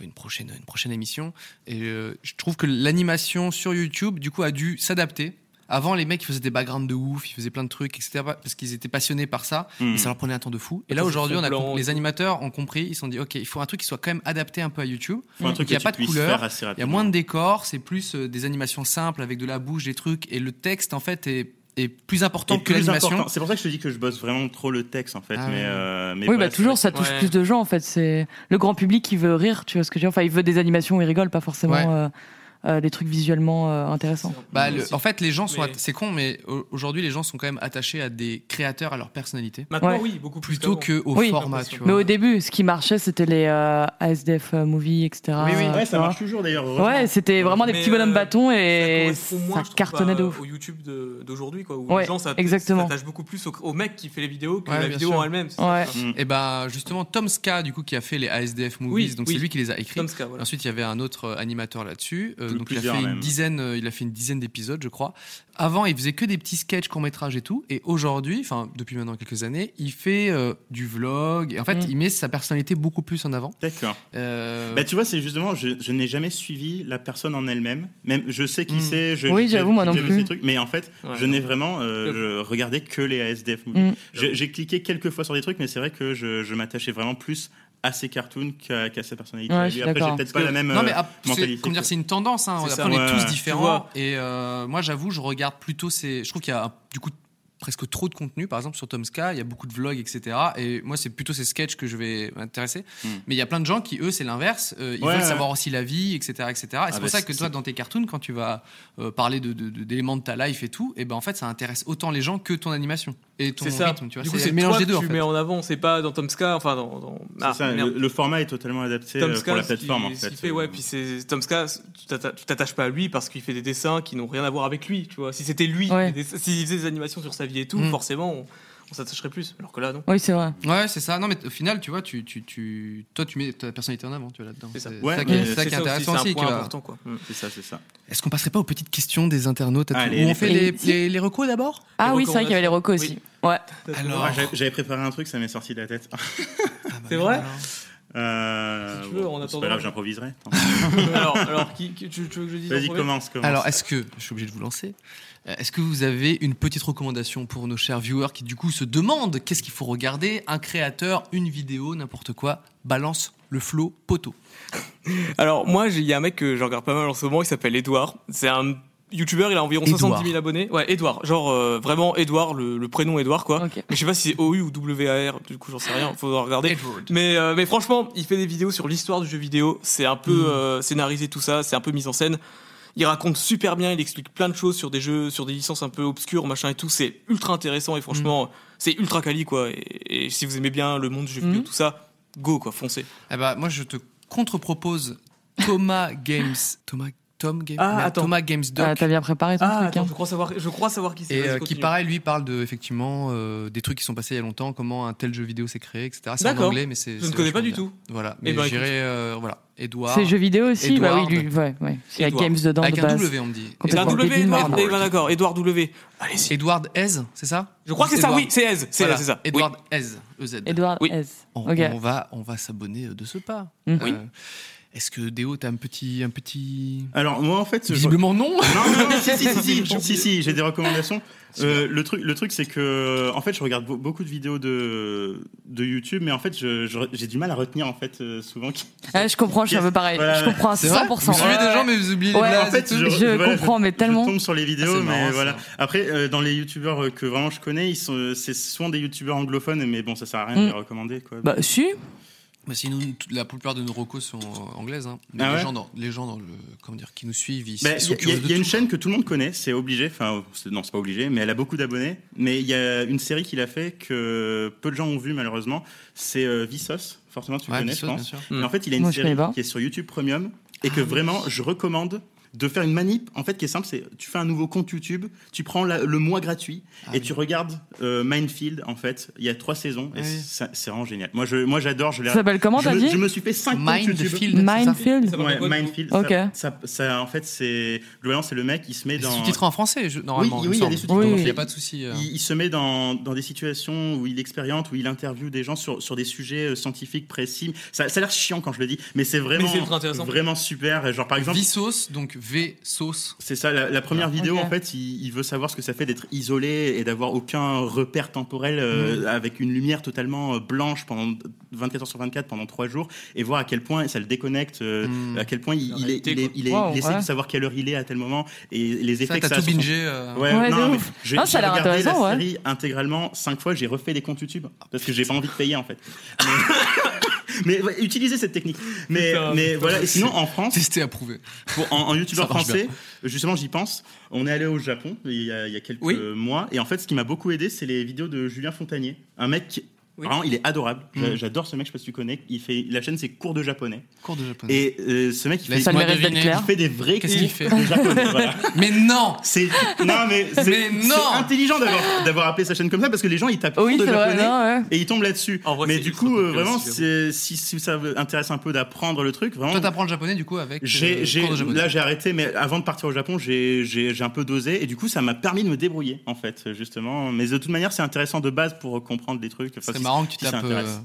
S1: une prochaine, une prochaine émission. Et euh, je trouve que l'animation sur YouTube, du coup, a dû s'adapter. Avant, les mecs, ils faisaient des backgrounds de ouf, ils faisaient plein de trucs, etc. Parce qu'ils étaient passionnés par ça.
S2: Hmm.
S1: Et ça leur prenait un temps de fou. Et là,
S3: Parce que
S1: aujourd'hui, on a
S3: c'est blanc,
S1: comp- les
S3: tout.
S1: animateurs ont compris. Ils se sont dit, ok, il faut un truc qui soit quand même adapté un peu à YouTube.
S2: Faut un truc
S1: Il y a
S2: que
S1: pas
S2: tu
S1: de
S2: puisses
S1: couleur,
S2: faire assez
S1: Il y a
S2: rapidement.
S1: moins de décors, c'est plus euh, des animations simples avec de la bouche, des trucs, et le texte en fait est, est plus important
S2: Et
S1: que
S2: plus
S1: l'animation.
S2: important. C'est pour ça que je te dis que je bosse vraiment trop le texte en fait.
S1: Ah ouais.
S2: mais, euh, mais
S4: Oui,
S2: voilà,
S4: bah toujours,
S2: c'est
S4: ça touche
S3: Ouais.
S4: plus de gens en fait. C'est le grand public qui veut rire, tu vois ce que je veux dire. Enfin, il veut des animations où il rigole, pas forcément
S1: Ouais.
S4: euh, euh, des trucs visuellement euh, intéressants.
S1: Bah,
S3: Mais
S1: le-
S3: aussi-
S1: en fait, les gens sont.
S3: Mais-
S1: atta- C'est con, mais au- aujourd'hui, les gens sont quand même attachés à des créateurs, à leur personnalité,
S3: Maintenant,
S4: Ouais.
S3: oui, beaucoup plus
S1: plutôt
S3: qu'avant.
S1: que au
S4: Oui.
S1: format. Tu vois.
S4: Mais au début, ce qui marchait, c'était les euh, ASDF euh, movies, etc.
S1: Oui, oui.
S4: euh,
S2: vrai. Ouais,
S4: tu
S2: ça
S4: vois.
S2: marche toujours d'ailleurs. heureusement.
S4: Ouais, c'était vraiment des
S3: Mais,
S4: petits bonhommes
S3: euh,
S4: bâtons et
S3: correspond moins,
S4: ça
S3: je trouve,
S4: cartonné
S3: à-
S4: de ouf.
S3: Au YouTube de- d'aujourd'hui, quoi. Où
S4: Ouais,
S3: les gens s'atta-
S4: exactement.
S3: s'attachent beaucoup plus au, au mec qui fait les vidéos que
S1: Ouais,
S3: la
S1: bien
S3: vidéo
S1: sûr.
S3: en elle-même. c'est
S4: Ouais.
S3: ça.
S2: Mm.
S1: Et ben justement, Tom Ska, du coup, qui a fait les ASDF movies,
S3: Oui,
S1: donc
S3: oui.
S1: c'est lui qui les a écrits.
S3: Comme ça, voilà.
S1: Ensuite, il y avait un autre euh, animateur là-dessus. euh,
S2: Plus-
S1: donc, il a,
S2: plusieurs
S1: fait une
S2: même.
S1: dizaine, euh, il a fait une dizaine d'épisodes, je crois. Avant, il faisait que des petits sketchs, courts-métrages et tout. Et aujourd'hui, enfin, depuis maintenant quelques années, il fait euh, du vlog. Et en fait,
S4: Mm.
S1: il met sa personnalité beaucoup plus en avant.
S2: D'accord.
S1: Euh,
S2: Bah tu vois, c'est justement, je, je n'ai jamais suivi la personne en elle-même. Même, je sais qui
S1: Mm.
S2: c'est. Je,
S4: Oui,
S2: j'ai-
S4: j'avoue, moi non
S2: j'ai vu
S4: plus.
S2: ces trucs, mais en fait,
S3: Ouais,
S2: je n'ai vraiment
S3: Yep.
S2: euh, je regardé que les ASDF movies.
S4: Mm.
S2: Je- J'ai cliqué quelques fois sur des trucs, mais c'est vrai que je, je m'attachais vraiment plus à ces cartoons qu'à qu'à sa personnalité.
S4: Ouais,
S2: à
S4: je
S2: lui.
S4: suis
S2: Après, j'ai
S4: d'accord.
S2: peut-être pas la même.
S1: non mais
S2: euh,
S1: ah, c'est,
S2: mentalité,
S1: comment dire,
S2: quoi.
S1: c'est une tendance. Hein.
S3: C'est
S1: Après,
S3: ça.
S1: on est
S2: Ouais,
S1: tous
S2: ouais.
S3: Tu
S1: différents.
S3: vois.
S1: Et euh, moi, j'avoue, je regarde plutôt ces. Je trouve qu'il y a du coup presque trop de contenu. Par exemple, sur Tomska, il y a beaucoup de vlogs, etc. Et moi, c'est plutôt ces sketchs que je vais m'intéresser.
S2: Mm.
S1: Mais il y a plein de gens qui, eux, c'est l'inverse. Euh, ils
S2: Ouais,
S1: veulent
S2: ouais.
S1: savoir aussi la vie, etc., etc. Et c'est
S2: bah,
S1: pour ça
S2: c'est-
S1: que toi,
S2: c'est-
S1: dans tes cartoons, quand tu vas euh, parler de, de- de- d'éléments de ta life et tout, et ben en fait, ça intéresse autant les gens que ton animation et ton
S3: C'est ça.
S1: rythme. Tu vois,
S3: du coup,
S1: c'est,
S3: c'est
S1: le mélange
S3: toi
S1: des
S3: que
S1: deux. en
S3: tu
S1: fait.
S3: mets en avant. C'est pas dans Tomska, enfin dans. dans...
S2: C'est
S3: Ah,
S2: ça,
S3: merde.
S2: le, le format est totalement adapté euh, pour la
S3: ce
S2: plateforme
S3: qui-
S2: en
S3: ce
S2: fait. euh,
S3: qu'il fait, ouais, puis c'est Tomska, tu t'atta- tu t'attaches pas à lui parce qu'il fait des dessins qui n'ont rien à voir avec lui, tu vois. Si c'était lui,
S4: Ouais.
S3: des- s'il faisait des animations sur sa vie et tout,
S1: Mm.
S3: forcément, on, on s'attacherait plus. Alors que là, non.
S4: Oui, c'est vrai.
S1: Ouais, c'est ça. Non, mais au final, tu vois, tu, tu, tu, toi, tu mets ta personnalité en avant, tu vois, là-dedans.
S3: C'est ça.
S2: Ouais,
S1: qui est-
S2: mais
S1: c'est
S2: c'est
S1: ça qui est intéressant aussi.
S3: C'est un
S1: que-
S3: point important, quoi. Mm.
S2: C'est ça, c'est ça.
S1: Est-ce qu'on passerait pas aux petites questions des internautes à tout-
S2: Allez,
S1: Où on
S2: les
S1: fait les,
S4: petites.
S1: les, les recos d'abord
S4: Ah oui, c'est
S3: recommandations.
S4: vrai qu'il y avait les recos aussi. Ouais.
S1: Alors,
S2: Ouais, j'avais- J'avais préparé un truc, ça m'est sorti de la tête.
S3: ah, bah, C'est vrai
S2: Euh,
S3: Si tu veux, en
S2: c'est
S3: attendant-
S2: pas grave, j'improviserai. Tant pis.
S3: alors, alors qui, qui- tu, tu veux que je dise en
S2: Vas-y,
S3: premier
S2: commence, commence.
S1: Alors, est-ce que, je suis obligé de vous lancer, Euh, est-ce que vous avez une petite recommandation pour nos chers viewers qui, du coup, se demandent qu'est-ce qu'il faut regarder Un créateur, une vidéo, n'importe quoi, balance le flow poteau.
S3: Alors moi, j'ai- il y a un mec que je regarde pas mal en ce moment, il s'appelle Edouard. C'est un youtubeur, il a environ
S1: Édouard.
S3: 70 000 abonnés. Ouais, Edouard. Genre euh, vraiment Edouard, le, le prénom Edouard quoi.
S4: Ok.
S3: Mais je sais pas si c'est OU ou WAR, du coup j'en sais rien, faudra regarder.
S1: Edward.
S3: Mais, euh, mais franchement, il fait des vidéos sur l'histoire du jeu vidéo, c'est un peu
S1: Mm.
S3: euh, scénarisé tout ça, c'est un peu mis en scène. Il raconte super bien, il explique plein de choses sur des jeux, sur des licences un peu obscures, machin et tout. C'est ultra intéressant et franchement, c'est ultra quali quoi. Et, et si vous aimez bien le monde du jeu vidéo,
S4: Mm.
S3: tout ça, go quoi, foncez.
S1: Eh ben, moi, je te contre-propose Thomas Games. Thomas Tom Games,
S3: Ah,
S1: mais
S3: attends.
S1: Thomas Games Doc.
S4: Ah, T'as bien préparé ton
S3: Ah,
S4: truc. hein.
S3: attends, je crois savoir, je crois savoir qui c'est.
S1: Et
S3: Vas-y,
S1: euh, qui
S3: continue.
S1: pareil, lui parle de effectivement euh, des trucs qui sont passés il y a longtemps, comment un tel jeu vidéo s'est créé, etc. C'est en
S3: D'accord.
S1: anglais, mais c'est.
S3: Je ne
S1: c'est
S3: connais pas
S1: vachement
S3: du tout.
S1: bien. Voilà. Mais
S3: ben, écoute.
S1: j'irai euh, voilà. Edouard.
S4: C'est jeux vidéo aussi Bah
S1: Edward.
S4: oui, lui, ouais, ouais. Il y a
S3: Edward.
S4: Games dedans
S1: avec
S4: de
S1: un
S4: base.
S1: W, on me dit.
S3: C'est un
S4: complètement
S3: W,
S4: débile,
S3: Edouard.
S4: Marvel.
S3: Eh ben, d'accord, Edouard W. Allez-y.
S1: Edward Hez, c'est ça
S3: Je crois que c'est ça,
S1: Edward.
S3: oui, c'est Ez. C'est
S1: Voilà.
S3: c'est ça.
S1: Edward Hez, EZ.
S4: Edward
S3: Oui.
S4: S.
S1: On,
S4: Ok.
S1: on va, on va s'abonner euh, de ce pas.
S4: Mhm.
S1: Euh, Est-ce que Déo, t'as un petit, un petit.
S2: Alors, moi, en fait, je-
S1: Visiblement non
S2: Non, non, non, si, si, si, si, si, si, si, j'ai des recommandations. Euh, le truc, le truc, c'est que, en fait, je regarde be- beaucoup de vidéos de, de YouTube, mais en fait, je- je- j'ai du mal à retenir, en fait, euh, souvent. qui-
S4: Ah, je comprends, je suis un peu pareil.
S2: Voilà,
S4: je comprends à
S1: C'est vrai Vous
S4: 100%.
S1: suivez
S2: Ouais.
S1: des gens, mais vous oubliez les
S4: Ouais,
S1: blagues
S2: en fait,
S1: et tout
S2: je,
S4: Je
S2: voilà,
S4: comprends, mais tellement.
S2: Je tombe sur les vidéos,
S1: Ah, c'est
S2: mais
S1: marrant,
S2: voilà.
S1: ça.
S2: Après, euh, dans les youtubeurs euh, que vraiment je connais, ils sont, c'est souvent des youtubeurs anglophones, mais bon, ça sert à rien de les
S4: Mm.
S2: recommander, quoi.
S4: Bah, si.
S1: Bah, sinon, toute- la plupart de nos recos sont euh, anglaises. hein. Mais
S2: Ah
S1: les,
S2: ouais
S1: gens dans, les gens dans le, comment dire, qui nous suivent, ils,
S2: Ben,
S1: Bah, ils
S2: Il
S1: sont
S2: y, a-
S1: curieux
S2: il
S1: de
S2: y a une
S1: tout.
S2: chaîne que tout le monde connaît, c'est obligé. Enfin, c'est- non, c'est pas obligé, mais elle a beaucoup d'abonnés. Mais il y a une série qu'il a fait que peu de gens ont vu malheureusement. C'est euh, Vsauce. Forcément, tu
S1: Ouais,
S2: connais,
S1: bien sûr,
S2: je
S1: bien
S2: pense.
S1: sûr.
S3: Mm.
S2: Mais en fait, il a une
S4: Moi, je
S2: série
S4: connais pas.
S2: qui est sur YouTube Premium et
S1: Ah,
S2: que vraiment, je recommande de faire une manip. En fait, qui est simple, c'est tu fais un nouveau compte YouTube, tu prends la- le mois gratuit
S1: Ah
S2: et
S1: oui.
S2: tu regardes euh, Minefield. En fait, il y a trois saisons et
S1: Ah oui.
S2: ça- c'est vraiment génial. Moi, je, moi, j'adore. Je l'ai.
S4: Ça s'appelle comment,
S2: je,
S4: t'as
S2: me-
S4: dit
S2: je me suis fait cinq comptes
S1: Mind
S2: YouTube.
S1: Field.
S4: Minefield
S3: Ça va.
S2: Ouais,
S3: Ouais,
S2: Minefield.
S4: ok.
S2: Ça, ça- ça- en fait, c'est. Globalement, c'est le mec, il se met
S1: Les
S2: dans.
S1: sous-titres en français, je- normalement.
S2: Oui,
S1: il
S2: oui,
S1: me
S2: il y a des
S1: semble.
S2: sous-titres
S4: en
S1: Donc, Il n'y
S2: français.
S1: a pas de souci. euh.
S2: Il, il se met dans, dans des situations où il expérimente, où il interviewe des gens sur, sur des sujets euh, scientifiques précis. Ça, ça a l'air chiant quand je le dis, mais c'est vraiment,
S3: c'est ultra intéressant.
S2: vraiment super. Genre, par exemple,
S1: Vsauce, donc V sauce.
S2: c'est ça, la, la première vidéo,
S4: Ok.
S2: en fait, il, il veut savoir ce que ça fait d'être isolé et d'avoir aucun repère temporel euh, avec une lumière totalement euh, blanche pendant 24 heures sur 24 pendant 3 jours et voir à quel point ça le déconnecte, euh,
S1: Mm.
S2: à quel point il,
S3: La
S2: il est-
S3: réalité,
S2: il est-
S3: quoi.
S2: il est-
S4: Wow,
S2: il essaie
S4: ouais.
S2: de savoir quelle heure il est à tel moment et les
S1: Ça,
S2: effets que
S1: t'as
S2: ça a
S1: tout
S2: sur son
S1: bingé. euh,
S2: Ouais,
S4: Ouais, de
S2: non, mais
S4: ouf.
S2: j'ai
S4: Ah, ça
S2: j'ai
S4: a l'air
S2: regardé
S4: intéressant,
S2: la
S4: ouais.
S2: série intégralement cinq fois, j'ai refait les comptes YouTube parce que j'ai pas envie de payer en fait. Mais, mais ouais, utilisez cette technique. Mais,
S3: Putain,
S2: mais
S3: putain.
S2: voilà, et sinon en France,
S1: Testé, approuvé.
S2: pour- en, en youtubeur
S1: Ça marche
S2: français, justement j'y pense, on est allé au Japon il y a, il y a quelques
S3: Oui.
S2: mois et en fait ce qui m'a beaucoup aidé c'est les vidéos de Julien Fontanier, un mec qui.
S3: Oui.
S2: Vraiment, il est adorable. J'a-
S1: Mm.
S2: J'adore ce mec, je sais pas si tu connais. Il fait, la chaîne, c'est cours de japonais.
S1: Cours de japonais.
S2: Et euh, ce mec, il fait,
S4: Ça le
S1: Laisse-moi
S4: mérite d'être
S1: deviner.
S4: clair.
S2: il fait des vrais
S1: Mm. Qu'est-ce
S2: cours
S1: qu'il fait
S2: de japonais. voilà.
S1: Mais non
S2: C'est non mais c'est
S1: Mais non
S2: c'est intelligent d'avoir d'avoir appelé sa chaîne comme ça parce que les gens ils tapent
S4: Oui,
S2: cours de
S4: c'est vrai.
S2: japonais
S4: Non, ouais.
S2: et ils tombent là-dessus.
S3: En vrai,
S2: Mais
S3: c'est
S2: du
S3: juste
S2: coup
S3: un peu
S2: euh,
S3: curieux,
S2: vraiment
S3: si
S2: c'est- si, si ça vous intéresse un peu d'apprendre le truc vraiment.
S1: Toi, t'apprends le japonais, du coup, avec. euh,
S2: J'ai, j'ai-
S1: cours de japonais.
S2: là j'ai arrêté mais avant de partir au Japon j'ai, j'ai, j'ai un peu dosé et du coup ça m'a permis de me débrouiller en fait justement mais de toute manière c'est intéressant de base pour comprendre des trucs. Enfin,
S1: C'est
S2: si-
S1: marrant que tu
S2: si ça
S1: tapes.
S2: intéresse.
S1: euh,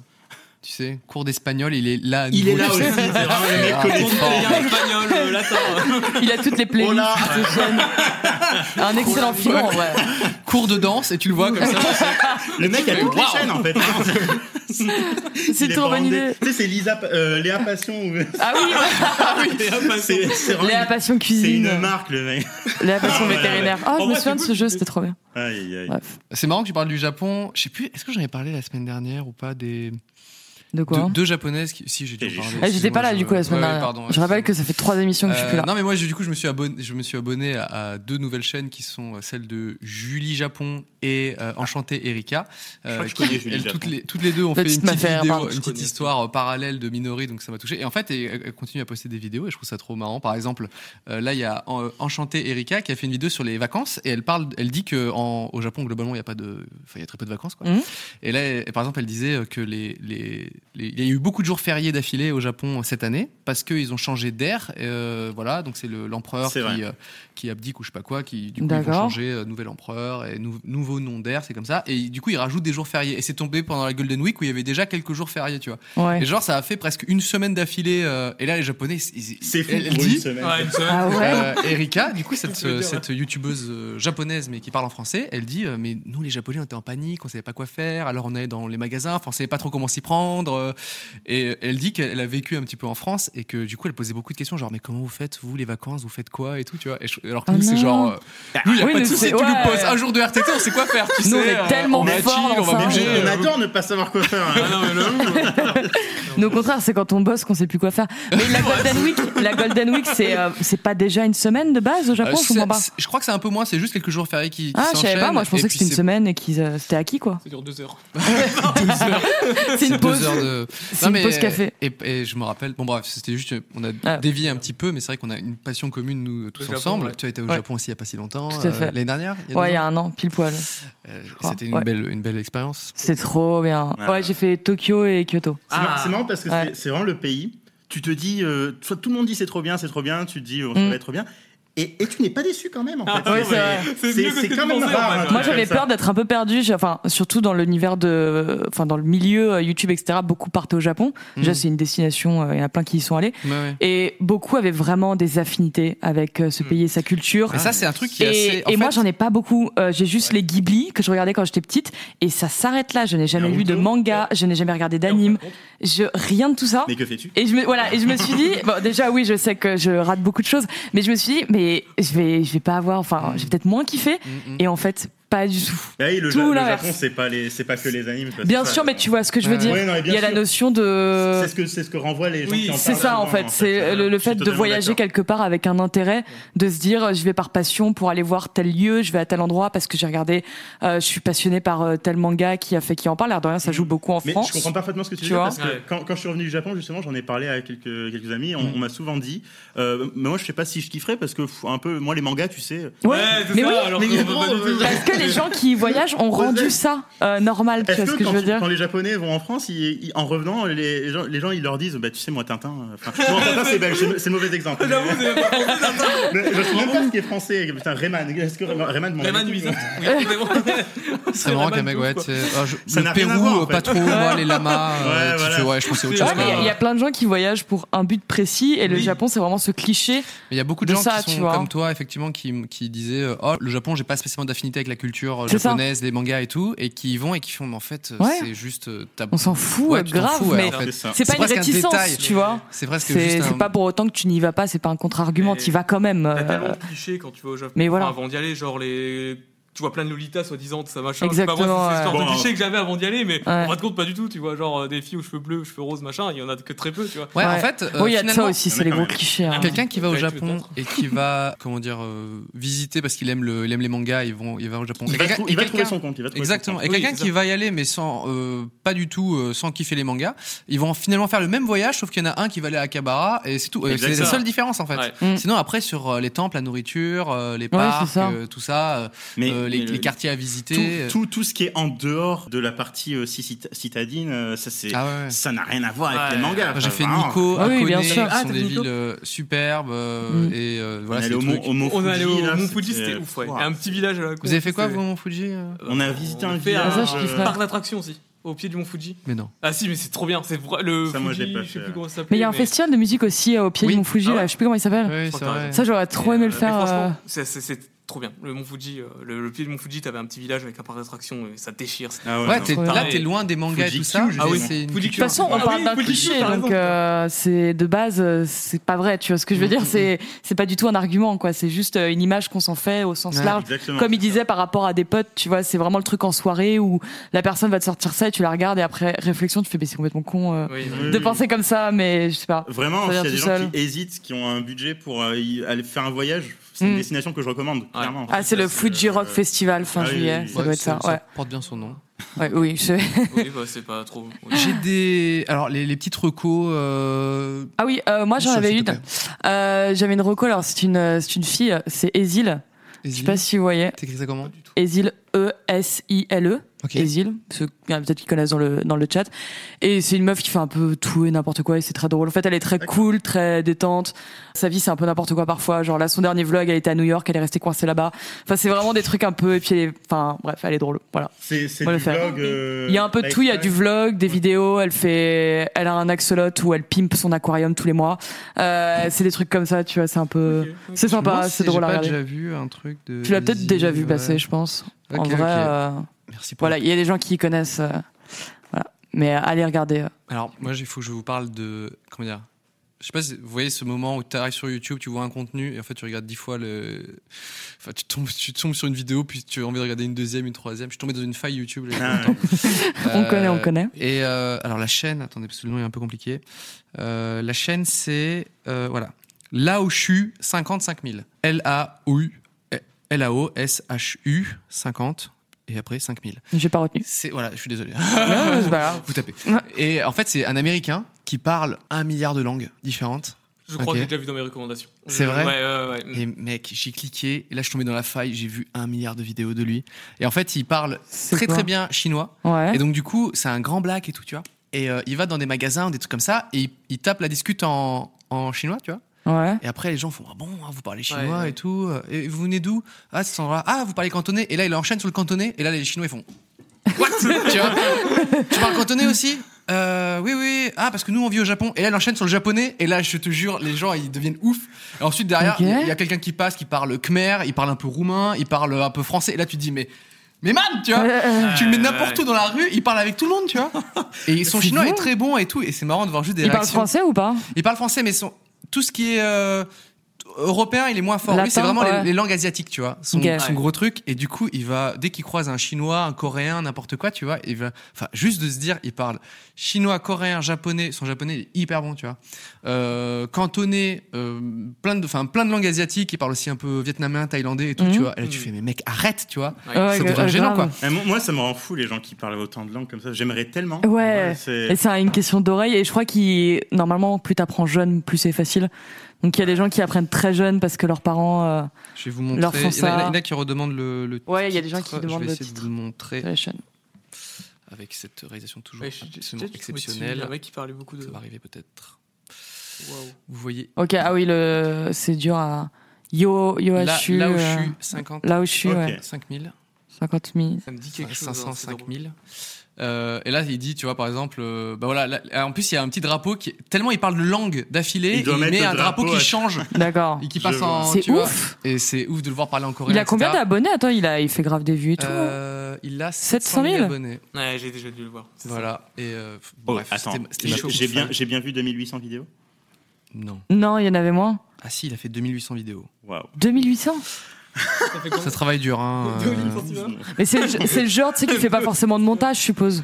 S1: Tu sais, cours d'espagnol, il est là. à
S2: Il est
S1: nouveau,
S2: là
S1: tu
S2: aussi
S1: sais.
S2: c'est vraiment le mec
S1: Ah,
S2: connecté.
S1: trop fort.
S3: Il y a un espagnol, euh, latin.
S4: Il a toutes les playlists
S2: Hola.
S4: de chaîne. Un excellent film en vrai.
S1: Cours de danse, et tu le vois comme ça.
S2: Le mec a toutes les
S1: Wow.
S2: chaînes en fait.
S4: C'est
S2: Il est
S4: trop
S2: pas
S4: bonne
S2: endetté.
S4: idée.
S2: Tu sais c'est Lisa, euh, Léa Passion. ou-
S4: Ah oui,
S2: c'est, c'est vraiment
S4: Léa Passion
S2: C'est
S4: Cuisine.
S2: une marque, le mec.
S4: Léa Passion
S2: Ah, ouais,
S4: Vétérinaire.
S2: ouais.
S4: Ah,
S2: En
S4: je me
S2: vrai,
S4: souviens de
S2: c'est
S4: ce
S2: cool.
S4: jeu, c'était trop bien.
S2: Aïe, aïe.
S4: Bref.
S1: C'est marrant que tu parles du Japon. Je sais plus, est-ce que j'en ai parlé la semaine dernière ou pas des
S4: De quoi
S1: deux,
S4: hein
S1: deux japonaises qui... Si, j'ai dû en
S2: Et j'ai
S1: parler.
S4: Ah, J'étais pas
S1: excuse-moi,
S4: là
S1: je-
S4: du coup la semaine
S1: Ouais, ouais,
S4: dernière.
S1: pardon,
S4: je rappelle
S1: excuse-moi.
S4: que ça fait trois émissions que je suis plus
S1: Euh,
S4: là.
S1: Non mais moi je- du coup je me suis abonné, je me suis abonné à, à deux nouvelles chaînes qui sont euh, celles de Julie Japon et euh, Enchantée Erika. Euh,
S2: Je crois que je
S1: qui,
S2: connais Julie
S1: elles,
S2: Japon.
S1: toutes les toutes les deux ont fait
S4: petite
S1: une petite
S4: affaire,
S1: vidéo,
S4: pardon,
S1: une
S4: je
S1: petite
S3: connais.
S1: histoire euh, parallèle de Minori, donc ça m'a touché. Et en fait, elle, elle continue à poster des vidéos et je trouve ça trop marrant. Par exemple, euh, là il y a euh, Enchantée Erika qui a fait une vidéo sur les vacances et elle parle, elle dit que en- au Japon globalement il y a pas de, enfin, il y a très peu de vacances quoi.
S4: Mhm.
S1: Et là, elle- par exemple, elle disait euh, que les, les, les- il y a eu beaucoup de jours fériés d'affilée au Japon euh, cette année parce qu'ils ont changé d'air. euh, voilà, donc c'est le- l'empereur
S2: C'est
S1: qui,
S2: vrai.
S1: euh, qui abdique ou je sais pas quoi, qui du coup ils vont
S4: D'accord.
S1: changer euh, nouvel empereur et nou- nouveau nom d'air, c'est comme ça. Et du coup, ils rajoutent des jours fériés. Et c'est tombé pendant la Golden Week où il y avait déjà quelques jours fériés, tu vois.
S4: Ouais.
S1: Et genre, ça a fait presque une semaine d'affilée. euh, et là, les Japonais, ils- ils-
S2: C'est fou
S1: elle, elle
S2: pour une
S1: dit.
S2: semaine.
S3: Ouais, une semaine.
S4: Ah ouais.
S1: euh, Erika, du coup, cette,
S3: Je veux dire,
S1: cette youtubeuse euh, japonaise mais qui parle en français, elle dit euh, Mais nous, les japonais, on était en panique, on savait pas quoi faire, alors on allait dans les magasins, enfin, on savait pas trop comment s'y prendre. euh, Et elle dit qu'elle a vécu un petit peu en France et que du coup, elle posait beaucoup de questions, genre Mais comment vous faites, vous, les vacances, vous faites quoi et tout, tu vois. Et je- alors que
S4: Ah
S1: nous, c'est
S4: non.
S1: genre euh, Nous, il a
S4: Bah, Oui,
S1: pas de
S4: nous,
S1: souci,
S4: c'est-
S1: tu nous
S4: ouais.
S1: poses un jour de RTT, on sait quoi faire, tu
S4: Nous, on
S1: sais, euh,
S4: est tellement
S1: on va
S4: forts
S1: chill,
S4: dans
S1: on va
S4: ça.
S1: manger.
S2: On
S1: euh,
S2: adore ne pas savoir quoi faire. hein.
S3: Ah non, mais le ouf.
S4: Nous, au contraire, c'est quand on bosse qu'on sait plus quoi faire. Mais la Golden Week, la Golden Week, c'est euh, c'est pas déjà une semaine de base au
S1: euh,
S4: Japon, je
S1: c'est-
S4: comprends pas.
S1: c'est- je crois que c'est un peu moins, c'est juste quelques jours fériés qui, qui
S4: Ah, je savais pas. Moi, je
S1: s'enchaînent, et
S4: pensais que
S1: puis
S4: c'était une
S1: c'est
S4: semaine et qu'ils euh, c'était acquis quoi.
S3: Ça dure deux heures.
S4: C'est une
S1: deux
S4: pause.
S1: heures heure de. euh,
S4: C'est une pause café.
S1: Et, et je me rappelle. Bon, bref, c'était juste. On a
S4: Ah.
S1: dévié un petit peu, mais c'est vrai qu'on a une passion commune, nous, tous
S3: Le Japon,
S1: ensemble.
S3: ouais.
S1: Tu as été au
S4: Ouais.
S1: Japon aussi il n'y a pas si longtemps. euh,
S4: Tout à fait.
S1: L'année dernière il y a
S4: Ouais,
S1: deux
S4: il y a
S1: ans
S4: un an, pile poil.
S1: Euh,
S4: crois.
S1: C'était une,
S4: Ouais.
S1: belle, une belle expérience.
S4: C'est trop bien.
S2: Ah.
S4: Ouais, j'ai fait Tokyo et Kyoto.
S2: C'est
S3: Ah.
S2: marrant- c'est marrant parce que
S4: Ouais.
S2: c'est- c'est vraiment le pays. Tu te dis, euh, soit tout le monde dit c'est trop bien, c'est trop bien, tu te dis on
S4: Mm.
S2: ça va être trop bien. Et, et tu n'es pas déçu quand même en fait.
S4: ouais, Ah, c'est vrai.
S2: C'est- c'est quand même rare, hein,
S4: Moi,
S2: Ouais,
S4: j'avais
S2: comme ça.
S4: peur d'être un peu perdu. J'ai- Enfin, surtout dans l'univers de, enfin, dans le milieu euh, YouTube, etc. Beaucoup partaient au Japon. Déjà,
S1: Mhm.
S4: c'est une destination. euh, Il y en a plein qui y sont allés.
S1: Ouais, ouais.
S4: Et beaucoup avaient vraiment des affinités avec euh,
S1: Mm.
S4: ce
S3: Mhm.
S4: pays et sa culture.
S1: Et ça, c'est un truc qui est
S4: Et,
S1: assez.
S4: et moi,
S1: fait,
S4: j'en ai pas beaucoup. Euh, j'ai juste les Ghibli que je regardais quand j'étais petite, et ça s'arrête là. Je n'ai
S1: Ah
S4: jamais lu de
S2: Naruto.
S4: manga, je n'ai jamais regardé d'anime, je rien de tout ça.
S2: Mais que fais-tu
S4: Et je me voilà, et je me suis dit, bon, déjà oui, je sais que je rate beaucoup de choses, mais je me suis dit, mais je vais, je vais pas avoir, enfin, j'ai peut-être moins kiffé,
S1: Mm, mm.
S4: et en fait, pas du tout.
S2: Ah oui, le,
S4: Tout
S2: Ja- le
S4: l'inverse.
S2: Japon, c'est pas les, c'est pas que les animes. parce que
S4: Bien
S2: ça,
S4: sûr, mais euh, tu vois ce que je veux
S1: Ouais.
S4: dire.
S2: Ouais, non, mais
S4: Il
S2: bien
S4: y a la
S2: sûr.
S4: notion de.
S2: C'est ce que c'est ce que renvoient les gens.
S3: Oui,
S2: qui en
S4: C'est
S2: parlent
S4: ça en
S2: souvent,
S4: fait, c'est
S2: Euh,
S4: le, le
S2: je suis
S4: fait de
S2: totalement
S4: voyager
S2: d'accord.
S4: quelque part avec un intérêt, de se dire euh, je vais par passion pour aller voir tel lieu, je vais à tel endroit parce que j'ai regardé, euh, je suis passionné par euh, tel manga qui a fait qui en parle. L'air de rien, ça joue beaucoup en
S2: Mm. Mais
S4: France.
S2: je comprends parfaitement ce que tu,
S4: Tu
S2: dis
S4: vois
S2: parce que
S3: Ouais.
S2: quand, quand je suis revenu du Japon, justement, j'en ai parlé à quelques, quelques amis.
S4: Mm.
S2: On, on m'a souvent dit, euh, mais moi je sais pas si je kifferais parce que pff, un peu, moi les mangas, tu sais.
S4: Ouais,
S2: mais
S4: mais oui,
S3: que-
S2: gros,
S3: bah, bah, bah,
S2: euh,
S4: parce que les gens qui y voyagent ont rendu ça euh, normal. Tu
S2: Est-ce
S4: vois
S2: que,
S4: ce que je
S2: quand,
S4: veux
S2: tu-
S4: dire
S2: quand les Japonais vont en France, ils- ils- en revenant, les, les gens, les gens, ils leur disent, bah tu sais, moi Tintin. euh, enfin, bon, Tintin c'est belge, c'est c'est le mauvais exemple.
S3: J'avoue,
S2: Mais-
S3: c'est pas pensé à ça.
S2: mais je sais même pas ce qui est français. Putain, Rayman. Est-ce que Rayman m'en a
S3: Rayman
S2: dit-
S3: Luiz. Oui, c'est bon.
S1: ce serait marrant
S3: la
S1: qu'un
S3: même
S1: mec,
S3: chose,
S1: ouais,
S3: quoi.
S1: tu sais, ah, je-
S2: Ça
S1: le
S2: n'a rien à
S1: Pérou,
S2: voir, en
S1: euh, pas
S2: fait.
S1: trop, moi, les lamas, euh,
S2: Ouais,
S1: tu
S2: voilà.
S1: fais, ouais, je pensais autre
S3: Ouais,
S1: chose.
S4: Ouais, mais
S1: quoi.
S4: il y a plein de gens qui voyagent pour un but précis et le
S2: Oui.
S4: Japon, c'est vraiment ce cliché.
S1: Mais il y a beaucoup de,
S4: de
S1: gens
S4: ça,
S1: qui
S4: tu
S1: sont
S4: vois.
S1: comme toi, effectivement, qui, qui disaient euh, Oh, le Japon, j'ai pas spécialement d'affinité avec la culture euh,
S4: C'est ça.
S1: japonaise, les mangas et tout, et qui y vont et qui font, mais en fait, euh,
S4: Ouais.
S1: c'est juste. euh, t'as-
S4: On s'en fout,
S1: Ouais,
S4: euh,
S1: tu t'en
S4: grave,
S1: fous, ouais,
S4: mais
S1: en fait.
S2: C'est ça.
S4: c'est pas
S1: C'est
S4: une
S1: presque un
S4: réticence,
S1: détail.
S4: tu vois.
S1: C'est presque
S4: C'est
S1: juste.
S4: c'est
S1: un-
S4: pas pour autant que tu n'y vas pas, c'est pas un contre-argument,
S3: Et-
S4: tu y vas quand même.
S3: T'as
S4: euh,
S3: tellement de clichés quand tu vas au Japon.
S4: Mais voilà.
S3: Enfin, avant d'y aller, genre les. Tu vois plein de Lolita soi-disant, ça machin. C'est pas
S4: Exactement,
S3: moi, c'est ce genre
S2: ouais.
S3: de cliché que j'avais avant d'y aller, mais
S4: Ouais.
S3: en fin de compte, pas du tout. Tu vois, genre euh, des filles aux cheveux bleus, aux cheveux roses, machin, il y en a que très peu, tu vois.
S1: Ouais, en
S4: Ouais.
S1: fait, euh,
S4: oui, il y a de ça
S1: finalement,
S4: aussi,
S2: y en
S4: c'est
S2: a
S4: les
S2: quand
S4: gros
S2: même.
S4: clichés. hein.
S1: Quelqu'un qui va au
S3: Ouais, tu
S1: Japon
S3: peut-être.
S1: et qui va, comment dire, euh, visiter parce qu'il aime, le, il aime les mangas, ils vont, il va au Japon.
S2: Il
S1: Et
S2: va,
S1: quelqu'un-
S2: trou- il
S1: et
S2: va
S1: quelqu'un-
S2: trouver son compte. il va trouver son
S1: Exactement.
S2: compte.
S1: Et
S3: Oui,
S1: quelqu'un
S3: c'est
S1: qui
S3: ça.
S1: va y aller, mais sans, euh, pas du tout, euh, sans kiffer les mangas, ils vont finalement faire le même voyage, sauf qu'il y en a un qui va aller à Akabara, et c'est tout. Euh, c'est la
S3: Exactement.
S1: seule différence en fait.
S3: Ouais.
S4: Mm.
S1: Sinon, après, sur euh, les temples, la nourriture, euh, les
S4: Ouais,
S1: parcs,
S4: c'est ça.
S1: euh, tout ça, euh,
S2: Mais-
S1: euh, les,
S2: mais le-
S1: les quartiers à visiter.
S2: tout,
S1: euh,
S2: tout, tout ce qui est en dehors de la partie euh, ci- cit- citadine, euh, ça c'est
S1: Ah ouais, ouais.
S2: ça n'a rien à voir avec
S3: Ouais.
S2: les mangas.
S1: Moi, J'ai
S2: Enfin,
S1: fait
S2: vraiment.
S1: Nikko,
S4: Ah oui,
S1: Hakone,
S4: bien
S1: qui
S4: sûr.
S1: sont
S3: Ah, t'as
S1: des
S3: fait Nikko
S1: villes euh, superbes, euh,
S4: Mm.
S1: et euh,
S2: On
S1: voilà,
S2: est
S1: c'est
S2: allé
S1: le
S2: au Mont
S1: truc.
S2: au Mont
S3: On est allé au
S2: Fuji, là,
S3: Mont Fuji, c'était
S2: c'était-
S3: ouf, ouais.
S2: Wow.
S3: Un petit village à la con,
S1: Vous avez fait quoi,
S3: c'était-
S1: vous, Mont Fuji euh
S2: On a visité un
S3: fait
S2: village.
S4: Ah, ça, je
S2: euh,
S4: kiffe, ouais.
S3: parc d'attractions aussi, au pied du Mont Fuji.
S1: Mais non.
S3: Ah si, mais c'est trop bien. C'est vra- le
S2: Ça, moi, je l'ai
S3: Fuji,
S2: pas
S3: je sais
S2: fait,
S3: plus
S2: ouais.
S3: comment ça s'appelle.
S4: Mais il y a un festival de musique aussi euh, au pied
S3: Oui.
S4: du Mont Fuji,
S3: Ah ouais.
S4: là, je sais plus comment il s'appelle.
S1: Oui,
S3: crois
S1: c'est
S3: que t'as
S1: vrai.
S3: raison.
S4: Ça, j'aurais trop aimé le
S3: Mais
S4: faire. euh,
S3: franchement, c'est- c'est c'est trop bien. Le Mont Fuji, euh, le, le pied du Mont Fuji, t'avais un petit village avec un parc d'attractions, et ça déchire. c'était-
S2: Ah
S1: Ouais,
S2: non.
S1: t'es-
S4: Ouais.
S1: là, t'es loin des mangas et
S2: Fuji
S1: tout
S2: Q,
S1: ça.
S2: je
S1: mais
S2: sais,
S3: non.
S1: Ah c'est une
S3: Fuji
S4: De toute façon, on
S3: Ah
S4: parle
S3: oui,
S4: d'un
S3: Fuji,
S4: cliché,
S3: t'as raison,
S4: donc
S3: t'as
S4: euh, c'est de base, euh, c'est pas vrai. Tu vois ce que je veux dire C'est c'est pas du tout un argument, quoi. C'est juste euh, une image qu'on s'en fait au sens
S1: Ouais.
S4: large.
S2: Exactement.
S4: Comme il disait par rapport à des potes, tu vois, c'est vraiment le truc en soirée où la personne va te sortir ça et tu la regardes et après réflexion, tu fais, mais c'est complètement con euh,
S3: Oui,
S2: Oui,
S4: de
S2: oui.
S4: penser comme ça, mais je sais pas.
S2: Vraiment, s'il
S4: Ça
S2: y
S4: vient
S2: a des
S4: tout
S2: gens
S4: seul.
S2: qui hésitent, qui ont un budget pour euh, y- aller faire un voyage, c'est
S4: Mm.
S2: une destination que je recommande. clairement.
S4: Ah, c'est le Fuji Rock
S2: Festival.
S4: Festival fin
S2: ah oui,
S4: juillet,
S2: oui, oui.
S4: ça doit être ça. Ouais,
S1: porte bien son nom.
S4: ouais, oui, je-
S3: oui bah, c'est pas trop.
S1: J'ai des. Alors, les, les petites recos. euh,
S4: Ah oui, euh, moi j'en
S1: Sauf,
S4: avais
S1: s'il
S4: une.
S1: te plaît.
S4: Euh, J'avais une reco, alors c'est une, euh, c'est une fille, euh, c'est Esil. Je sais
S1: Easy.
S4: pas si vous voyez. E
S1: T'écris ça comment
S4: Esil, E-S-I-L-E.
S1: Ok.
S4: Esil, ceux- il y en a peut-être qui connaissent dans le, dans le chat. Et c'est une meuf qui fait un peu tout et n'importe quoi et c'est très drôle. En fait, elle est très cool, très détente. Sa vie, c'est un peu n'importe quoi parfois. Genre là, son dernier vlog, elle était à New York, elle est restée coincée là-bas. Enfin, c'est vraiment des trucs un peu, et puis elle est- enfin, bref, elle est drôle. Voilà.
S2: C'est c'est
S4: On va
S2: du
S4: le faire.
S2: vlog. euh,
S4: Il y a un peu de tout, il y a du
S2: lifestyle.
S4: vlog, des vidéos, elle fait, elle a un axolote où elle pimpe son aquarium tous les mois. Euh, c'est des trucs comme ça, tu vois, c'est un peu,
S3: euh,
S4: c'est
S1: Je me demande
S4: sympa,
S1: si
S4: c'est drôle à
S1: J'ai pas
S4: regarder.
S1: déjà vu un truc de.
S4: Tu l'as peut-être
S1: Easy,
S4: déjà vu
S1: ouais.
S4: passer, je pense. en
S1: Ok,
S4: vrai,
S1: ok.
S4: euh,
S1: Merci pour
S4: voilà, il y a des gens qui y connaissent, euh, voilà. Mais euh, allez regarder. euh.
S1: Alors, moi, il faut que je vous parle de. Comment dire Je sais pas si vous voyez ce moment où tu arrives sur YouTube, tu vois un contenu et en fait, tu regardes dix fois le. Enfin, tu tombes, tu tombes sur une vidéo, puis tu as envie de regarder une deuxième, une troisième. Je suis tombé dans une faille YouTube. là, il y a
S2: Ah,
S1: longtemps.
S2: ouais.
S4: On
S1: Euh,
S4: connaît, on connaît.
S1: Et euh, alors, la chaîne, attendez, parce que le nom est un peu compliqué. Euh, la chaîne, c'est. euh, voilà. Laoshu 55 000. L-A-O-S-H-U 50 et après 5000.
S4: J'ai pas retenu.
S1: C'est voilà, je suis désolé. hein.
S4: Non, c'est pas grave.
S1: Vous tapez.
S4: Ouais.
S1: Et en fait, c'est un Américain qui parle un milliard de langues différentes.
S3: Je crois
S1: Ok.
S3: que j'ai déjà vu dans mes recommandations.
S1: C'est
S3: Je-
S1: vrai
S3: Ouais, ouais, ouais.
S1: Et mec, j'ai cliqué, et là je suis tombé dans la faille, j'ai vu un milliard de vidéos de lui. Et en fait, il parle
S4: C'est
S1: très
S4: quoi
S1: très bien chinois.
S4: Ouais.
S1: Et donc du coup, c'est un grand black et tout, tu vois. Et euh, il va dans des magasins, des trucs comme ça, et il, il tape la discute en, en chinois, tu vois.
S4: Ouais.
S1: Et après, les gens font Ah bon, hein, vous parlez chinois
S3: Ouais, ouais.
S1: et tout. euh, Et vous venez d'où Ah, c'est cet endroit. Ah, vous parlez cantonais. Et là, il enchaîne sur le cantonais. Et là, les chinois, ils font What Tu vois Tu parles cantonais aussi Euh, oui, oui, ah, parce que nous on vit au Japon, et là elle enchaîne sur le japonais, et là je te jure, les gens ils deviennent ouf. Et ensuite derrière,
S4: Ok.
S1: il y a- il y a quelqu'un qui passe qui parle khmer, il parle un peu roumain, il parle un peu français, et là tu te dis, mais, mais man, tu vois,
S4: Euh, euh,
S1: tu le mets
S3: Ouais,
S1: n'importe
S3: ouais. Bah,
S1: où dans la rue, il parle avec tout le monde, tu vois. Et son
S4: C'est
S1: chinois
S4: bon.
S1: est très bon et tout, et c'est marrant de voir juste des
S4: Il parle
S1: réactions.
S4: français ou pas
S1: Il parle français, mais son- tout ce qui est euh, européen, il est moins fort. Lui,
S4: Latin,
S1: c'est vraiment
S4: ouais.
S1: les, les langues asiatiques, tu vois, son,
S4: Ok.
S1: son
S3: Ouais.
S1: gros truc. Et du coup, il va dès qu'il croise un chinois, un coréen, n'importe quoi, tu vois, il va, enfin, juste de se dire, il parle chinois, coréen, japonais. Son japonais il est hyper bon, tu vois. Euh, cantonais, euh, plein de, enfin, plein de langues asiatiques. Il parle aussi un peu vietnamien, thaïlandais et tout,
S4: Mhm.
S1: tu vois. Et là, tu
S3: Mhm.
S1: fais, mais mec, arrête, tu vois.
S3: Ouais,
S4: Ouais,
S1: ça devient
S4: grave.
S1: gênant, quoi.
S2: Euh, moi, ça me rend fou les gens qui parlent autant de langues comme ça. J'aimerais tellement.
S4: Ouais.
S2: c'est-
S4: Et c'est une question d'oreille. Et je crois qu'il normalement plus t'apprends jeune, plus c'est facile. Donc il y a des gens qui apprennent très jeune parce que leurs parents. euh,
S1: Je vais vous montrer.
S4: Leur
S1: Il y en a- il y en a,
S4: Fonsa.
S1: il y en a qui redemandent le. le
S4: Ouais, il y a des gens
S1: titre.
S4: qui demandent
S1: Je
S4: le
S1: vais essayer de
S4: titre.
S1: vous le montrer
S4: la chaîne.
S1: avec cette réalisation toujours
S3: Ouais, je- je-
S1: absolument
S3: je- je-
S1: exceptionnelle.
S3: Un mec qui parlait beaucoup de.
S1: Ça va arriver peut-être.
S3: Waouh.
S1: Vous voyez
S4: Ok. Ah oui, le c'est dur à. Yo, yo,
S1: là,
S4: Ashu,
S1: là où
S4: euh,
S1: je suis, 50,
S4: Là où je suis,
S2: Ok.
S4: ouais.
S1: 5 000,
S4: 50 000.
S3: Ça me dit quelque chose. hein,
S1: 500,
S3: c'est
S1: 5
S3: drôle.
S1: 000. Euh, et là, il dit, tu vois, par exemple, euh, bah voilà, là, en plus, il y a un petit drapeau qui, tellement il parle de langue d'affilée,
S2: Il
S1: il,
S2: doit mettre
S1: met
S2: le
S1: un drapeau,
S2: drapeau à-
S1: qui change
S4: D'accord.
S1: et qui
S2: Je
S1: passe
S2: vois.
S1: en.
S4: C'est
S1: tu vois.
S4: ouf.
S1: et c'est ouf de le voir parler en coréen.
S4: Il a combien
S1: etc.
S4: d'abonnés Attends, il a, il fait grave des vues et tout. hein.
S1: Euh, Il a
S4: 700
S1: 700
S4: 000
S1: 000 abonnés.
S3: Ouais, j'ai déjà dû le voir. c'est ça.
S1: Voilà. Et euh,
S2: Oh,
S1: bref,
S2: attends,
S1: c'était- c'était
S2: j'ai
S1: chaud.
S2: j'ai bien, j'ai bien vu 2800 vidéos.
S1: Non.
S4: Non, il y en avait moins.
S1: Ah si, il a fait 2800 vidéos.
S2: Waouh.
S4: 2800
S3: Ça fait combien
S1: Ça travaille dur, hein.
S3: Deux lignes pour Sylvain
S4: Mais c'est le- c'est le genre, tu sais, qui fait pas forcément de montage, je suppose.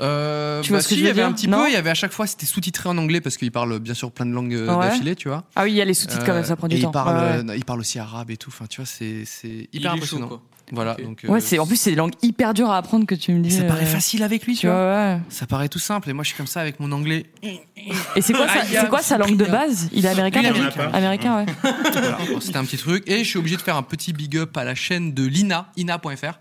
S1: Euh,
S4: Tu vois
S1: bah
S4: ce que
S1: si,
S4: je
S1: il y
S4: veux
S1: avait
S4: dire
S1: un petit
S4: Non
S1: peu, il y avait à chaque fois, c'était sous-titré en anglais parce qu'il parle bien sûr plein de langues euh,
S4: Ouais.
S1: d'affilée, tu vois.
S4: Ah oui, il y a les sous-titres quand même, ça prend
S1: Et
S4: du temps.
S1: Il parle,
S4: Ouais, ouais.
S1: euh, il parle aussi arabe et tout. Enfin, tu vois, c'est c'est hyper
S3: Il est chaud,
S1: impressionnant.
S3: quoi.
S1: Voilà.
S3: Ok.
S1: Donc,
S4: Ouais,
S1: euh,
S4: c'est en plus c'est des langues hyper dures à apprendre que tu me
S1: et
S4: dis.
S1: ça
S4: euh,
S1: paraît facile avec lui,
S4: Tu
S1: tu vois.
S4: vois, ouais.
S1: Ça paraît tout simple. Et moi, je suis comme ça avec mon anglais.
S4: Et c'est quoi, sa-
S1: Aïe,
S4: c'est quoi sa langue de
S1: Cyprien.
S4: base Il est américain,
S1: Lui,
S4: t'as
S1: il est
S4: dit
S2: américain.
S4: Américain, ouais.
S1: Voilà. Bon, C'était un petit truc. Et je suis obligé de faire un petit big up à la chaîne de Lina, ina.fr,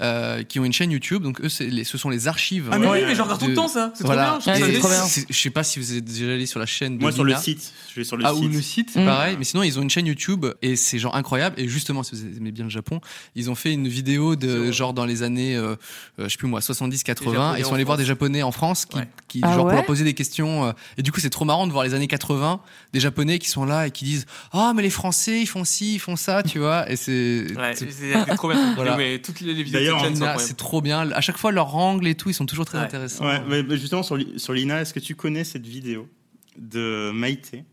S1: euh, qui ont une chaîne YouTube. Donc eux, c'est les, ce sont les archives. euh,
S3: Ah, mais oui,
S2: Ouais.
S3: mais je regarde tout le
S1: De-
S3: temps ça. C'est
S1: Voilà.
S3: trop bien.
S4: Ouais,
S3: je
S4: c'est
S3: trouve
S1: Et
S4: trop
S3: ça
S4: bien.
S3: dé-
S1: c'est- Je sais pas si vous êtes déjà allé sur la chaîne. De
S2: Moi, sur le
S1: Lina.
S2: site. Je vais sur le
S1: Ah,
S2: site.
S1: ou le site,
S4: Mm.
S1: pareil. Mais sinon, ils ont une chaîne YouTube et c'est genre incroyable. Et justement, si vous aimez bien le Japon, ils ont fait une vidéo de
S3: C'est vrai.
S1: genre dans les années, euh, euh, je sais plus moi, 70, 80.
S3: Japonais
S1: Ils sont
S3: en
S1: allés voir
S3: France.
S1: des Japonais en France qui,
S3: Ouais.
S1: qui
S4: Ah
S1: genre, pour
S4: ouais
S1: leur poser des questions. euh, et du coup, c'est trop marrant de voir les années 80, des Japonais qui sont là et qui disent Ah, mais les Français, ils font ci, ils font ça, tu vois. Et c'est.
S3: Ouais,
S1: c'est-
S3: c'est c'est trop bien.
S1: Voilà.
S3: Mais toutes les les vidéos
S2: D'ailleurs,
S3: de cette chaîne sont
S1: Lina,
S3: incroyables.
S1: c'est trop bien. À chaque fois, leur angle et tout, ils sont toujours très
S3: Ouais.
S1: intéressants.
S2: Ouais, mais- mais justement, sur, Li- sur Lina, est-ce que tu connais cette vidéo de Maïté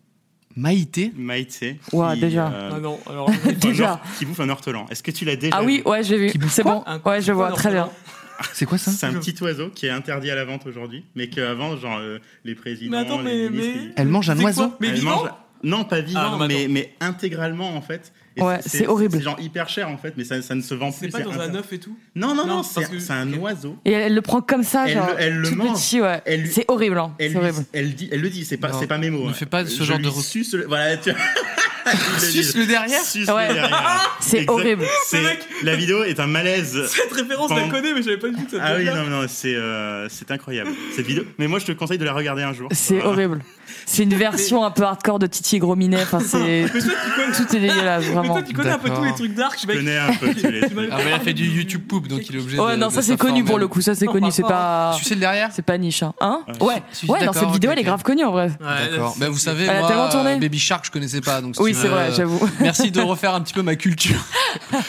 S1: Maïté,
S2: Maïté.
S4: Ouah,
S2: qui,
S4: déjà.
S2: euh,
S3: Ah
S2: bouffe
S3: non, alors.
S2: un
S4: Déjà.
S2: or- Qui bouffe un ortolan. Est-ce que tu l'as déjà
S4: Ah oui,
S2: vu
S4: ouais, je l'ai
S1: Qui
S4: vu.
S1: bouffe
S4: C'est bon.
S3: un-
S4: Ouais, je vois,
S3: un
S4: très bien.
S3: orphelin.
S1: c'est quoi ça
S2: C'est un petit oiseau qui est interdit à la vente aujourd'hui, mais qu'avant, genre, euh, les présidents.
S3: Mais attends,
S2: les
S3: mais.
S2: ministres,
S3: mais-
S2: ils-
S1: Elle mange un
S3: C'est quoi
S1: oiseau
S3: Mais
S2: elle
S3: vivant
S2: mange- Non, pas vivant,
S3: Ah, non, bah
S2: mais,
S3: non.
S2: mais intégralement en fait.
S4: Ouais, c'est horrible.
S2: C'est genre hyper cher en fait, mais ça, ça ne se vend plus.
S3: C'est pas
S2: c'est
S3: dans un
S2: inter-
S3: œuf et tout
S2: Non, non,
S3: Non,
S2: non,
S3: parce
S2: c'est
S3: que-
S2: c'est un
S3: ok.
S2: oiseau.
S4: Et elle le prend comme ça,
S2: Elle
S4: genre.
S2: le- elle le
S4: tout
S2: mange.
S4: petit, ouais.
S2: Elle lui-
S4: C'est horrible, hein.
S2: Elle,
S4: C'est
S2: lui-
S4: horrible.
S2: elle, dit, elle le dit, c'est pas,
S1: Non,
S2: c'est pas mes mots.
S1: ne
S2: hein.
S1: fais pas ce
S2: Je
S1: genre
S2: lui
S1: de-
S2: Suce le... Voilà, tu
S1: Ah, Suce le derrière
S2: Suce
S4: Ouais.
S2: le derrière.
S4: C'est
S2: Exact-
S4: horrible.
S2: c'est-
S3: Le mec-
S2: La vidéo est un malaise.
S3: Cette référence, je
S2: Pardon.
S3: la connais, mais j'avais pas vu que ça
S2: Ah oui,
S3: devait
S2: non, non, c'est euh, c'est incroyable. Cette vidéo. Mais moi, je te conseille de la regarder un jour. Ah,
S4: C'est
S2: Voilà.
S4: horrible. C'est une version un peu hardcore de Titi et Gros Minet. Enfin, c'est.
S3: Mais toi, tu connais,
S4: Tout est dégueulasse,
S3: mais
S4: vraiment.
S3: toi, tu connais un peu tous les
S1: D'accord.
S3: trucs dark,
S2: Je
S3: mec.
S2: connais un peu tous les trucs.
S1: Ah, mais elle fait du YouTube poop, donc il est obligé
S4: Ouais,
S1: de- euh.
S4: non,
S1: de
S4: ça c'est connu
S1: s'informer.
S4: pour le coup. Ça c'est connu, c'est pas.
S1: Sucer le derrière
S4: C'est pas niche, hein. Hein
S2: Ouais.
S4: Ouais,
S1: Si, si,
S4: ouais, dans
S1: d'accord,
S4: cette vidéo,
S1: ok,
S4: elle est
S1: ok.
S4: grave connue en vrai.
S1: D'accord. Ben vous savez,
S4: Elle a
S1: moi,
S4: tellement tourné.
S1: euh, Baby Shark, je connaissais pas. Donc si
S4: Oui,
S1: tu
S4: c'est
S1: veux,
S4: vrai,
S1: euh,
S4: j'avoue.
S1: Merci de refaire un petit peu ma culture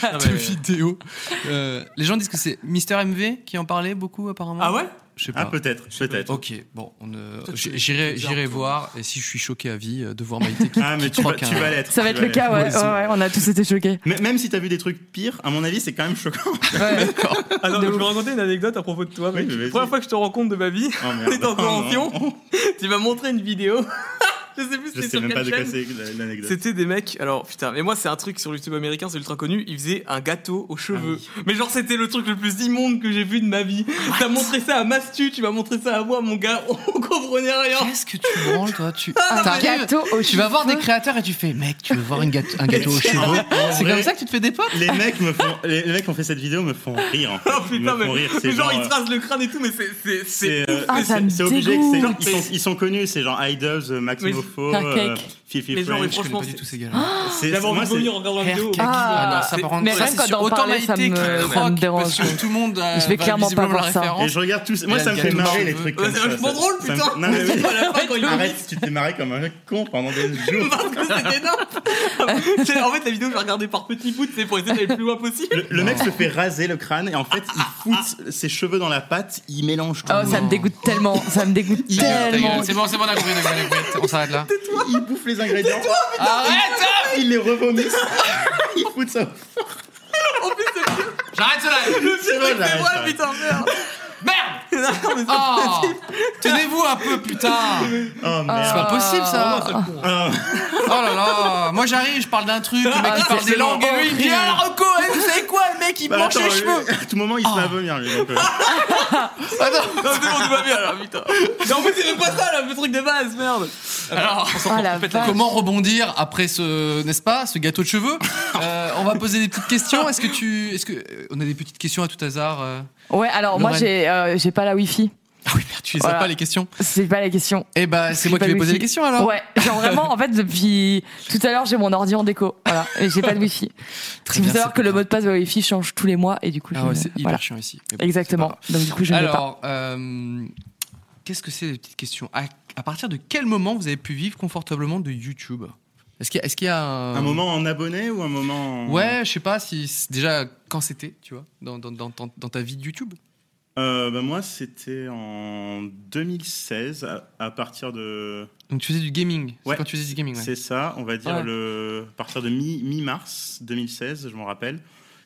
S3: Ah,
S1: de vidéo. Euh, les gens disent que c'est Mister MV qui en parlait beaucoup apparemment.
S3: ah ouais
S1: Je sais pas.
S2: Ah, peut-être, peut-être.
S4: Oh,
S1: Ok, bon, on, euh,
S3: Toi, tu-
S1: j'irai,
S3: tu-
S1: j'irai voir et si je suis choqué à vie euh, de voir Maïté qui,
S2: Ah, mais
S1: qui
S2: tu vas,
S1: croque un-
S2: tu vas l'être.
S4: Ça va
S2: tu
S4: être
S2: vas
S4: le cas, ouais.
S1: Ouais,
S4: ouais,
S1: c'est-
S4: ouais, on a tous été choqués.
S2: l'être. M- Même si t'as vu des trucs pires, à mon avis, c'est quand même choquant.
S4: Ouais.
S3: Ah non,
S4: De
S3: je vais
S4: ouf.
S3: raconter une anecdote à propos de toi, mec.
S2: Oui, mais vas-y.
S3: Première fois que je te rencontre de ma vie,
S2: Oh,
S3: on est encore en
S2: Oh,
S3: pion. tu m'as montré une vidéo Je sais plus
S2: Je
S3: c'était
S2: sais
S3: sur
S2: même
S3: quelle
S2: pas de quoi
S3: chaîne.
S2: c'est la- l'anecdote.
S3: C'était des mecs, alors putain, mais moi c'est un truc sur le YouTube américain, c'est ultra connu, ils faisaient un gâteau aux cheveux.
S1: Ah
S3: Mais genre c'était le truc le plus immonde que j'ai vu de ma vie. T'as montré ça à Mastu, tu m'as montré ça à moi mon gars, on comprenait rien.
S1: Qu'est-ce que tu branles, toi tu... t'arrives,
S4: Ah, Gâteau au
S1: tu vas voir des
S4: cheveux.
S1: créateurs et tu fais Mec, tu veux voir une gâte- un gâteau aux cheveux C'est comme ça que tu te fais des potes
S2: Les mecs me font, les, les mecs qui ont fait cette vidéo me font rire. En fait.
S3: Oh
S2: Ils
S3: putain,
S2: me
S3: mais,
S2: font rire.
S3: mais
S2: C'est
S3: genre,
S2: genre,
S3: ils tracent le crâne et tout, mais c'est- c'est. c'est-
S2: c'est, euh,
S4: Ah, ça
S2: c'est-
S4: me
S2: c'est obligé que
S4: dégoûte.
S2: c'est- ils sont, ils sont connus, c'est genre Idols, euh, Maximofo,
S4: Mais-
S2: euh,
S4: Cake.
S2: Fifi
S3: Les gens,
S2: French.
S1: Je
S3: ils-
S1: connais
S3: Franchement,
S1: pas du
S3: c'est-
S1: tout ces gars-là.
S2: C'est-
S3: D'avoir envie
S2: moi,
S3: de
S2: c'est-
S3: vomir en regardant la
S1: Hair
S3: vidéo.
S1: cake.
S4: Ah,
S1: Ah non, ça, par contre,
S4: mais
S1: ça,
S4: rien
S1: c'est
S4: que
S1: sur
S4: d'en
S1: autant
S4: parler,
S1: Maïté
S4: ça me-
S1: que
S4: ça me
S1: Croc,
S4: dérange.
S1: Parce que tout le monde euh,
S4: Je vais
S1: va
S4: clairement pas
S1: visiblement
S4: voir
S1: la
S4: ça.
S1: référence.
S2: Et je regarde tous. Moi,
S1: Il y a
S2: ça
S1: le
S2: me fait
S1: gâteau
S2: marrer
S1: dans
S2: les
S1: le
S2: trucs
S3: Ouais,
S2: comme
S3: c'est
S2: ça.
S3: vachement
S2: ça-
S3: drôle,
S2: ça me-
S3: putain.
S2: Non, mais oui.
S3: À la fin, quand ils
S2: Arrête, tu t'es marré comme un con pendant des jours.
S3: Parce que c'était énorme. C'est- en fait, la vidéo, je la regardais par petits bouts, c'est pour essayer d'aller le plus loin possible.
S2: Le, le mec se fait raser le crâne et en fait, il fout ses cheveux dans la pâte, il mélange tout.
S4: Oh, ça me dégoûte tellement, ça me dégoûte tellement.
S1: C'est bon, c'est bon, on a compris, on a compris, on a compris. On s'arrête là.
S2: Il bouffe les ingrédients,
S1: Arrête
S2: il les revomit, il fout ça.
S3: En plus, c'est le pire-
S1: J'arrête cela
S3: le pire,
S2: C'est bon,
S3: truc, c'est
S2: j'arrête,
S3: moi,
S2: j'arrête.
S3: putain, merde.
S1: Merde
S3: Non, mais c'est-
S4: Ah.
S1: Oh Tenez-vous un peu, putain
S2: Oh
S1: C'est
S2: merde.
S1: pas possible, ça
S2: Ah.
S1: Oh là là Moi, j'arrive, je parle d'un truc, le mec,
S4: Ah,
S1: il parle
S4: c'est
S1: des langues, et lui, il
S4: horrible.
S1: dit Ah, la reco, eh, vous savez quoi, le mec, il
S2: Bah,
S1: planche
S2: attends,
S1: les
S2: lui,
S1: cheveux
S2: À tout moment, il se met à vomir, lui. donc, euh,
S4: Ah
S1: Attends.
S3: Non, c'est bon, tout va bien, là, putain. Mais en fait, c'est même pas ça, là, le truc de base, merde. Ah,
S1: Alors,
S4: Oh la vache.
S1: Comment rebondir après ce, n'est-ce pas, ce gâteau de cheveux Euh, On va poser des petites questions. Est-ce que tu, est-ce que euh, on a des petites questions à tout hasard euh
S4: Ouais, alors moi
S1: Lorraine.
S4: j'ai euh, j'ai pas la wifi.
S1: Ah oui, merde, tu les as
S4: Voilà.
S1: pas les questions.
S4: C'est pas la question.
S1: Eh ben, c'est moi
S4: pas
S1: qui vais
S4: le
S1: poser
S4: wifi.
S1: les questions alors.
S4: Ouais, genre vraiment, en fait, depuis tout à l'heure, j'ai mon ordi en déco. Voilà, et j'ai pas de wifi.
S1: Très
S4: Il faut
S1: bien,
S4: savoir
S1: c'est
S4: que le
S1: bien.
S4: mot de passe de la wifi change tous les mois et du coup,
S1: Ah
S4: je-
S1: ouais, c'est hyper
S4: voilà.
S1: chiant ici. Mais bon, c'est
S4: Exactement.
S1: pas
S4: Donc du coup, je
S1: grave.
S4: ne l'ai pas.
S1: Alors, euh, qu'est-ce que c'est les petites questions à, à partir de quel moment vous avez pu vivre confortablement de YouTube Est-ce qu'il y a, est-ce qu'il y a un,
S2: Un moment en abonné ou un moment. en-
S1: Oh. Ouais, je sais pas si déjà quand c'était, tu vois, dans, dans, dans, dans- dans ta vie de YouTube.
S2: Euh, bah, Moi, c'était en 2016, à, à partir de.
S1: Donc tu faisais du gaming. C'est
S2: Ouais.
S1: Quand tu faisais du gaming, ouais.
S2: C'est ça, on va dire,
S1: Ouais.
S2: le... à partir de mi- mi-mars 2016, je m'en rappelle.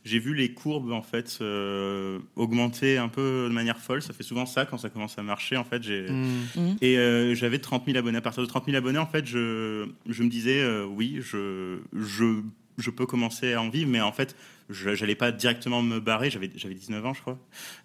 S2: J'ai vu les courbes en fait euh, augmenter un peu de manière folle. Ça fait souvent ça quand ça commence à marcher. En fait, j'ai
S3: Mhm.
S1: Hmm.
S2: Et euh, j'avais 30 000 abonnés. À partir de 30 000 abonnés, en fait, je, je me disais, euh, oui, je, je, je peux commencer à en vivre, mais en fait, je n'allais pas directement me barrer. J'avais j'avais 19 ans, je crois.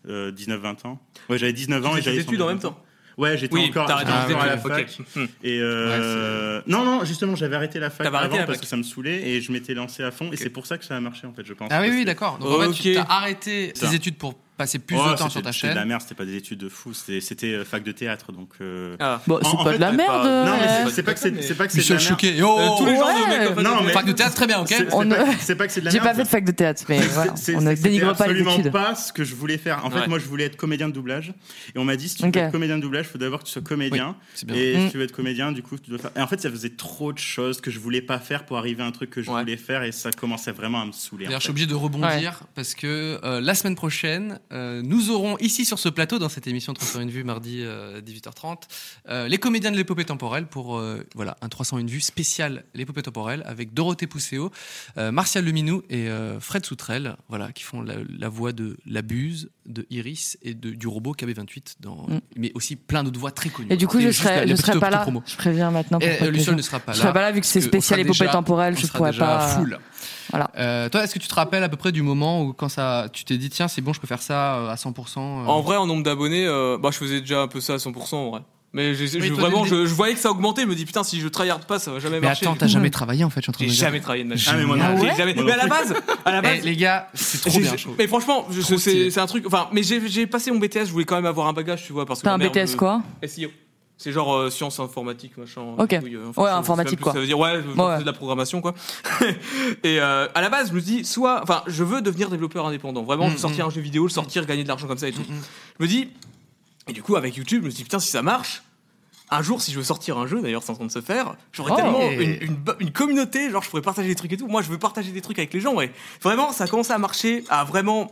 S2: Euh, 19-20 ans. Ouais, j'avais 19 ans et
S3: J'ai
S2: j'avais.
S3: des études en même temps.
S2: Ouais, j'étais encore, Ah,
S3: t'as arrêté
S2: j'étais
S3: les
S2: encore à la
S3: études,
S2: fac.
S3: ok. Hmm.
S2: Et euh, non, non, justement, j'avais arrêté la fac
S3: T'avais arrêté
S2: avant
S3: la
S2: parce
S3: fac.
S2: que ça me saoulait et je m'étais lancé à fond. Et c'est pour ça que ça a marché, en fait, je pense.
S1: Ah oui,
S2: Parce
S1: oui,
S2: que-
S1: d'accord. Donc en fait, tu
S3: Ok.
S1: t'as arrêté
S2: Ça.
S1: tes études pour passer plus
S2: Oh,
S1: de temps
S2: c'était-
S1: sur ta
S2: C'était de la
S1: chaîne.
S2: merde, c'était pas des études de fou. C'était c'était, euh, fac de théâtre, donc. euh,
S3: Ah.
S4: Bon,
S2: En-
S4: c'est
S2: en
S4: pas
S2: fait,
S4: de la
S3: t'avais
S4: merde.
S3: pas-
S2: Non, mais
S4: euh.
S2: c'est- c'est pas que c'est c'est pas que c'est de la
S1: Michel
S2: merde.
S1: Choquet.
S3: Euh,
S1: Oh
S3: tous les jours,
S4: Ouais.
S3: nos mecs, en fait,
S2: Non,
S3: ils-
S2: mais-
S1: Fac de théâtre, très bien, ok
S2: C'est- c'est
S4: On
S2: pas-
S4: ne-
S2: C'est pas que c'est de la
S4: J'ai
S2: merde.
S4: pas fait de fac de théâtre, mais
S2: C'est-
S4: voilà,
S2: c'est-
S4: on ne
S2: c'est- c'était
S4: dénigre pas les
S2: absolument
S4: études.
S2: pas ce que je voulais faire. En fait,
S3: Ouais.
S2: moi, je voulais être comédien de doublage. Et on m'a dit, si tu
S4: Ok.
S2: veux être comédien de doublage, il faut d'abord que tu sois comédien.
S1: C'est bien.
S2: Et
S4: Mm.
S2: si tu veux être comédien, du coup, tu dois faire. Et en fait, ça faisait trop de choses que je voulais pas faire pour arriver à un truc que je
S3: Ouais.
S2: voulais faire. Et ça commençait vraiment à me saouler. en
S1: D'ailleurs, je suis
S2: fait.
S1: obligé de rebondir parce que euh, la semaine prochaine, euh, nous aurons ici sur ce plateau, dans cette émission 301 vues, mardi euh, 18h30, euh, les comédiens de l'épopée temporelle pour euh, voilà, un 301 vues spécial l'épopée temporelle avec Dorothée Pousséo, euh, Martial Leminou et euh, Fred Soutrel, voilà, qui font la, la voix de la Buse, de Iris et de, du robot KB28, dans,
S4: Mm.
S1: mais aussi plein d'autres voix très connues.
S4: Et du coup,
S1: C'était
S4: je
S1: juste la-
S4: serai,
S1: la
S4: je
S1: petite
S4: serai pas là.
S1: auto-promo.
S4: Je préviens maintenant. pour
S1: Et,
S4: pas que
S1: euh,
S4: les
S1: Luciole
S4: gens-
S1: ne sera pas
S4: Je
S1: là.
S4: serai pas là vu que c'est
S1: parce que on
S4: spécial
S1: sera
S4: épopée
S1: déjà-
S4: temporelle.
S1: on
S4: Je
S1: sera
S4: pourrais
S1: déjà
S4: pas.
S1: full.
S4: Voilà.
S1: Euh, toi, est-ce que tu te rappelles à peu près du moment où quand ça, tu t'es dit tiens c'est bon je peux faire ça euh, à 100% euh,
S3: En vrai, en nombre d'abonnés, euh, bah, je faisais déjà un peu ça à 100% en vrai. Mais je, je-
S1: Oui, toi,
S3: vraiment,
S1: dès le
S3: je, je voyais que ça augmentait. Je me dis, putain, si je tryhard pas, ça va jamais
S1: Mais
S3: marcher.
S1: attends t'as jamais travaillé en fait je suis en train
S3: euh, J'ai
S1: de me dire.
S3: jamais travaillé de ma vie.
S2: Ah, mais moi, non.
S1: Ah
S3: J'ai
S2: ouais
S3: jamais-
S2: Moi non
S3: Mais à la
S2: plus.
S3: base, à la base,
S1: Eh, les gars c'est trop
S3: J'ai-
S1: bien.
S3: j'ai-
S1: je trouve.
S3: Mais franchement, je-
S1: Trop stylé.
S3: c'est c'est un truc. Enfin, mais j'ai j'ai passé mon BTS, je voulais quand même avoir un bagage, tu vois, parce que.
S4: T'as
S3: ma
S4: un
S3: mère
S4: BTS
S3: me-
S4: quoi
S3: SEO. C'est genre euh, sciences informatiques, machin.
S4: Ok.
S3: couille, euh,
S4: Ouais,
S3: je- je sais
S4: informatique,
S3: même plus
S4: quoi.
S3: ce que Ça veut dire, ouais,
S4: Ouais, ouais.
S3: c'est de la programmation, quoi. et euh, à la base, je me dis, soit, enfin, je veux devenir développeur indépendant. Vraiment,
S1: Mm,
S3: sortir un jeu vidéo, le sortir, gagner de l'argent comme ça et tout. Je me dis, et du coup, avec YouTube, je me dis, putain, si ça marche. Un jour, si je veux sortir un jeu, d'ailleurs, c'est en train de se faire, j'aurais
S4: Oh.
S3: tellement
S1: Et-
S3: une, une bo- une communauté, genre, je pourrais partager des trucs et tout. Moi, je veux partager des trucs avec les gens, ouais. Vraiment, ça a commencé à marcher, à vraiment.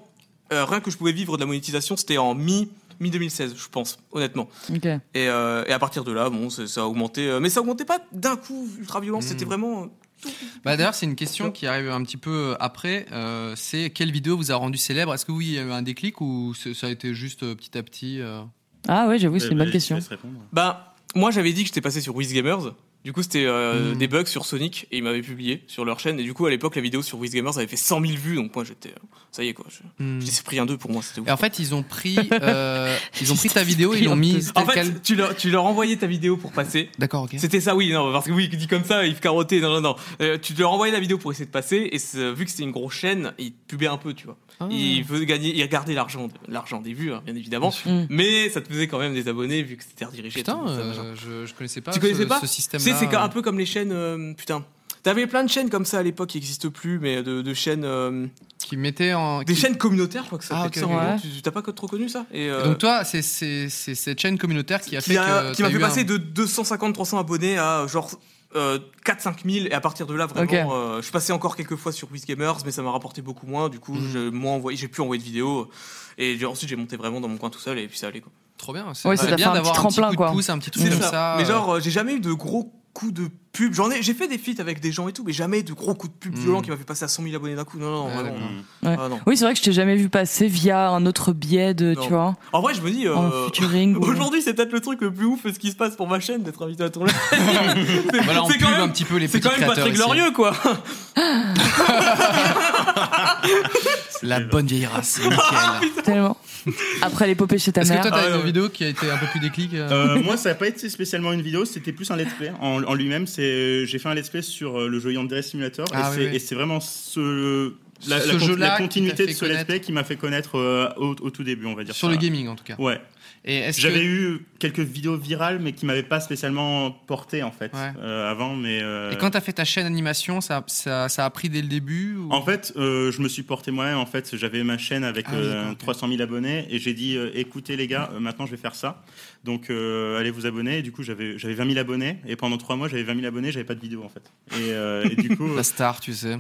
S3: euh, rien que je pouvais vivre de la monétisation, c'était en mi- mi-2016, je pense, honnêtement.
S4: Ok.
S3: Et, euh, et à partir de là, bon, c'est- ça a augmenté. euh, Mais ça augmentait pas d'un coup ultra violent. C'était vraiment. euh,
S1: Bah, d'ailleurs c'est une question qui arrive un petit peu après euh, c'est quelle vidéo vous a rendu célèbre est-ce que oui il y a eu un déclic ou c'est- ça a été juste euh, petit à petit euh,
S4: Ah ouais, j'avoue, c'est
S2: Euh,
S4: une
S2: bah,
S4: bonne
S2: je te
S4: question.
S2: laisse répondre.
S3: Bah, moi j'avais dit que j'étais passé sur Wiz Gamers. Du coup, c'était euh,
S1: Mm.
S3: des bugs sur Sonic et ils m'avaient publié sur leur chaîne. Et du coup, à l'époque, la vidéo sur Wizgamers avait fait 100 000 vues. Donc moi, j'étais. euh, Ça y est, quoi. je-
S1: Hmm.
S3: J'ai pris un 2 pour moi, c'était ouf.
S1: Et en fait, ils ont pris, euh, ils ont pris ta vidéo, ils l'ont mis.
S3: En
S1: tel quel.
S3: fait, tu leur, tu leur envoyais ta vidéo pour passer.
S1: D'accord, ok.
S3: C'était ça, oui, non, parce que oui, dit comme ça, Yves Carotté, non, non, non. Euh, tu leur envoyais la vidéo pour essayer de passer, et c'est- vu que c'était une grosse chaîne, ils pubaient un peu, tu vois.
S1: Ah. Hmm.
S3: Ils veulent gagner, ils regardaient l'argent, l'argent des vues, hein, bien évidemment,
S4: Mm.
S3: mais ça te faisait quand même des abonnés, vu que c'était redirigé. et
S1: Putain,
S3: tout, ça, machin.
S1: euh, je, je connaissais pas,
S3: Tu connaissais
S1: ce,
S3: pas
S1: ce
S3: Tu
S1: système-là.
S3: sais, c'est un peu comme les chaînes, euh, putain. T'avais plein de chaînes comme ça à l'époque qui n'existent plus, mais de, de chaînes, euh,
S1: qui mettait en.
S3: des
S1: qui-
S3: chaînes communautaires, je crois que ça.
S1: Ah,
S3: s'appelle
S1: ok,
S3: ça,
S4: ok.
S3: en gros.
S4: Ouais.
S3: Tu- T'as pas trop connu ça Et, euh,
S1: Et Donc toi, c'est c'est- c'est cette chaîne communautaire qui a fait
S3: qui a-
S1: que
S3: qui m'a
S1: t'as
S3: fait
S1: eu un-
S3: passer de 250-300 abonnés à genre euh, 4-5 000 et à partir de là vraiment
S4: Ok.
S3: euh, je passais encore quelques fois sur Wizgamers mais ça m'a rapporté beaucoup moins du coup
S1: Mhm.
S3: je- moi, envoyé- j'ai pu envoyer de vidéos et j'ai- ensuite j'ai monté vraiment dans mon coin tout seul et puis ça allait quoi.
S1: Trop bien.
S4: Ouais, ça
S1: c'est
S4: t'a fait
S1: bien
S4: un
S1: d'avoir
S4: petit
S1: un petit
S4: tremplin,
S1: coup de
S4: quoi.
S1: pouce, un petit truc
S3: C'est
S1: comme
S3: ça.
S1: ça.
S3: mais
S1: euh,
S3: genre euh, j'ai jamais eu de gros coups de pub j'en ai j'ai fait des feats avec des gens et tout mais jamais de gros coups de pub
S1: Mm.
S3: violents qui m'a fait passer à 100 000 abonnés d'un coup non non
S1: Ouais,
S3: vraiment
S1: d'accord.
S3: Ah, non.
S4: Oui, c'est vrai que je t'ai jamais vu passer via un autre biais de,
S3: Non.
S4: tu vois,
S3: en vrai je me dis
S4: en
S3: euh,
S4: featuring. ou-
S3: Aujourd'hui, c'est peut-être le truc le plus ouf ce qui se passe pour ma chaîne d'être invité à tourner.
S1: Voilà, on
S3: C'est
S1: pub
S3: quand même-
S1: un petit peu les
S3: C'est
S1: petits
S3: quand même pas
S1: créateurs.
S3: très
S1: ici.
S3: glorieux, quoi.
S1: La bonne vieille race, nickel.
S4: Tellement. Après l'épopée chez ta
S1: Est-ce que
S4: mère.
S1: toi,
S3: Ah,
S1: t'as
S3: ouais,
S1: une
S3: ouais.
S1: vidéo qui a été un peu plus déclic euh,
S2: Euh, moi, ça n'a pas été spécialement une vidéo, c'était plus un let's play en, en lui-même. C'est, j'ai fait un let's play sur euh, le jeu Yandere Simulator
S1: Ah,
S2: et,
S1: oui,
S2: c'est,
S1: oui.
S2: et c'est vraiment ce, la,
S1: Ce
S2: la con-
S1: jeu-là
S2: la
S1: qui
S2: continuité
S1: t'a
S2: de
S1: fait
S2: ce let's
S1: connaître.
S2: play qui m'a fait connaître euh, au, au tout début, on va dire.
S1: Sur
S2: ça.
S1: le gaming, en tout cas.
S2: Ouais.
S1: Et est-ce que-
S2: J'avais eu quelques vidéos virales, mais qui m'avaient pas spécialement porté en fait
S1: Ouais.
S2: euh, avant, mais. euh,
S1: Et quand t'as fait ta chaîne animation, ça, ça, ça a pris dès le début ou-
S2: En fait, euh, je me suis porté moi-même. En fait, j'avais ma chaîne avec
S1: Ah oui,
S2: euh,
S1: d'accord, ok.
S2: 300 000 abonnés et j'ai dit euh, écoutez les gars, euh, maintenant je vais faire ça. Donc euh, allez vous abonner. Et du coup, j'avais j'avais 20 000 abonnés et pendant trois mois, j'avais 20 000 abonnés, j'avais pas de vidéo en fait. Et, euh, et du coup,
S1: La star, tu sais.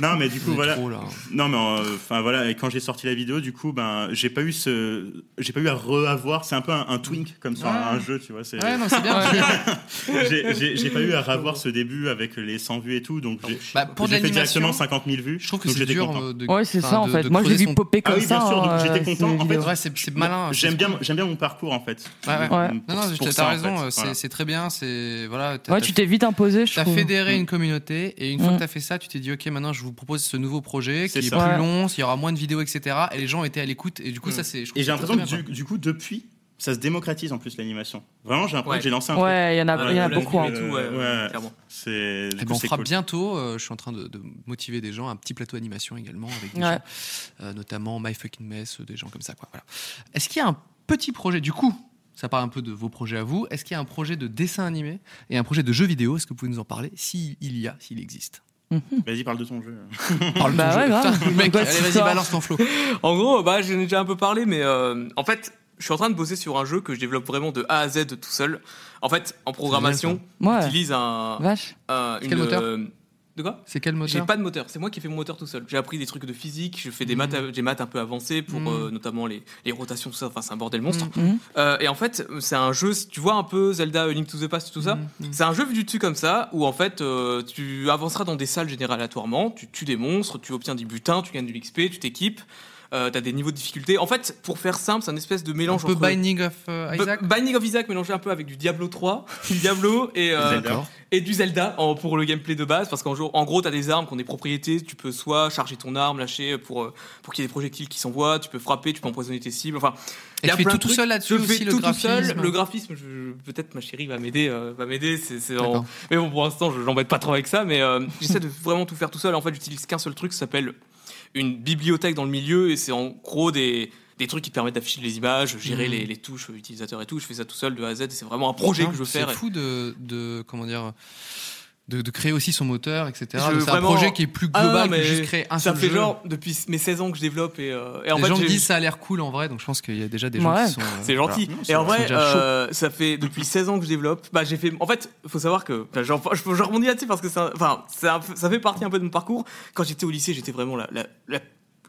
S2: non mais du coup
S1: On est
S2: voilà.
S1: trop, là.
S2: Non mais euh, enfin voilà. Et quand j'ai sorti la vidéo, du coup, ben j'ai pas eu ce, j'ai pas eu à re-avoir. C'est un peu un, un twink comme sur
S1: Ouais.
S2: un, un jeu, tu vois. c'est-
S1: Ouais, non, c'est bien. c'est bien.
S2: j'ai- J'ai j'ai pas eu à revoir ce début avec les 100 vues et tout. Donc j'ai
S1: Bah, pour de
S2: j'ai fait
S1: l'animation,
S2: directement 50 000 vues.
S1: Je trouve que
S2: donc
S1: c'est
S2: j'étais
S1: dur
S2: content.
S1: euh, de.
S4: Ouais, c'est
S1: enfin,
S4: ça en
S1: de-
S4: fait.
S1: de
S4: Moi, je l'ai
S1: creuser
S4: vu
S1: son-
S4: popper comme
S2: oui, bien
S4: ça.
S2: sûr, donc
S4: hein,
S2: j'étais
S4: euh,
S2: content.
S4: ces
S2: En fait,
S4: vidéos.
S1: Ouais, c'est c'est malin. c'est
S2: J'aime
S1: cool.
S2: bien, j'aime bien mon parcours en fait.
S1: Ouais, ouais.
S4: Ouais.
S1: Non, non,
S2: Pour- pour
S1: t'as
S2: ça, en
S1: raison,
S2: fait.
S1: euh, c'est
S2: Voilà.
S1: c'est très bien. C'est voilà. t'as-
S4: Ouais,
S1: t'as
S4: tu t'es vite imposé, je
S1: T'as
S4: trouve.
S1: fédéré
S2: Mm.
S1: une communauté et une fois
S4: Mm.
S1: que t'as fait ça, tu t'es dit ok maintenant je vous propose ce nouveau projet qui
S2: C'est
S1: est,
S2: ça. Mm.
S1: plus
S4: Ouais.
S1: long, il y aura moins de vidéos etc. Et les gens étaient à l'écoute et du coup ça c'est. je trouve
S2: Et j'ai
S1: que c'est
S2: l'impression
S1: très
S2: que
S1: bien,
S2: du, du coup, depuis, ça se démocratise en plus l'animation. Vraiment, j'ai l'impression
S3: Ouais.
S2: que j'ai lancé un truc.
S4: Ouais, il y en a,
S3: Ouais,
S4: il y en a
S3: la-
S4: beaucoup.
S3: la-
S4: hein.
S1: euh,
S3: et tout, ouais,
S2: Ouais.
S3: clairement.
S2: C'est. du
S1: Eh ben,
S2: coup,
S1: on
S2: c'est
S1: fera
S2: cool.
S1: bientôt. euh, je suis en train de, de motiver des gens. Un petit plateau animation également avec des
S4: Ouais.
S1: gens, euh, notamment My Fucking Mess, euh, des gens comme ça. quoi. Voilà. Est-ce qu'il y a un petit projet du coup ça parle un peu de vos projets à vous. Est-ce qu'il y a un projet de dessin animé et un projet de jeu vidéo Est-ce que vous pouvez nous en parler S'il y a, s'il existe.
S2: Vas-y, parle de ton jeu.
S3: Oh,
S1: Parle de
S4: Bah
S1: ton
S4: ouais,
S1: jeu.
S4: grave.
S1: Putain, Oh, mec,
S4: Bonne
S1: allez, vas-y,
S4: histoire.
S1: balance ton flow.
S3: En gros, bah, j'en ai déjà un peu parlé, mais euh, en fait, je suis en train de bosser sur un jeu que je développe vraiment de A à Z tout seul. En fait, en programmation,
S4: Ouais.
S3: j'utilise un,
S4: Vache.
S3: un- une,
S1: Quel moteur
S3: euh, de quoi
S1: C'est quel
S3: J'ai
S1: moteur Mhm.
S3: pas de moteur, c'est moi qui ai fait mon moteur tout seul. J'ai appris des trucs de physique, je fais des maths, à- des maths un peu avancées pour
S1: Mm.
S3: euh, notamment les, les rotations, tout ça. Enfin, c'est un bordel monstre.
S4: Mhm.
S3: Euh, et en fait, c'est un jeu, si tu vois un peu Zelda, A Link to the Past,
S1: Mm,
S3: tout
S1: Mhm.
S3: ça. C'est un jeu vu du dessus comme ça, où en fait, euh, tu avanceras dans des salles générales aléatoirement, tu tues des monstres, tu obtiens des butins, tu gagnes de l'XP, tu t'équipes, euh, t'as des niveaux de difficulté. En fait, pour faire simple, c'est un espèce de
S1: Un
S3: mélange
S1: peu
S3: entre...
S1: Binding of euh,
S3: B-
S1: Isaac
S3: Binding of Isaac mélangé un peu avec du Diablo 3, du Diablo et, euh,
S2: Zelda.
S3: et du Zelda en- pour le gameplay de base parce qu'en jour- en gros t'as des armes qui ont des propriétés, tu peux soit charger ton arme, lâcher pour, euh, pour qu'il y ait des projectiles qui s'envoient, tu peux frapper, tu peux empoisonner tes cibles, enfin
S1: Et
S3: il y
S1: tu
S3: a
S1: fais
S3: plein
S1: tout
S3: de
S1: tout
S3: trucs.
S1: seul là-dessus
S3: je fais
S1: aussi, le
S3: tout tout seul,
S1: graphisme
S3: le graphisme, je- peut-être ma chérie va m'aider, euh, va m'aider, c'est, c'est en-
S1: D'accord.
S3: mais bon pour l'instant je l'embête pas trop avec ça, mais euh, j'essaie de vraiment tout faire tout seul, en fait j'utilise qu'un seul truc, ça s'appelle une bibliothèque dans le milieu et c'est en gros des, des trucs qui te permettent d'afficher les images, gérer
S1: Mhm.
S3: les, les touches euh, utilisateurs et tout, je fais ça tout seul de A à Z et c'est vraiment un projet que je veux faire.
S1: Hein, Ah, C'est fou de, de comment dire de, de créer aussi son moteur, etc.
S3: Je
S1: Donc, C'est un
S3: vraiment-
S1: projet qui est plus
S3: Ah non,
S1: global que
S3: mais
S1: juste créer un
S3: ça
S1: seul
S3: fait
S1: jeu.
S3: genre depuis mes 16 ans que je développe et, euh, et en
S1: les
S3: fait
S1: gens
S3: j'ai-
S1: disent ça a l'air cool en vrai, donc je pense qu'il y a déjà des gens
S4: Ouais.
S1: qui sont. euh,
S3: c'est gentil.
S2: Voilà. Non,
S3: et en
S2: c'est-
S1: c'est
S3: vrai,
S1: déjà chaud.
S3: euh, ça fait depuis 16 ans que je développe. Bah, j'ai fait. En fait, faut savoir que. enfin, j'en- je, je rebondis là-dessus parce que ça, enfin, ça, ça fait partie un peu de mon parcours. Quand j'étais au lycée, j'étais vraiment la, la, la,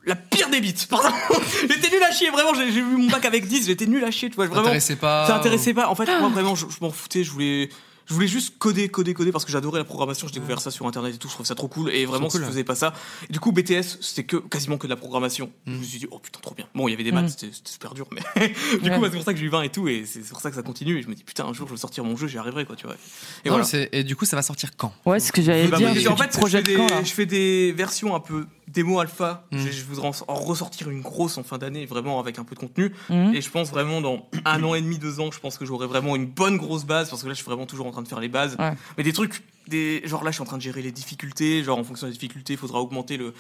S3: la pire des bites. Pardon. j'étais nul à chier. Vraiment, j'ai j'ai eu mon bac avec 10. J'étais nul à chier. Tu vois, vraiment.
S1: T'intéressais pas.
S3: Ça intéressait pas. En fait, moi vraiment, je, je m'en foutais. Je voulais, je voulais juste coder, coder, coder parce que j'adorais la programmation. J'ai découvert ça sur internet et tout. Je trouvais ça trop cool. Et vraiment,
S1: cool,
S3: si je
S1: ouais.
S3: faisais pas ça. Et du coup, BTS, c'était que, quasiment que de la programmation.
S1: Mm.
S3: Je me suis dit, oh putain, trop bien. Bon, il y avait des maths, c'était c'était super dur, mais du coup,
S4: Ouais.
S3: bah, c'est pour ça que j'ai eu 20 et tout. Et c'est pour ça que ça continue. Et je me dis, putain, un jour, je vais sortir mon jeu, j'y arriverai, quoi, tu vois. Et
S1: Non,
S3: voilà.
S1: mais c'est- Et du coup, ça va sortir quand
S4: Ouais, c'est ce que j'allais
S1: Eh
S3: Bah,
S4: dire.
S1: bien,
S3: oui,
S4: parce
S3: en
S4: que tu
S3: fait,
S4: te
S3: je fais,
S4: projettes
S3: des,
S4: quand, là
S3: je fais des versions un peu démo alpha.
S1: Mm.
S3: Je, je voudrais en, en ressortir une grosse en fin d'année, vraiment avec un peu de contenu.
S4: Mhm.
S3: Et je pense vraiment dans un an et demi, deux ans, je pense que j'aurai vraiment une bonne grosse base parce que là, je suis vraiment toujours en train de faire les bases.
S4: Ouais.
S3: Mais des trucs, des, genre là, je suis en train de gérer les difficultés. Genre en fonction des difficultés, il faudra augmenter le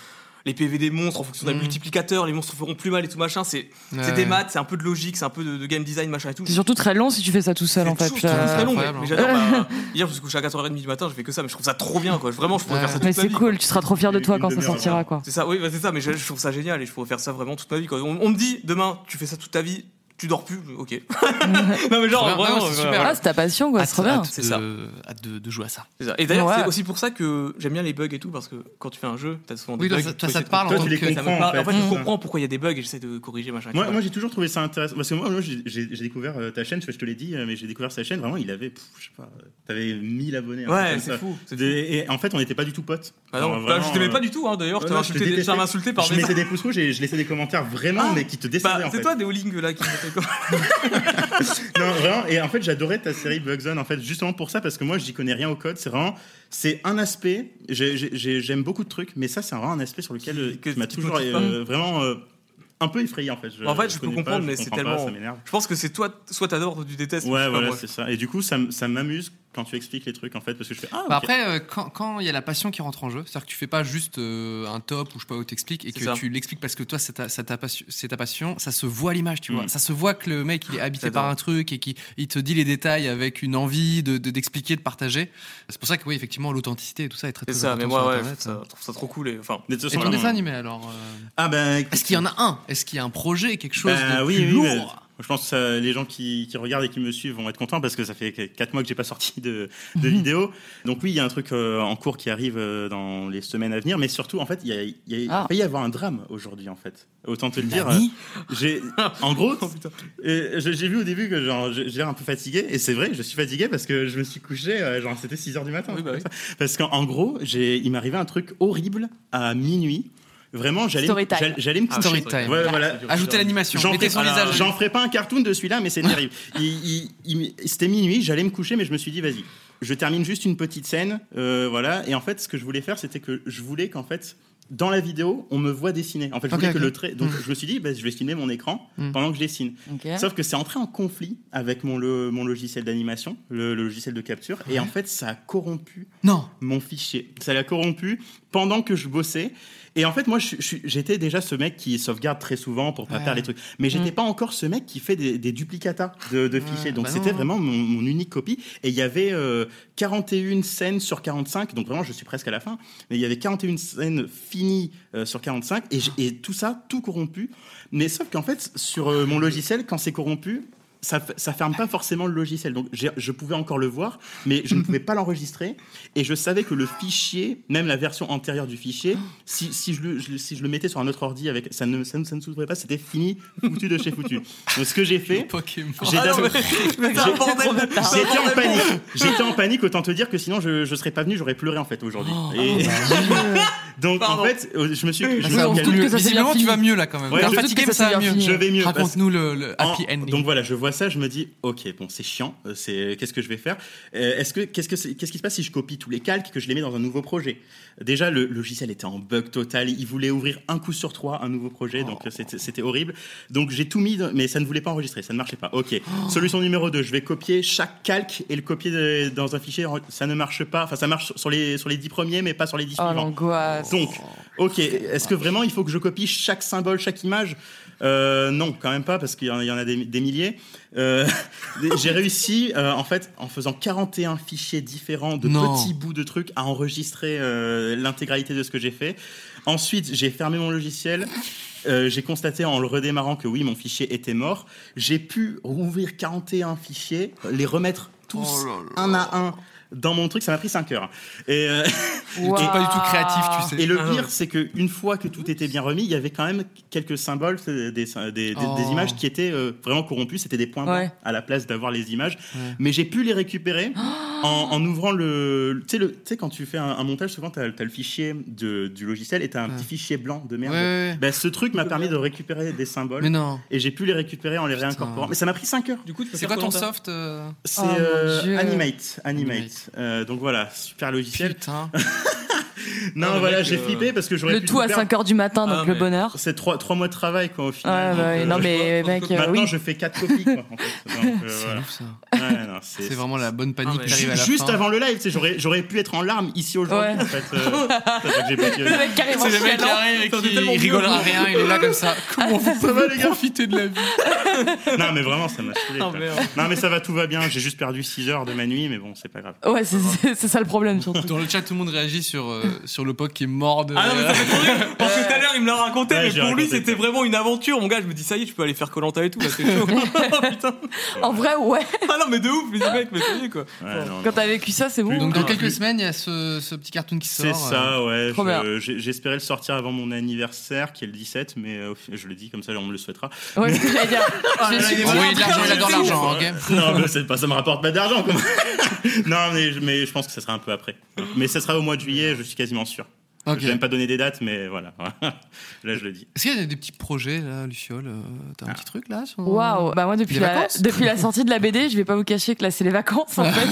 S3: les PV des monstres en fonction d'un
S4: Mmh.
S1: Mm.
S3: multiplicateur. Les monstres feront plus mal et tout machin. C'est c'est
S1: Ouais.
S3: des maths, c'est un peu de logique, c'est un peu de, de game design machin et tout.
S4: C'est surtout très long si tu fais ça tout seul,
S3: C'est
S4: en fait.
S3: toujours
S4: Euh,
S3: très long, mais,
S1: incroyable,
S3: mais
S1: hein.
S3: j'adore. Bah, hier, je me suis couché à 4h30 du matin, je fais que ça, mais je trouve ça trop bien, quoi. Vraiment, je pourrais
S1: Ouais.
S3: faire ça toute
S4: Mais
S3: ma
S4: c'est
S3: vie,
S4: cool, tu seras trop fier de toi
S2: Une
S4: quand ça
S2: demi-heure,
S4: sortira,
S2: voilà.
S4: quoi.
S3: c'est ça, oui, bah, c'est ça, mais je, je trouve ça génial et je pourrais faire ça vraiment toute ma vie. Quoi. On, on me dit demain, tu fais ça toute ta vie, tu dors plus, ok. non, mais genre,
S1: Bien,
S3: vraiment, euh,
S1: non, c'est
S3: voilà,
S1: super.
S3: voilà.
S4: Ah, c'est ta passion, quoi,
S1: Hâte-
S4: c'est trop bien.
S1: hâte
S3: C'est
S1: de-
S3: ça.
S1: Hâte de, de jouer à ça.
S3: C'est ça. Et d'ailleurs,
S4: Ouais.
S3: c'est aussi pour ça que j'aime bien les bugs et tout, parce que quand tu fais un jeu, t'as souvent des
S1: Oui,
S3: bugs.
S1: toi, ça- toi,
S3: tu
S1: ça
S3: essaies
S1: te
S3: de-
S1: parle en
S2: Toi,
S1: tant
S2: tu les
S1: que-
S3: Ça
S2: comprends.
S3: me parle. En
S2: en fait.
S3: fait, je
S4: Mm.
S3: comprends pourquoi il y a des bugs et j'essaie de corriger, machin.
S2: Moi,
S3: etc.
S2: moi j'ai toujours trouvé ça intéressant. Parce que moi, moi, j'ai j'ai- j'ai découvert euh, ta chaîne, je je te l'ai dit, euh, mais j'ai découvert sa chaîne, vraiment, il avait, pff, je sais pas, euh, t'avais 1000 abonnés. un truc
S3: ouais,
S2: comme
S3: c'est
S2: ça.
S3: fou. c'est
S2: Des- Et en fait, on n'était pas du tout potes.
S3: fou. Bah non,
S2: Genre,
S3: bah,
S2: vraiment,
S3: je t'aimais
S2: euh,
S3: pas du tout, hein, d'ailleurs,
S2: ouais,
S3: tu
S2: non,
S3: m'as
S2: je te
S3: insulté- tu
S2: détestais.
S3: m'as insulté par
S2: Je
S3: message.
S2: mettais des pouces rouges et je laissais des commentaires vraiment,
S3: Ah,
S2: mais qui te
S3: Bah,
S2: descendaient en
S3: c'est
S2: fait.
S3: toi, des Howling, là, qui m'étais comme-
S2: Non, vraiment. Et en fait, j'adorais ta série Bugzone, en fait, justement pour ça, parce que moi, j'y connais rien au code. C'est vraiment, c'est un aspect. j'ai- j'ai- j'ai- J'aime beaucoup de trucs, mais ça, c'est vraiment un aspect sur lequel euh,
S3: que
S2: qui m'a
S3: tu
S2: toujours
S3: motives pas.
S2: euh, vraiment euh, un peu effrayé, en fait.
S3: En fait, je peux
S2: connais pas,
S3: comprendre,
S2: je
S3: mais c'est
S2: comprends pas,
S3: tellement-
S2: ça m'énerve.
S3: Je pense que c'est toi, soit t'adores, soit tu détestes. je sais
S2: Ouais,
S3: pas,
S2: voilà,
S3: moi.
S2: c'est ça. Et du coup, ça, m- ça m'amuse quand tu expliques les trucs, en fait, parce que je fais ah.
S1: Bah
S2: ok.
S1: après, euh, quand quand il y a la passion qui rentre en jeu, c'est-à-dire que tu fais pas juste euh, un top ou je sais pas où t'expliques et
S3: C'est
S1: que
S3: ça.
S1: tu l'expliques parce que toi c'est ta, c'est ta passion- c'est ta passion, ça se voit à l'image, tu vois.
S2: Mm.
S1: Ça se voit que le mec il est habité
S3: J'adore.
S1: par un truc et qu'il il te dit les détails avec une envie de de- d'expliquer, de, partager. C'est pour ça que oui, effectivement, l'authenticité et tout ça est très
S3: C'est
S1: très
S3: ça, mais
S1: important
S3: moi,
S1: sur
S3: ouais, je
S1: Internet. hein.
S3: trouve ça- je trouve ça trop cool. Et, enfin,
S2: De toute
S1: Et
S2: façon,
S1: ton
S2: voilà,
S1: dessin animé alors euh,
S2: Ah ben,
S1: Est-ce qu'il y en a un Est-ce qu'il y a un projet, quelque chose
S2: bah,
S1: de
S2: oui,
S1: plus
S2: oui,
S1: lourd
S2: mais Je pense que ça, les gens qui, qui regardent et qui me suivent vont être contents parce que ça fait 4 mois que j'ai pas sorti de, de vidéo. Donc oui, il y a un truc euh, en cours qui arrive euh, dans les semaines à venir, mais surtout en fait, il y a, il y a- il
S4: Ah.
S2: va y avoir un drame aujourd'hui en fait. Autant te le dire.
S1: Nani
S2: euh, J'ai, en gros,
S3: Oh, putain.
S2: euh, je- j'ai vu au début que genre j'ai j'ai l'air un peu fatigué et c'est vrai, je suis fatigué parce que je me suis couché euh, genre c'était 6 heures du matin.
S3: Oui, bah oui.
S2: Parce qu'en en gros, j'ai, il m'arrivait un truc horrible à minuit. Vraiment, j'allais,
S4: Story time.
S2: j'allais, j'allais
S4: Ah,
S3: Ah,
S2: me coucher.
S1: Story time.
S2: Ouais, voilà.
S1: Ajoutez l'animation.
S2: J'en
S1: Mettez
S2: ferai,
S1: son visage.
S2: j'en ferai pas un cartoon de celui-là, mais c'est terrible. Il- il- il- C'était minuit, j'allais me coucher, mais je me suis dit, vas-y, je termine juste une petite scène. euh, voilà. Et en fait, ce que je voulais faire, c'était que je voulais qu'en fait, dans la vidéo, on me voit dessiner. En fait, je
S1: Ok,
S2: voulais
S1: ok.
S2: que le trait. Donc,
S1: Mm.
S2: je me suis dit, bah, je vais filmer mon écran
S1: Mm.
S2: pendant que je dessine.
S4: Ok.
S2: Sauf que c'est entré en conflit avec mon, le- mon logiciel d'animation, le, le logiciel de capture. Et en fait, ça a corrompu
S1: Non.
S2: mon fichier. Ça l'a corrompu pendant que je bossais. Et en fait, moi, je- je- j'étais déjà ce mec qui sauvegarde très souvent pour pas
S1: Ouais. Mm.
S2: perdre les trucs. Mais j'étais pas encore ce mec qui fait des, des duplicatas de, de fichiers. Donc
S1: bah
S2: c'était
S1: non.
S2: vraiment mon, mon unique copie. Et il y avait euh, 41 scènes sur 45. Donc vraiment, je suis presque à la fin. Mais il y avait 41 scènes finies euh, sur 45. Et, j'ai- et tout ça, tout corrompu. Mais sauf qu'en fait, sur euh, mon logiciel, quand c'est corrompu, ça, f- ça ferme pas forcément le logiciel. Donc j'ai- je pouvais encore le voir, mais je ne pouvais pas l'enregistrer. Et je savais que le fichier, même la version antérieure du fichier, si, si, je, le, je le- si je le mettais sur un autre ordi, avec, ça ne, ça ne, ça ne s'ouvrait pas, c'était fini, foutu de chez foutu. Donc ce que j'ai fait,
S1: Pokémon.
S2: j'ai
S3: Ah non,
S2: d'abord-
S3: mais- mais t'as un bordel de-
S2: J'étais en panique. J'étais en panique, autant te dire que sinon je, je serais pas venu, j'aurais pleuré en fait aujourd'hui. Et- Donc
S3: Pardon.
S2: en fait, euh, je me suis. Je, me suis
S4: ça, on
S2: calmé.
S4: doute que ça s'est bien
S1: Visiblement, tu
S4: fini.
S1: vas mieux là quand même.
S2: Ouais,
S1: T'es
S2: on doute
S1: fatigué,
S4: que
S1: mais
S4: ça
S1: ça va
S4: s'est bien
S1: mieux.
S4: fini.
S2: je vais mieux. parce-
S1: Raconte-nous le, le
S2: En-
S1: euh, happy ending.
S2: Donc voilà, je vois ça, je me dis, ok, bon, c'est chiant, euh, c'est qu'est-ce que je vais faire Euh, Est-ce que qu'est-ce que c'est- qu'est-ce qui se passe si je copie tous les calques que je les mets dans un nouveau projet Déjà, le logiciel était en bug total, il voulait ouvrir un coup sur trois un nouveau projet, donc euh, c'était c'était horrible. Donc j'ai tout mis, dans- mais ça ne voulait pas enregistrer, ça ne marchait pas. Ok.
S1: Oh.
S2: Solution numéro 2, je vais copier chaque calque et le copier de- dans un fichier. Ça ne marche pas, enfin ça marche sur les sur les dix premiers, mais pas sur les dix
S4: Oh,
S2: suivants.
S4: l'angoisse.
S2: Donc, ok, est-ce que vraiment il faut que je copie chaque symbole, chaque image Euh, Non, quand même pas, parce qu'il y en a, il y en a des, des milliers. Euh, J'ai réussi, euh, en fait, en faisant 41 fichiers différents de
S1: Non.
S2: petits bouts de trucs, à enregistrer euh, l'intégralité de ce que j'ai fait. Ensuite, j'ai fermé mon logiciel. Euh, j'ai constaté en le redémarrant que oui, mon fichier était mort. J'ai pu rouvrir 41 fichiers, les remettre
S1: Oh
S2: tous
S1: là là.
S2: un à un dans mon truc, ça m'a pris 5 heures. Et, euh,
S1: Ils sont pas du tout créatifs, tu sais.
S2: et le pire, c'est que une fois que tout était bien remis, il y avait quand même quelques symboles, c'est des, des, des-
S1: Oh.
S2: des images qui étaient euh, vraiment corrompues, c'était des points blancs
S4: Ouais.
S2: à la place d'avoir les images. Mais j'ai pu les récupérer en, en ouvrant le. Tu sais, le- tu sais, quand tu fais un, un montage, souvent, tu as, le fichier de- du logiciel et tu as un petit fichier blanc de merde.
S1: Ouais, ouais, ouais.
S2: Ben, ce truc m'a permis de récupérer des symboles.
S1: Mais non.
S2: Et j'ai pu les récupérer en les réincorporant. Mais ça m'a pris 5 heures.
S3: Du coup, tu peux
S1: C'est
S3: faire
S1: quoi ton
S3: Koh-Lanta
S1: soft euh,
S2: C'est
S4: Oh mon
S2: euh,
S4: Dieu.
S2: Animate. Animate.
S1: Animate.
S2: Euh, donc voilà, super logiciel.
S1: Putain.
S2: Non,
S3: Ah, le
S2: voilà,
S3: mec,
S2: j'ai
S3: euh,
S2: flippé parce que j'aurais
S4: Le
S2: pu
S4: tout à
S2: faire-
S4: 5 heures du matin, donc
S3: Ah,
S4: le
S3: mais-
S4: bonheur.
S2: C'est trois, trois mois de travail, quoi, au final.
S4: Ouais,
S2: Donc,
S4: ouais,
S2: euh,
S4: non, mais
S3: vois,
S4: mec, euh,
S2: Maintenant,
S4: oui.
S2: je fais quatre copies, quoi, en fait. Donc, euh,
S1: C'est
S2: voilà.
S1: ouf, ça.
S2: Ouais, non, c'est-
S1: C'est vraiment la bonne panique
S3: Ah, mais-
S1: qui arrive à la
S2: Juste
S1: fin.
S2: avant le live, tu sais, j'aurais, j'aurais pu être en larmes ici aujourd'hui,
S4: Ouais.
S2: en fait. euh, c'est vrai que j'ai pas dit-
S4: Le mec carrément
S1: C'est le mec qui
S4: chialant.
S1: arrive et
S3: T'en es
S1: qui
S3: tellement
S1: il rigolera rien, il est là comme ça. Comment vous
S2: Ça va, les gars
S1: profiter de la vie
S2: Non, mais vraiment, ça m'a saoulé.
S3: Ah,
S2: quoi.
S3: merde.
S2: non, mais ça va, tout va bien. J'ai juste perdu 6 heures de ma nuit, mais bon, c'est pas grave.
S4: Ouais, c'est- c'est c'est ça le problème surtout.
S1: Dans le chat, tout le monde réagit sur, euh, sur le POC qui est mort de.
S3: Ah non, mais ça fait trop rire Parce que tout à l'heure, il me l'a raconté,
S2: Ouais,
S3: mais
S2: j'ai
S3: pour lui,
S2: raconté,
S3: c'était
S2: ouais.
S3: vraiment une aventure. Mon gars, je me dis, ça y est, tu peux aller faire Colanta et tout, là, c'est chaud. Oh, Putain.
S4: En vrai, ouais.
S3: Ah non, mais de ouf, mais dis, mec, mais ça y est, quoi.
S2: Ouais, non, non.
S4: Quand t'as vécu ça, c'est bon.
S1: Donc, dans
S2: Non,
S1: quelques
S2: plus-
S1: semaines, il y a ce, ce petit cartoon qui sort.
S2: C'est ça, ouais.
S4: euh, Trop bien.
S2: je- j'ai- J'espérais le sortir avant mon anniversaire, qui est le 17, mais euh, au fi- je le dis comme ça, on me le souhaitera.
S4: Ouais, c'est ce que j'allais dire. Je
S1: il
S4: suis-
S1: est Envoyez de l'argent, il adore l'argent, ok
S2: Non, mais c'est pas, ça me rapporte pas d'argent. quoi. non, mais, je- mais je pense que ça sera un peu après. Mais ça sera au mois de juillet, je suis quasiment sûr.
S1: Ok.
S2: J'aime pas donner des dates, mais voilà. Là, je le dis.
S1: Est-ce qu'il y a des petits projets, là, Luciole euh, T'as un petit truc, là sur-
S4: Waouh, bah moi depuis
S1: Des
S4: la,
S1: vacances
S4: depuis la sortie de la BD, je vais pas vous cacher que là c'est les vacances en fait.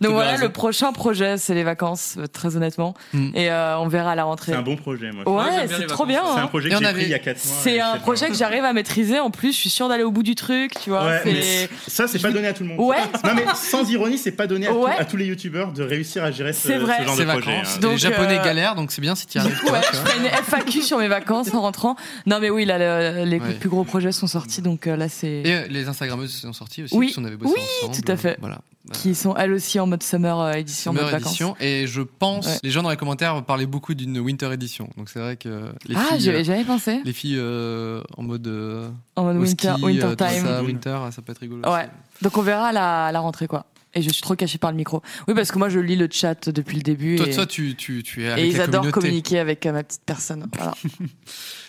S4: Donc voilà,
S1: raison.
S4: le prochain projet c'est les vacances, euh, très honnêtement.
S1: Mm.
S4: Et euh, on verra à la rentrée.
S2: C'est un bon projet, moi.
S3: Ouais,
S4: Ouais,
S3: j'aime bien
S4: c'est
S3: les
S4: trop
S3: vacances.
S4: bien.
S2: C'est un
S4: hein.
S2: projet
S1: Et
S2: que
S1: on
S2: j'ai
S1: avait-
S2: pris il y a 4 mois.
S4: C'est
S2: et
S4: un
S2: pas-
S4: projet que j'arrive à maîtriser. En plus, je suis sûre d'aller au bout du truc, tu vois.
S2: Ouais,
S4: c'est-
S2: mais c- ça, c'est pas donné à tout le monde.
S4: Ouais.
S2: Non, mais sans ironie, c'est pas donné à, tout-
S4: Ouais.
S2: à tous les youtubeurs de réussir à gérer ce,
S4: C'est
S2: ce
S4: vrai.
S2: genre
S1: C'est
S2: de projet.
S1: vacances.
S2: hein.
S1: Donc,
S4: Donc,
S1: les Japonais
S4: euh,
S1: galèrent, donc c'est bien si tu arrives. toi,
S4: Ouais,
S1: tu
S4: je
S1: vois.
S4: ferai une FAQ sur mes vacances en rentrant. Non, mais oui, là, le- les
S1: Ouais.
S4: plus gros projets sont sortis, donc euh, là, c'est.
S1: Et euh, les Instagrammeuses sont sorties aussi,
S4: Oui.
S1: parce qu'on avait bossé
S4: Oui,
S1: ensemble. euh,
S4: tout à fait.
S1: Voilà.
S4: Qui sont elles aussi en mode summer euh, édition,
S1: Summer
S4: mode vacances.
S1: Edition. Et je pense,
S4: Ouais.
S1: les gens dans les commentaires parlaient beaucoup d'une Winter Edition. Donc c'est vrai que les
S4: ah,
S1: filles,
S4: j'avais
S1: euh,
S4: jamais pensé.
S1: les filles euh, en mode euh,
S4: En mode
S1: au ski,
S4: winter,
S1: euh,
S4: winter
S1: tout
S4: time.
S1: ça, winter, ah, ça peut être rigolo.
S4: Ouais. Donc on verra à la, à la rentrée quoi. Et je suis trop cachée par le micro. Oui parce que moi je lis le chat depuis le début
S1: Toi,
S4: et,
S1: toi, tu, tu, tu es
S4: et
S1: avec
S4: ils
S1: la
S4: adorent
S1: communauté.
S4: communiquer avec euh, ma petite personne. Voilà.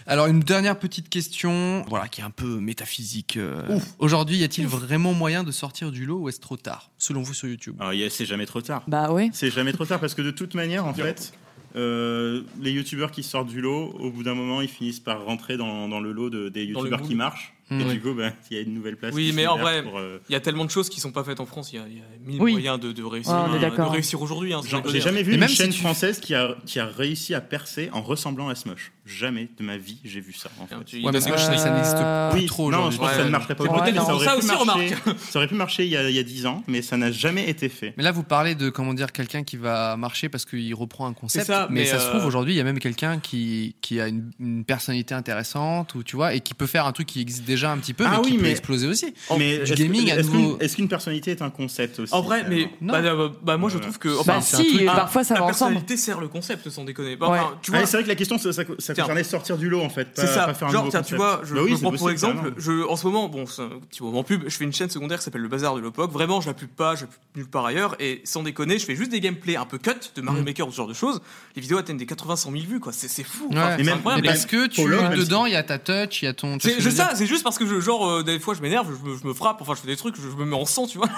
S1: Alors une dernière petite question, voilà qui est un peu métaphysique. euh, Aujourd'hui, y a-t-il vraiment moyen de sortir du lot ou est-ce trop tard, selon vous sur YouTube
S2: Alors, yes, c'est jamais trop tard.
S4: bah oui.
S2: C'est jamais trop tard parce que de toute manière, en fait, euh, les youtubeurs qui sortent du lot, au bout d'un moment, ils finissent par rentrer dans, dans le lot de- des
S3: Dans le
S2: youtubeurs
S3: moule.
S2: qui marchent.
S1: Mm.
S2: et
S1: Ouais.
S2: du coup, ben, il y a une nouvelle place.
S3: Oui,
S2: qui
S3: mais en
S2: s'ouvre
S3: vrai,
S2: pour, euh,
S3: Il y a tellement de choses qui sont pas faites en France, il y a, il y a mille
S4: Oui.
S3: moyens de, de réussir,
S4: Ouais, on est
S3: euh, de
S4: d'accord.
S3: réussir aujourd'hui. Hein, sans
S2: Genre,
S3: déconner.
S2: J'ai jamais vu
S1: Et
S2: une
S1: même si
S2: chaîne
S1: tu-
S2: française qui a, qui a réussi à percer en ressemblant à Smosh. Jamais de ma vie j'ai vu ça. En fait.
S3: Tu-
S1: Ouais, parce que je sais que ça
S4: Euh,
S1: n'existe plus
S2: Oui,
S1: trop
S2: non,
S1: aujourd'hui.
S2: je pense
S3: Ouais,
S2: que ça ne
S3: ouais.
S2: marcherait pas.
S4: C'est
S2: aujourd'hui,
S4: peut-être
S2: ça
S4: pour
S2: aurait
S3: ça
S2: pu
S3: aussi,
S2: marcher- ça aurait pu marcher il y a, il y a 10 ans, mais ça n'a jamais été fait.
S1: Mais là, vous parlez de comment dire quelqu'un qui va marcher parce qu'il reprend un concept.
S3: C'est ça,
S1: mais,
S3: mais,
S1: ça se trouve
S3: euh,
S1: aujourd'hui, il y a même quelqu'un qui, qui a une, une personnalité intéressante ou tu vois et qui peut faire un truc qui existe déjà un petit peu
S2: Ah
S1: mais qui
S2: oui,
S1: peut
S2: mais-
S1: exploser aussi.
S2: mais
S1: du
S2: est-ce que-
S1: gaming à
S2: est-ce qu'une-
S1: nouveau.
S2: est-ce qu'une personnalité est un concept aussi
S3: En vrai, mais
S2: finalement
S1: Non.
S3: bah, bah, bah, moi je trouve que enfin,
S4: bah
S1: c'est un truc-
S4: si, et
S3: ah,
S4: parfois ça
S3: la
S4: va ensemble.
S3: personnalité sert le concept, sans déconner. Bah,
S4: Ouais.
S3: enfin, tu
S2: Ah,
S3: vois,
S2: c'est vrai que la question, ça, ça- ça
S3: Tiens.
S2: concernait sortir du lot en fait. pas-
S3: C'est ça.
S2: pas faire un
S3: Genre,
S2: nouveau
S3: tiens, tu
S2: concept.
S3: vois, je,
S2: Bah
S3: je
S2: oui, c'est
S3: prends pour
S2: possible,
S3: exemple,
S2: carrément.
S3: je, en ce moment, bon, c'est un petit moment pub, je fais une chaîne secondaire qui s'appelle Le Bazar de l'Opoc. Vraiment, je la pub pas, je la pub nulle part ailleurs. Et sans déconner, je fais juste des gameplays un peu cut de
S2: Mm.
S3: Mario Maker ou ce genre de choses. Les vidéos atteignent des 80 100 000 vues, quoi. C'est c'est fou.
S1: Ouais.
S3: Enfin,
S1: Et
S3: c'est
S2: même-
S3: incroyable.
S1: Mais
S2: mais
S1: parce que tu
S2: Polo, même
S1: dedans, il y a ta touch, il y a ton. tu vois
S3: C'est
S1: ce que
S3: juste
S1: je veux
S3: ça, c'est juste parce que je, genre, euh, des fois je m'énerve, je, me- je me frappe, enfin je fais des trucs, je, je me mets en sang,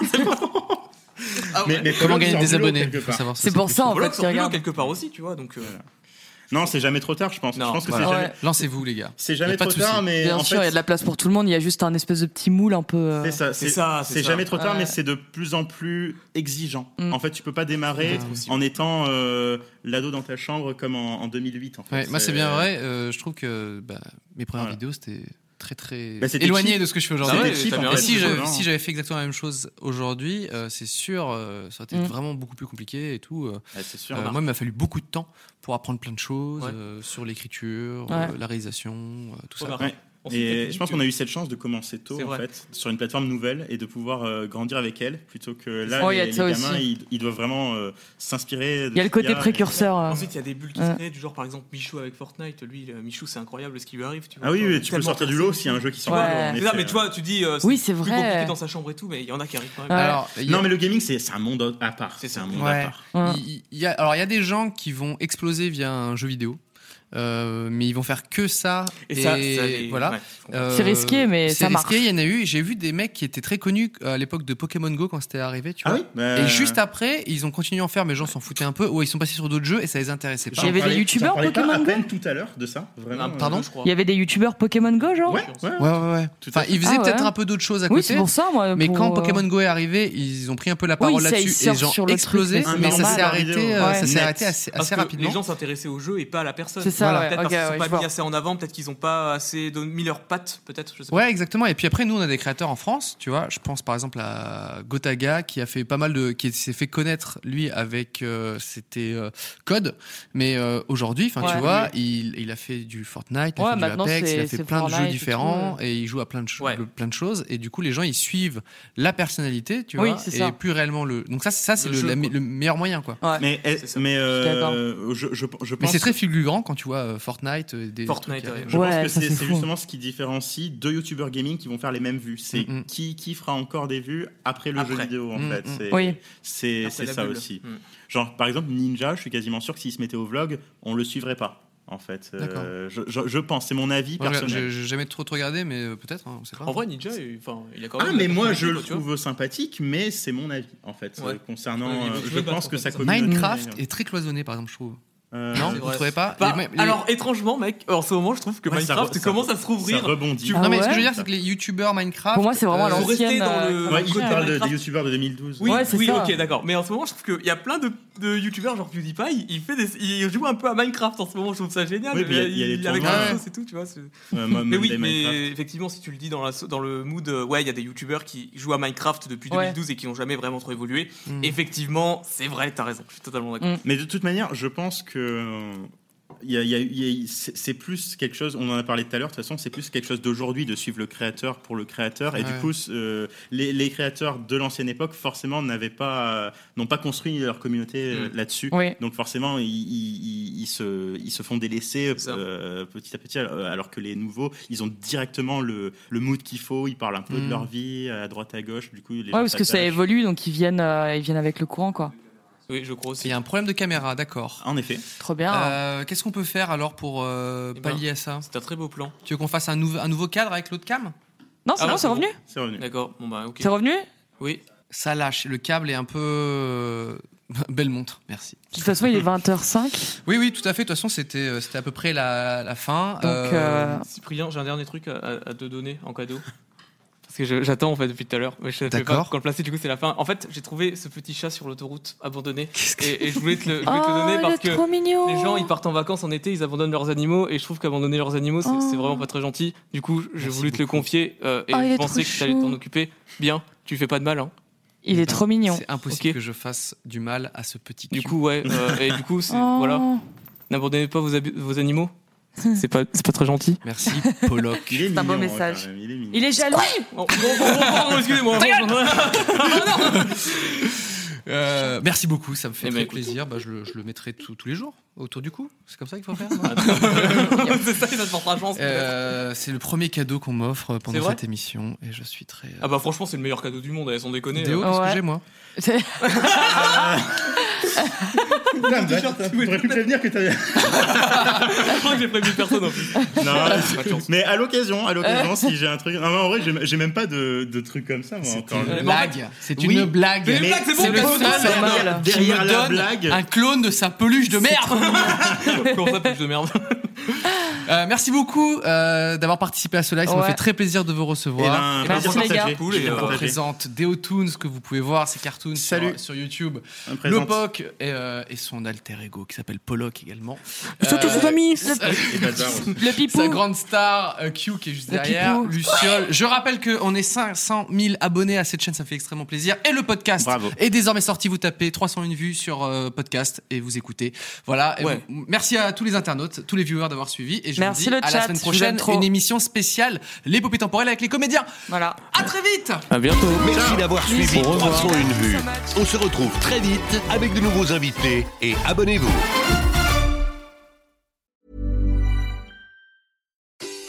S3: tu vois. Ah ouais.
S2: Mais- mais
S1: dire Comment
S2: Polo
S1: gagner
S2: sort
S1: des
S2: du lot,
S1: abonnés
S2: quelque
S1: Faut
S2: part.
S1: savoir ça,
S4: C'est pour
S1: quelque
S4: ça
S1: chose.
S4: en
S3: Voilà,
S4: fait
S3: que
S4: qu'ils
S3: ça regarde
S4: regardent.
S3: quelque part aussi, tu vois. Donc, euh,
S2: Non, c'est jamais trop tard, je pense.
S3: Non, bah
S2: je pense que
S1: voilà.
S2: c'est
S4: Ouais.
S2: jamais,
S1: Lancez-vous les gars.
S2: c'est
S1: Y
S2: jamais
S1: a pas
S2: trop
S1: de
S2: tard,
S1: souci.
S2: mais
S4: Bien
S2: en
S4: sûr, il y
S2: fait,
S4: a de la place pour tout le monde. Il y a juste un espèce de petit moule un peu. euh,
S2: c'est ça,
S3: C'est ça, c'est
S2: c'est
S3: ça.
S2: jamais trop tard,
S4: Ouais.
S2: mais c'est de plus en plus exigeant.
S4: Mm.
S2: En fait, tu peux pas démarrer
S3: C'est possible.
S2: en étant euh, l'ado dans ta chambre comme en, en 2008. En fait.
S1: Ouais, moi, c'est bien vrai. euh, je trouve que bah, mes premières
S2: Voilà.
S1: vidéos, c'était très très
S2: Bah, c'était
S1: éloigné
S2: cheap.
S1: de ce que je fais
S3: Ah
S1: aujourd'hui.
S3: ouais,
S2: C'était cheap,
S3: t'as
S2: en
S3: bien
S1: Et si
S2: fait,
S3: raison.
S2: c'est
S1: j'avais
S2: étonnant.
S1: si j'avais fait exactement la même chose aujourd'hui, euh, c'est sûr, euh, ça aurait été
S4: Mm.
S1: vraiment beaucoup plus compliqué et tout. euh.
S2: Ouais, c'est sûr.
S1: Euh, moi, il m'a fallu beaucoup de temps pour apprendre plein de choses
S3: Ouais.
S1: euh, sur l'écriture,
S4: Ouais.
S1: euh, la réalisation, euh, tout ça.
S3: Remarque.
S2: Ouais. Et je pense qu'on a eu cette chance de commencer tôt,
S3: C'est
S2: en
S3: vrai.
S2: fait, sur une plateforme nouvelle et de pouvoir euh, grandir avec elle, plutôt que là,
S4: Oh, il y a
S2: les,
S4: de
S2: les
S4: ça
S2: gamins,
S4: aussi.
S2: ils, ils doivent vraiment euh, s'inspirer. de
S4: Il y
S2: ce
S4: a
S2: qu'il
S4: le côté précurseur. euh.
S3: Ensuite, il y a des bulles qui
S4: Ouais.
S3: se créent, du genre par exemple Michou avec Fortnite. Lui, euh, Michou, c'est incroyable ce qui lui arrive. Tu vois,
S2: Ah oui,
S3: Genre,
S2: oui, tu peux
S3: tellement
S2: sortir du lot s'il y a un jeu qui sort.
S4: Ouais.
S2: en
S3: Non,
S2: effet.
S3: mais tu vois, tu dis, euh,
S4: Oui, c'est
S3: plus
S4: vrai.
S3: compliqué dans sa chambre et tout, mais il y en a qui arrivent quand même.
S4: Ouais.
S1: Alors, il y a-
S2: Non, mais le gaming, c'est c'est un monde à part.
S3: C'est
S2: C'est
S3: ça.
S2: un monde
S1: Ouais.
S2: à part.
S4: Ouais.
S1: Il- il y a- alors, il y a des gens qui vont exploser via un jeu vidéo, euh, mais ils vont faire que ça.
S3: Et, ça, ça les-
S1: voilà.
S3: ouais.
S1: Euh,
S4: C'est risqué, mais
S1: c'est
S4: ça marche.
S1: risqué, Il y en a eu. J'ai vu des mecs qui étaient très connus euh, à l'époque de Pokémon Go quand c'était arrivé,
S3: Ah
S1: tu vois.
S2: Euh,
S1: Et juste après, ils ont continué à en faire, mais les gens s'en foutaient un peu, ou ils sont passés sur d'autres jeux et ça les intéressait pas.
S4: Il y avait des
S2: parlais-
S4: youtubeurs
S2: j'en parlais pas
S4: Pokémon
S2: à peine tout à l'heure de ça, vraiment.
S3: Un-
S2: euh,
S1: Pardon
S3: je crois.
S4: Il y avait des youtubeurs Pokémon Go, genre
S2: Ouais, ouais.
S1: Ouais, ouais, ouais.
S2: Tout à
S1: Enfin,
S2: fait.
S1: ils faisaient
S4: Ah ouais.
S1: peut-être un peu d'autres choses à
S4: Oui,
S1: côté.
S4: c'est pour ça, moi.
S1: Mais
S4: pour,
S1: quand
S4: euh,
S1: Pokémon Go est arrivé, ils ont pris un peu la
S4: Oui,
S1: parole
S4: ça, ils
S1: là-dessus et
S4: sortent
S1: les gens
S4: sur le truc,
S1: explosaient,
S4: mais
S2: c'est
S1: mais ça
S2: normal.
S1: s'est arrêté, euh,
S4: Ouais.
S1: ça s'est
S2: Net.
S1: arrêté assez,
S3: Parce
S1: assez
S3: que
S1: rapidement.
S3: Les gens s'intéressaient au jeu et pas à la personne.
S4: C'est ça, ouais.
S3: Peut-être
S4: Ok,
S3: parce qu'ils
S4: ouais,
S3: sont
S4: je
S3: pas mis
S4: vois.
S3: assez en avant, peut-être qu'ils ont pas assez don- mis leurs pattes, peut-être. Je sais pas.
S1: Ouais, exactement. Et puis après, nous, on a des créateurs en France, tu vois. Je pense par exemple à Gotaga qui a fait pas mal de, qui s'est fait connaître lui avec, euh, c'était euh, Code. Mais euh, aujourd'hui, enfin, tu
S4: Ouais.
S1: vois, il, il a fait du Fortnite, il
S4: Ouais,
S1: a fait du
S4: maintenant,
S1: Apex, il a
S4: c'est-
S1: fait
S4: c'est
S1: plein de
S4: Fortnite
S1: jeux
S4: et
S1: différents et il joue à plein de, cho-
S3: Ouais.
S1: de- plein de choses. Et du coup, les gens ils suivent la personnalité, tu
S4: Oui,
S1: vois,
S4: c'est
S1: et
S4: ça.
S1: plus réellement le. Donc ça, c'est- ça c'est
S3: Le
S1: le,
S3: jeu,
S1: la-
S3: quoi.
S1: le meilleur moyen, quoi.
S4: Ouais.
S2: Mais, eh,
S3: C'est ça.
S2: mais
S4: Je suis d'accord.
S2: euh, je, je, je
S1: Mais
S2: pense
S1: c'est très fulgurant quand tu vois euh, Fortnite, euh, des trucs
S3: Fortnite,
S1: qui
S3: ouais.
S1: arrivent.
S2: Je
S4: Ouais,
S2: pense que
S4: ça,
S2: c'est
S4: c'est
S2: c'est
S4: fou.
S2: justement ce qui différencie deux youtubeurs gaming qui vont faire les mêmes vues. C'est
S1: Mm, mm.
S2: qui, qui fera encore des vues après le jeu
S3: Après.
S2: vidéo, en
S1: Mm,
S2: fait.
S1: mm.
S2: C'est-
S4: Oui.
S2: C'est
S3: Après
S2: c'est
S3: la
S2: ça
S3: bulle.
S2: aussi.
S3: Hmm.
S2: Genre, par exemple, Ninja, je suis quasiment sûr que s'il se mettait au vlog, on le suivrait pas. En fait, Euh,
S1: D'accord.
S2: je, je- je pense, c'est mon avis
S1: Moi, j'ai- J'ai
S2: personnel.
S1: j'ai jamais trop trop regardé, mais euh, peut-être, hein, on sait pas.
S3: En vrai, Ninja, il- enfin, il a quand même.
S2: Ah, mais moi je
S3: tu
S2: le
S3: vois.
S2: trouve sympathique, mais c'est mon avis en fait.
S3: Ouais.
S2: euh, concernant,
S3: Ouais, il
S2: euh,
S3: faut
S2: je
S3: pas
S2: pense
S3: trop
S2: que
S3: faire
S2: sa
S3: ça.
S2: communauté.
S1: Minecraft est très cloisonné, par exemple, je trouve.
S2: euh,
S1: non,
S3: hein. c'est
S1: vous
S3: vrai.
S1: trouvez pas
S3: Bah,
S1: Les mêmes- les-
S3: Alors, étrangement, mec, en ce moment, je trouve que
S2: Ouais, ça
S3: Minecraft
S2: re- ça-
S3: commence à se
S2: ça
S3: rouvrir.
S2: rebondit.
S1: non, mais ce que je veux
S4: Ah ouais.
S1: dire, c'est que les youtubeurs Minecraft.
S4: Pour moi, c'est vraiment
S1: euh,
S4: à
S3: Vous restez
S4: l'ancienne.
S3: dans
S4: euh,
S3: le-
S4: comme
S2: Ouais,
S4: on
S2: il
S4: dit, hein.
S2: parle de- des
S3: Minecraft.
S2: youtubeurs de 2012.
S3: Oui,
S4: Ouais, c'est
S3: oui,
S4: ça.
S3: ok, d'accord. Mais en ce moment, je trouve qu'il y a plein de, de youtubeurs, genre PewDiePie, il, fait des, il joue un peu à Minecraft en ce moment, je trouve ça génial.
S2: Oui, puis il y a- il y a les
S3: avec
S2: tournois.
S3: la sauce et tout, tu vois. c'est-
S2: Euh, Mom
S3: Mais oui,
S2: Day Minecraft.
S3: mais effectivement, si tu le dis dans, la, dans le mood, euh, ouais, il y a des youtubeurs qui jouent à Minecraft depuis
S4: Ouais.
S3: 2012 et qui n'ont jamais vraiment trop évolué.
S1: Hmm.
S3: Effectivement, c'est vrai, t'as raison, je suis totalement d'accord.
S2: Mais de toute manière, je pense que euh, il y a- il y a- il y a- c'est c'est plus quelque chose. On en a parlé tout à l'heure. De toute façon, c'est plus quelque chose d'aujourd'hui de suivre le créateur pour le créateur. Et du
S1: Ouais.
S2: coup, c- euh, les, les créateurs de l'ancienne époque, forcément, n'avaient pas, euh, n'ont pas construit leur communauté euh,
S3: Mm.
S2: là-dessus.
S4: Oui.
S2: Donc forcément, ils, ils- ils- ils se, ils se font délaisser
S3: C'est ça.
S2: euh, petit à petit, euh, alors que les nouveaux, ils ont directement le, le mood qu'il faut. Ils parlent un peu
S1: Mm.
S2: de leur vie à droite à gauche. Du coup, les
S4: Ouais,
S2: gens
S4: parce que ça
S2: s'attachent.
S4: évolue, donc ils viennent, euh, ils viennent avec le courant, quoi.
S3: Oui, je crois
S1: Il
S3: aussi.
S1: y a un problème de caméra, d'accord.
S2: En effet.
S4: Trop bien. hein.
S1: Euh, Qu'est-ce qu'on peut faire alors pour euh,
S3: Eh ben-
S1: pallier à ça
S3: C'est un très beau plan.
S1: Tu veux qu'on fasse un, nou- un nouveau cadre avec l'autre cam
S4: Non, c'est
S3: ah,
S4: bon,
S3: non,
S4: c'est
S3: c'est
S4: revenu.
S2: C'est revenu.
S3: D'accord, bon bah ok.
S4: C'est revenu.
S3: Oui,
S1: Ça lâche, le câble est un peu. euh, Belle montre, merci.
S4: De toute façon, il est 20h05.
S1: Oui, oui, tout à fait. De toute façon, c'était euh, c'était à peu près la, la fin.
S4: Donc, euh,
S3: Cyprien, j'ai un dernier truc à, à- à te donner en cadeau. Parce que je- j'attends en fait depuis tout à l'heure. mais Je savais pas
S1: D'accord.
S3: quand le placer, du coup, c'est la fin. En fait, j'ai trouvé ce petit chat sur l'autoroute abandonné.
S1: Qu'est-ce que-
S3: Et, et je voulais te le, je voulais te le
S4: Oh,
S3: donner
S4: il
S3: parce
S4: est
S3: que.
S4: trop mignon.
S3: Les gens, ils partent en vacances en été, ils abandonnent leurs animaux, et je trouve qu'abandonner leurs animaux, c'est
S4: Oh.
S3: c'est vraiment pas très gentil. Du coup, j'ai
S1: Merci
S3: voulu te le
S1: beaucoup.
S3: confier, euh, et
S4: Oh, il
S3: je
S4: est
S3: pensais
S4: trop
S3: que t'allais t'en
S4: chou.
S3: occuper. Bien, tu fais pas de mal, hein.
S4: Il est trop mignon.
S1: C'est impossible
S3: Ok.
S1: que je fasse du mal à ce petit
S3: Du
S1: cul.
S3: coup, ouais, euh, et du coup, c'est-
S4: Oh.
S3: voilà, n'abandonnez pas vos, ab- vos animaux. C'est pas, c'est pas très gentil.
S1: Merci, Pollock.
S2: Il est
S4: C'est un beau
S2: mignon, hein,
S4: message.
S2: quand même, Il est mignon.
S4: Il est jaloux.
S3: Oh, bon, bon, bon, pardon, excusez-moi.
S1: Euh, merci beaucoup, ça me fait
S3: Eh ben,
S1: très
S3: écoute.
S1: plaisir. Bah, je, le, je le mettrai tout- tous les jours autour du cou. C'est comme ça qu'il faut faire. non
S3: Ah, c'est ça, il va te porter la chance. peut-être.
S1: Euh, c'est le premier cadeau qu'on m'offre
S3: C'est
S1: pendant
S3: vrai
S1: cette émission et je suis très. euh,
S3: Ah bah franchement, c'est le meilleur cadeau du monde, elles sont déconnées.
S1: Déo, qu'est-ce
S4: Ouais.
S1: que j'ai moi
S4: C'est-
S2: Putain, T'aurais pu prévenir que t'avais.
S3: Je crois que j'ai prévu personne en plus.
S2: Non,
S3: C'est pas de chance.
S2: mais à l'occasion, à l'occasion, si j'ai un truc. Non, mais en vrai, j'ai j'ai même pas de, de truc comme ça, moi.
S1: C'est
S2: encore.
S1: une
S3: Mais en
S1: blague. C'est
S2: Oui.
S1: une blague.
S3: Mais les
S2: Mais
S3: blagues, c'est bon,
S1: c'est le
S3: cadeau de
S1: seul
S3: merde.
S4: mal.
S1: qui me
S2: derrière la
S1: donne
S2: blague.
S1: un clone de sa peluche de merde.
S3: Comment ça, plus de merde
S1: Euh, merci beaucoup euh, d'avoir participé à ce live. Ça m'a
S4: Ouais.
S1: fait très plaisir de vous
S2: Eh ben,
S1: recevoir.
S2: un
S4: Merci,
S2: plaisir
S4: les gars.
S2: partagé.
S3: Cool, et,
S2: Plaisir
S3: euh,
S1: On
S2: partagé.
S1: présente Deo Toons que vous pouvez voir, ces cartoons sur-
S2: Salut.
S1: Sur, YouTube.
S2: On présente.
S1: Le POC et, euh, et son alter ego qui s'appelle Pollock également.
S4: Surtout
S1: Euh,
S4: ses amis.
S2: Et Bazar aussi.
S4: Le pipou.
S1: Sa grande star, euh, Q, qui est juste
S4: Le
S1: derrière,
S4: Pipou.
S1: Luciole. Je rappelle qu'on est 500 000 abonnés à cette chaîne, ça me fait extrêmement plaisir. Et le podcast
S2: Bravo.
S1: est désormais sorti, vous tapez 301 vues sur euh, podcast et vous écoutez. Voilà. Et
S3: Ouais.
S1: m- merci à tous les internautes, tous les viewers d'avoir suivi. Et je
S4: Merci
S1: vous dis
S4: le
S1: à
S4: chat,
S1: la semaine
S4: je vous aime
S1: prochaine
S4: trop.
S1: une émission spéciale l'épopée temporelle avec les comédiens.
S4: Voilà.
S1: À très vite.
S3: À bientôt.
S5: Merci d'avoir suivi
S3: Au revoir.
S5: 301 vues.
S4: Thanks so much.
S5: On se retrouve très vite avec de nouveaux invités et abonnez-vous.